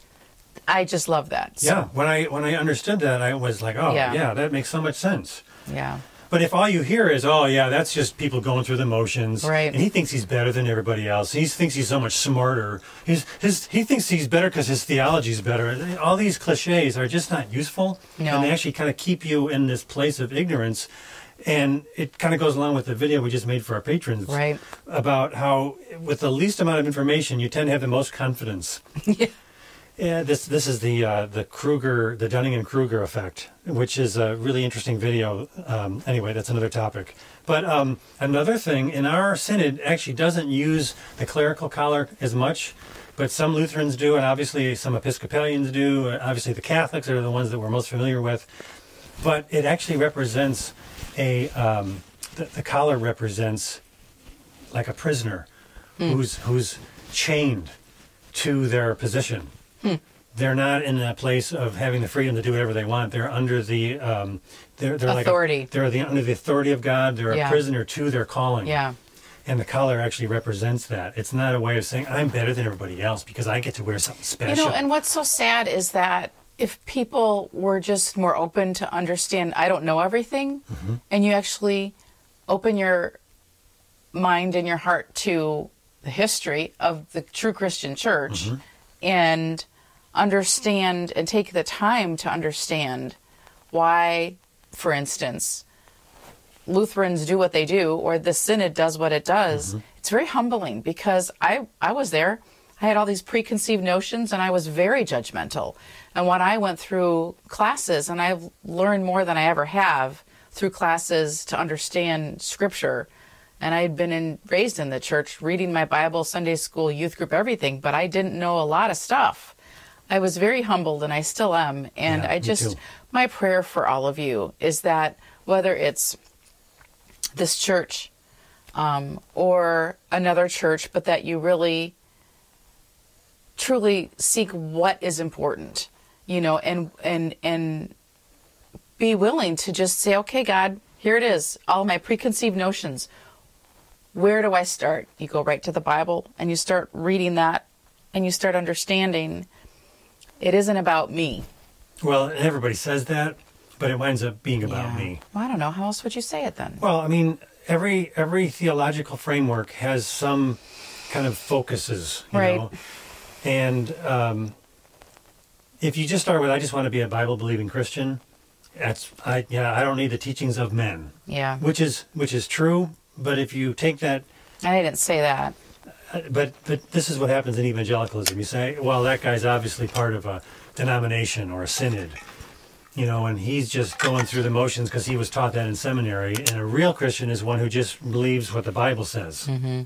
Speaker 3: I just love that. So,
Speaker 1: Yeah, when I when I understood that, I was like, oh
Speaker 3: Yeah.
Speaker 1: yeah, that makes so much sense.
Speaker 3: Yeah.
Speaker 1: But if all you hear is, oh, yeah, that's just people going through the motions.
Speaker 3: Right.
Speaker 1: And he thinks he's better than everybody else. He thinks he's so much smarter. He's, his, he thinks he's better because his theology is better. All these cliches are just not useful.
Speaker 3: No.
Speaker 1: And they actually kind of keep you in this place of ignorance. And it kind of goes along with the video we just made for our patrons
Speaker 3: Right.
Speaker 1: about how, with the least amount of information, you tend to have the most confidence. Yeah, this this is the uh, the Kruger the Dunning and Kruger effect, which is a really interesting video. Um, anyway, that's another topic. But um, another thing in our synod actually doesn't use the clerical collar as much, but some Lutherans do, and obviously some Episcopalians do. and Obviously, the Catholics are the ones that we're most familiar with. But it actually represents a um, the, the collar represents like a prisoner
Speaker 14: Hmm.
Speaker 1: who's who's chained to their position.
Speaker 3: Hmm.
Speaker 1: They're not in a place of having the freedom to do whatever they want. They're under the um, they're, they're
Speaker 3: Authority.
Speaker 1: Like a, they're the, under the authority of God. They're
Speaker 3: Yeah.
Speaker 1: a prisoner to their calling.
Speaker 3: Yeah.
Speaker 1: And the collar actually represents that. It's not a way of saying I'm better than everybody else because I get to wear something special.
Speaker 3: You know, and what's so sad is that if people were just more open to understand, I don't know everything, and you actually open your mind and your heart to the history of the true Christian church and understand and take the time to understand why, for instance, Lutherans do what they do or the synod does what it does,
Speaker 11: Mm-hmm.
Speaker 3: it's very humbling because I, I was there. I had all these preconceived notions and I was very judgmental. And when I went through classes, and I've learned more than I ever have through classes to understand scripture, and I had been in, raised in the church, reading my Bible, Sunday school, youth group, everything, but I didn't know a lot of stuff. I was very humbled and I still am. And
Speaker 11: Yeah,
Speaker 3: I
Speaker 11: me
Speaker 3: just,
Speaker 11: too.
Speaker 3: my prayer for all of you is that whether it's this church um, or another church, but that you really truly seek what is important, you know, and and and be willing to just say, okay, God, here it is, all my preconceived notions. Where do I start? You go right to the Bible and you start reading that and you start understanding it isn't about me.
Speaker 1: well, everybody says that, but it winds up being about me.
Speaker 3: Well, I don't know. How else would you say it then?
Speaker 1: Well, I mean, every every theological framework has some kind of focuses, you
Speaker 3: Right.
Speaker 1: know. And um, if you just start with, "I just want to be a Bible-believing Christian," that's I yeah, I don't need the teachings of men,
Speaker 3: Yeah.
Speaker 1: which is which is true. But if you take that
Speaker 3: I didn't say that.
Speaker 1: uh, but but this is what happens in evangelicalism. You say, well, that guy's obviously part of a denomination or a synod, you know, and he's just going through the motions because he was taught that in seminary. And a real Christian is one who just believes what the Bible says.
Speaker 3: Mm-hmm.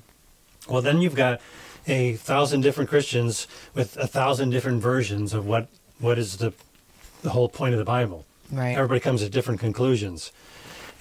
Speaker 1: Well, then you've got a thousand different Christians with a thousand different versions of what what is the the whole point of the Bible.
Speaker 3: Right.
Speaker 1: Everybody comes to different conclusions,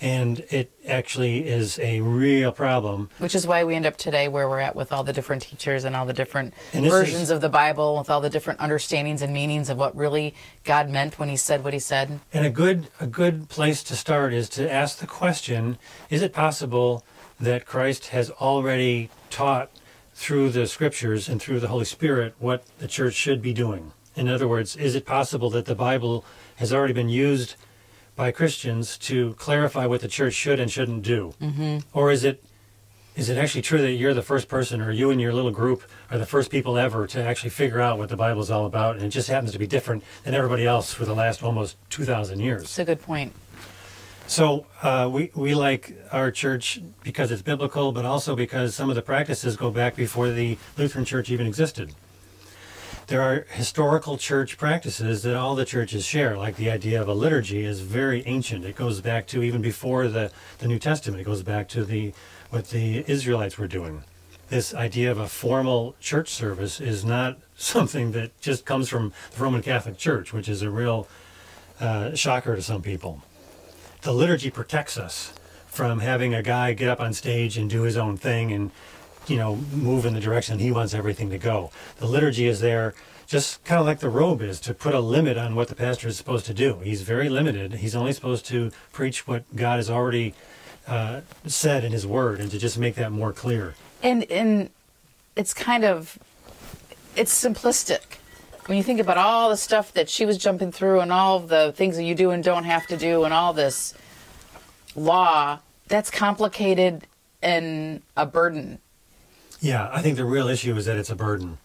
Speaker 1: and it actually is a real problem.
Speaker 3: Which is why we end up today where we're at with all the different teachers and all the different
Speaker 1: And this
Speaker 3: versions
Speaker 1: is-
Speaker 3: of the Bible, with all the different understandings and meanings of what really God meant when He said what He said.
Speaker 1: And a good a good place to start is to ask the question: Is it possible that Christ has already taught through the Scriptures and through the Holy Spirit what the church should be doing? In other words, is it possible that the Bible has already been used by Christians to clarify what the church should and shouldn't do?
Speaker 3: Mm-hmm.
Speaker 1: Or is it is it actually true that you're the first person, or you and your little group are the first people ever to actually figure out what the Bible's all about, and it just happens to be different than everybody else for the last almost 2,000 years?
Speaker 3: It's a good point.
Speaker 1: So uh, we we like our church because it's biblical, but also because some of the practices go back before the Lutheran Church even existed. There are historical church practices that all the churches share, like the idea of a liturgy is very ancient. It goes back to even before the, the New Testament. It goes back to the what the Israelites were doing. This idea of a formal church service is not [laughs] something that just comes from the Roman Catholic Church, which is a real uh, shocker to some people the liturgy protects us from having a guy get up on stage and do his own thing and you know move in the direction he wants everything to go the liturgy is there just kind of like the robe is to put a limit on what the pastor is supposed to do he's very limited he's only supposed to preach what god has already uh, said in his word and to just make that more clear
Speaker 3: And and it's kind of it's simplistic when you think about all the stuff that she was jumping through and all the things that you do and don't have to do and all this. law, that's complicated and a burden.
Speaker 1: Yeah, I think the real issue is that it's a burden.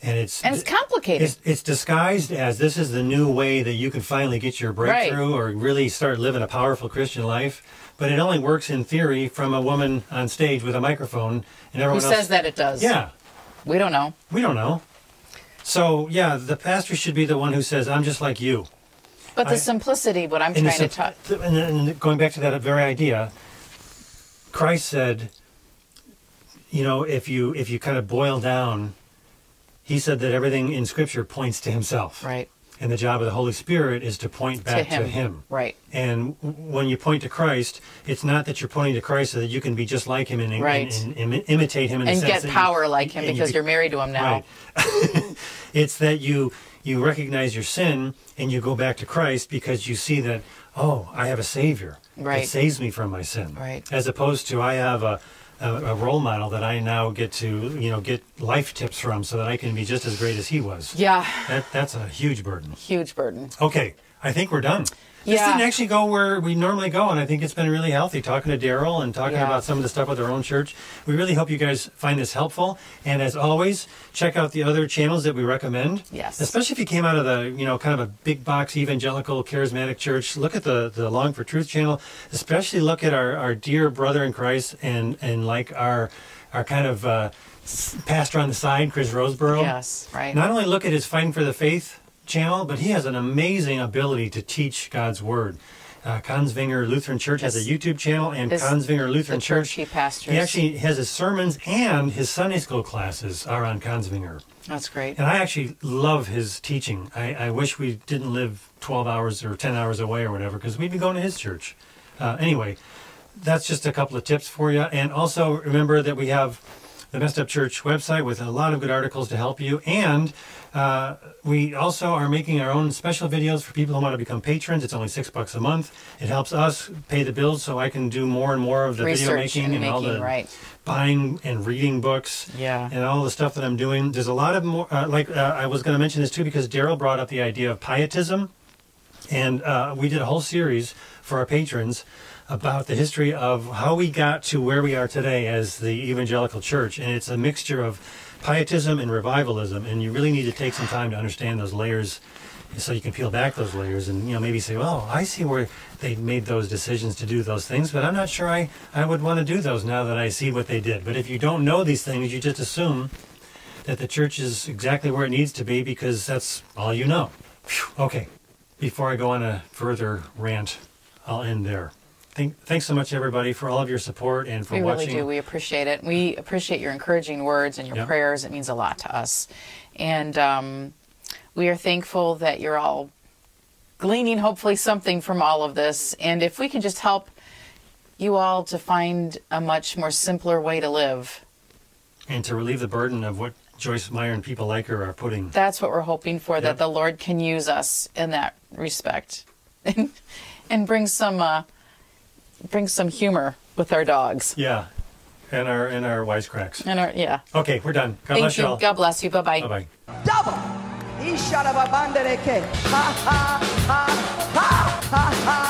Speaker 1: And it's
Speaker 3: And it's complicated.
Speaker 1: It's, it's disguised as this is the new way that you can finally get your breakthrough or really start living a powerful Christian life. But it only works in theory from a woman on stage with a microphone and
Speaker 3: Who
Speaker 1: everyone else.
Speaker 3: says that it does?
Speaker 1: Yeah.
Speaker 3: We don't know.
Speaker 1: We don't know. So, yeah, the pastor should be the one who says, I'm just like you.
Speaker 3: But the
Speaker 1: I-
Speaker 3: simplicity, what I'm
Speaker 1: And
Speaker 3: trying to
Speaker 1: it's a-
Speaker 3: talk.
Speaker 1: th- And, and going back to that very idea, Christ said, you know, if you if you kind of boil down, he said that everything in Scripture points to Himself.
Speaker 3: Right.
Speaker 1: And the job of the Holy Spirit is to point back to Him.
Speaker 3: Right.
Speaker 1: And w- when you point to Christ, it's not that you're pointing to Christ so that you can be just like Him and, and-
Speaker 3: Right.
Speaker 1: and- and imi- imitate Him in the
Speaker 3: And
Speaker 1: sense
Speaker 3: get
Speaker 1: that you-
Speaker 3: power like him
Speaker 1: and you
Speaker 3: because
Speaker 1: be-
Speaker 3: you're married to him now.
Speaker 1: Right. [laughs] it's that you you recognize your sin and you go back to Christ because you see that oh I have a Savior
Speaker 3: Right.
Speaker 1: that saves me from my sin.
Speaker 3: Right.
Speaker 1: As opposed to I have a, a a role model that I now get to you know get life tips from so that I can be just as great as he was.
Speaker 3: Yeah.
Speaker 1: That that's a huge burden.
Speaker 3: Huge burden.
Speaker 1: Okay, I think we're done. This
Speaker 3: Yeah.
Speaker 1: didn't actually go where we normally go, and I think it's been really healthy talking to Daryl and talking
Speaker 3: Yeah.
Speaker 1: about some of the stuff with our own church. We really hope you guys find this helpful, and as always, check out the other channels that we recommend.
Speaker 3: Yes.
Speaker 1: especially if you came out of the you know kind of a big box evangelical charismatic church. Look at the the Long for Truth channel. Especially look at our our dear brother in Christ and and like our our kind of uh, s- pastor on the side, Chris Roseborough.
Speaker 3: Yes, right.
Speaker 1: Not only look at his Fighting for the Faith channel, but he has an amazing ability to teach God's Word. Uh, Consvinger Lutheran Church has a
Speaker 3: His-
Speaker 1: YouTube channel, and
Speaker 3: his-
Speaker 1: Consvinger Lutheran
Speaker 3: the church he pastors.
Speaker 1: He actually has his sermons and his Sunday school classes are on Consvinger.
Speaker 3: That's great.
Speaker 1: And I actually love his teaching. I, I wish we didn't live 12 hours or 10 hours away or whatever, because we'd be going to his church. Uh, anyway, that's just a couple of tips for you. And also remember that we have the Messed Up Church website with a lot of good articles to help you. And uh, we also are making our own special videos for people who want to become patrons. It's only six bucks a month. It helps us pay the bills so I can do more and more of the video
Speaker 3: Research
Speaker 1: making and,
Speaker 3: and
Speaker 1: all
Speaker 3: making,
Speaker 1: the
Speaker 3: right.
Speaker 1: buying and reading books
Speaker 3: Yeah.
Speaker 1: and all the stuff that I'm doing. There's a lot of more, uh, like uh, I was going to mention this too, because Daryl brought up the idea of pietism. And uh, we did a whole series for our patrons about the history of how we got to where we are today as the evangelical church. And it's a mixture of pietism and revivalism. And you really need to take some time to understand those layers so you can peel back those layers and you know maybe say well i see where they made those decisions to do those things but i'm not sure i, I would want to do those now that i see what they did but if you don't know these things you just assume that the church is exactly where it needs to be because that's all you know Phew. okay before i go on a further rant i'll end there Thank, thanks so much everybody for all of your support and for
Speaker 3: we
Speaker 1: watching
Speaker 3: really do. We appreciate it. We appreciate your encouraging words and your
Speaker 1: Yep.
Speaker 3: prayers. It means a lot to us. And um, we are thankful that you're all gleaning hopefully something from all of this. And if we can just help you all to find a much more simpler way to live,
Speaker 1: and to relieve the burden of what joyce meyer and people like her are putting
Speaker 3: that's what we're hoping for,
Speaker 1: Yep.
Speaker 3: that the Lord can use us in that respect [laughs] and, and bring some uh, bring some humor with our dogs.
Speaker 1: yeah and our and our wisecracks
Speaker 3: And our, yeah.
Speaker 1: okay we're done god
Speaker 3: Thank
Speaker 1: bless
Speaker 3: you.
Speaker 1: all
Speaker 3: God bless you. Bye-bye.
Speaker 1: bye bye
Speaker 4: Double. Isharababandereke. Ha ha ha ha ha ha.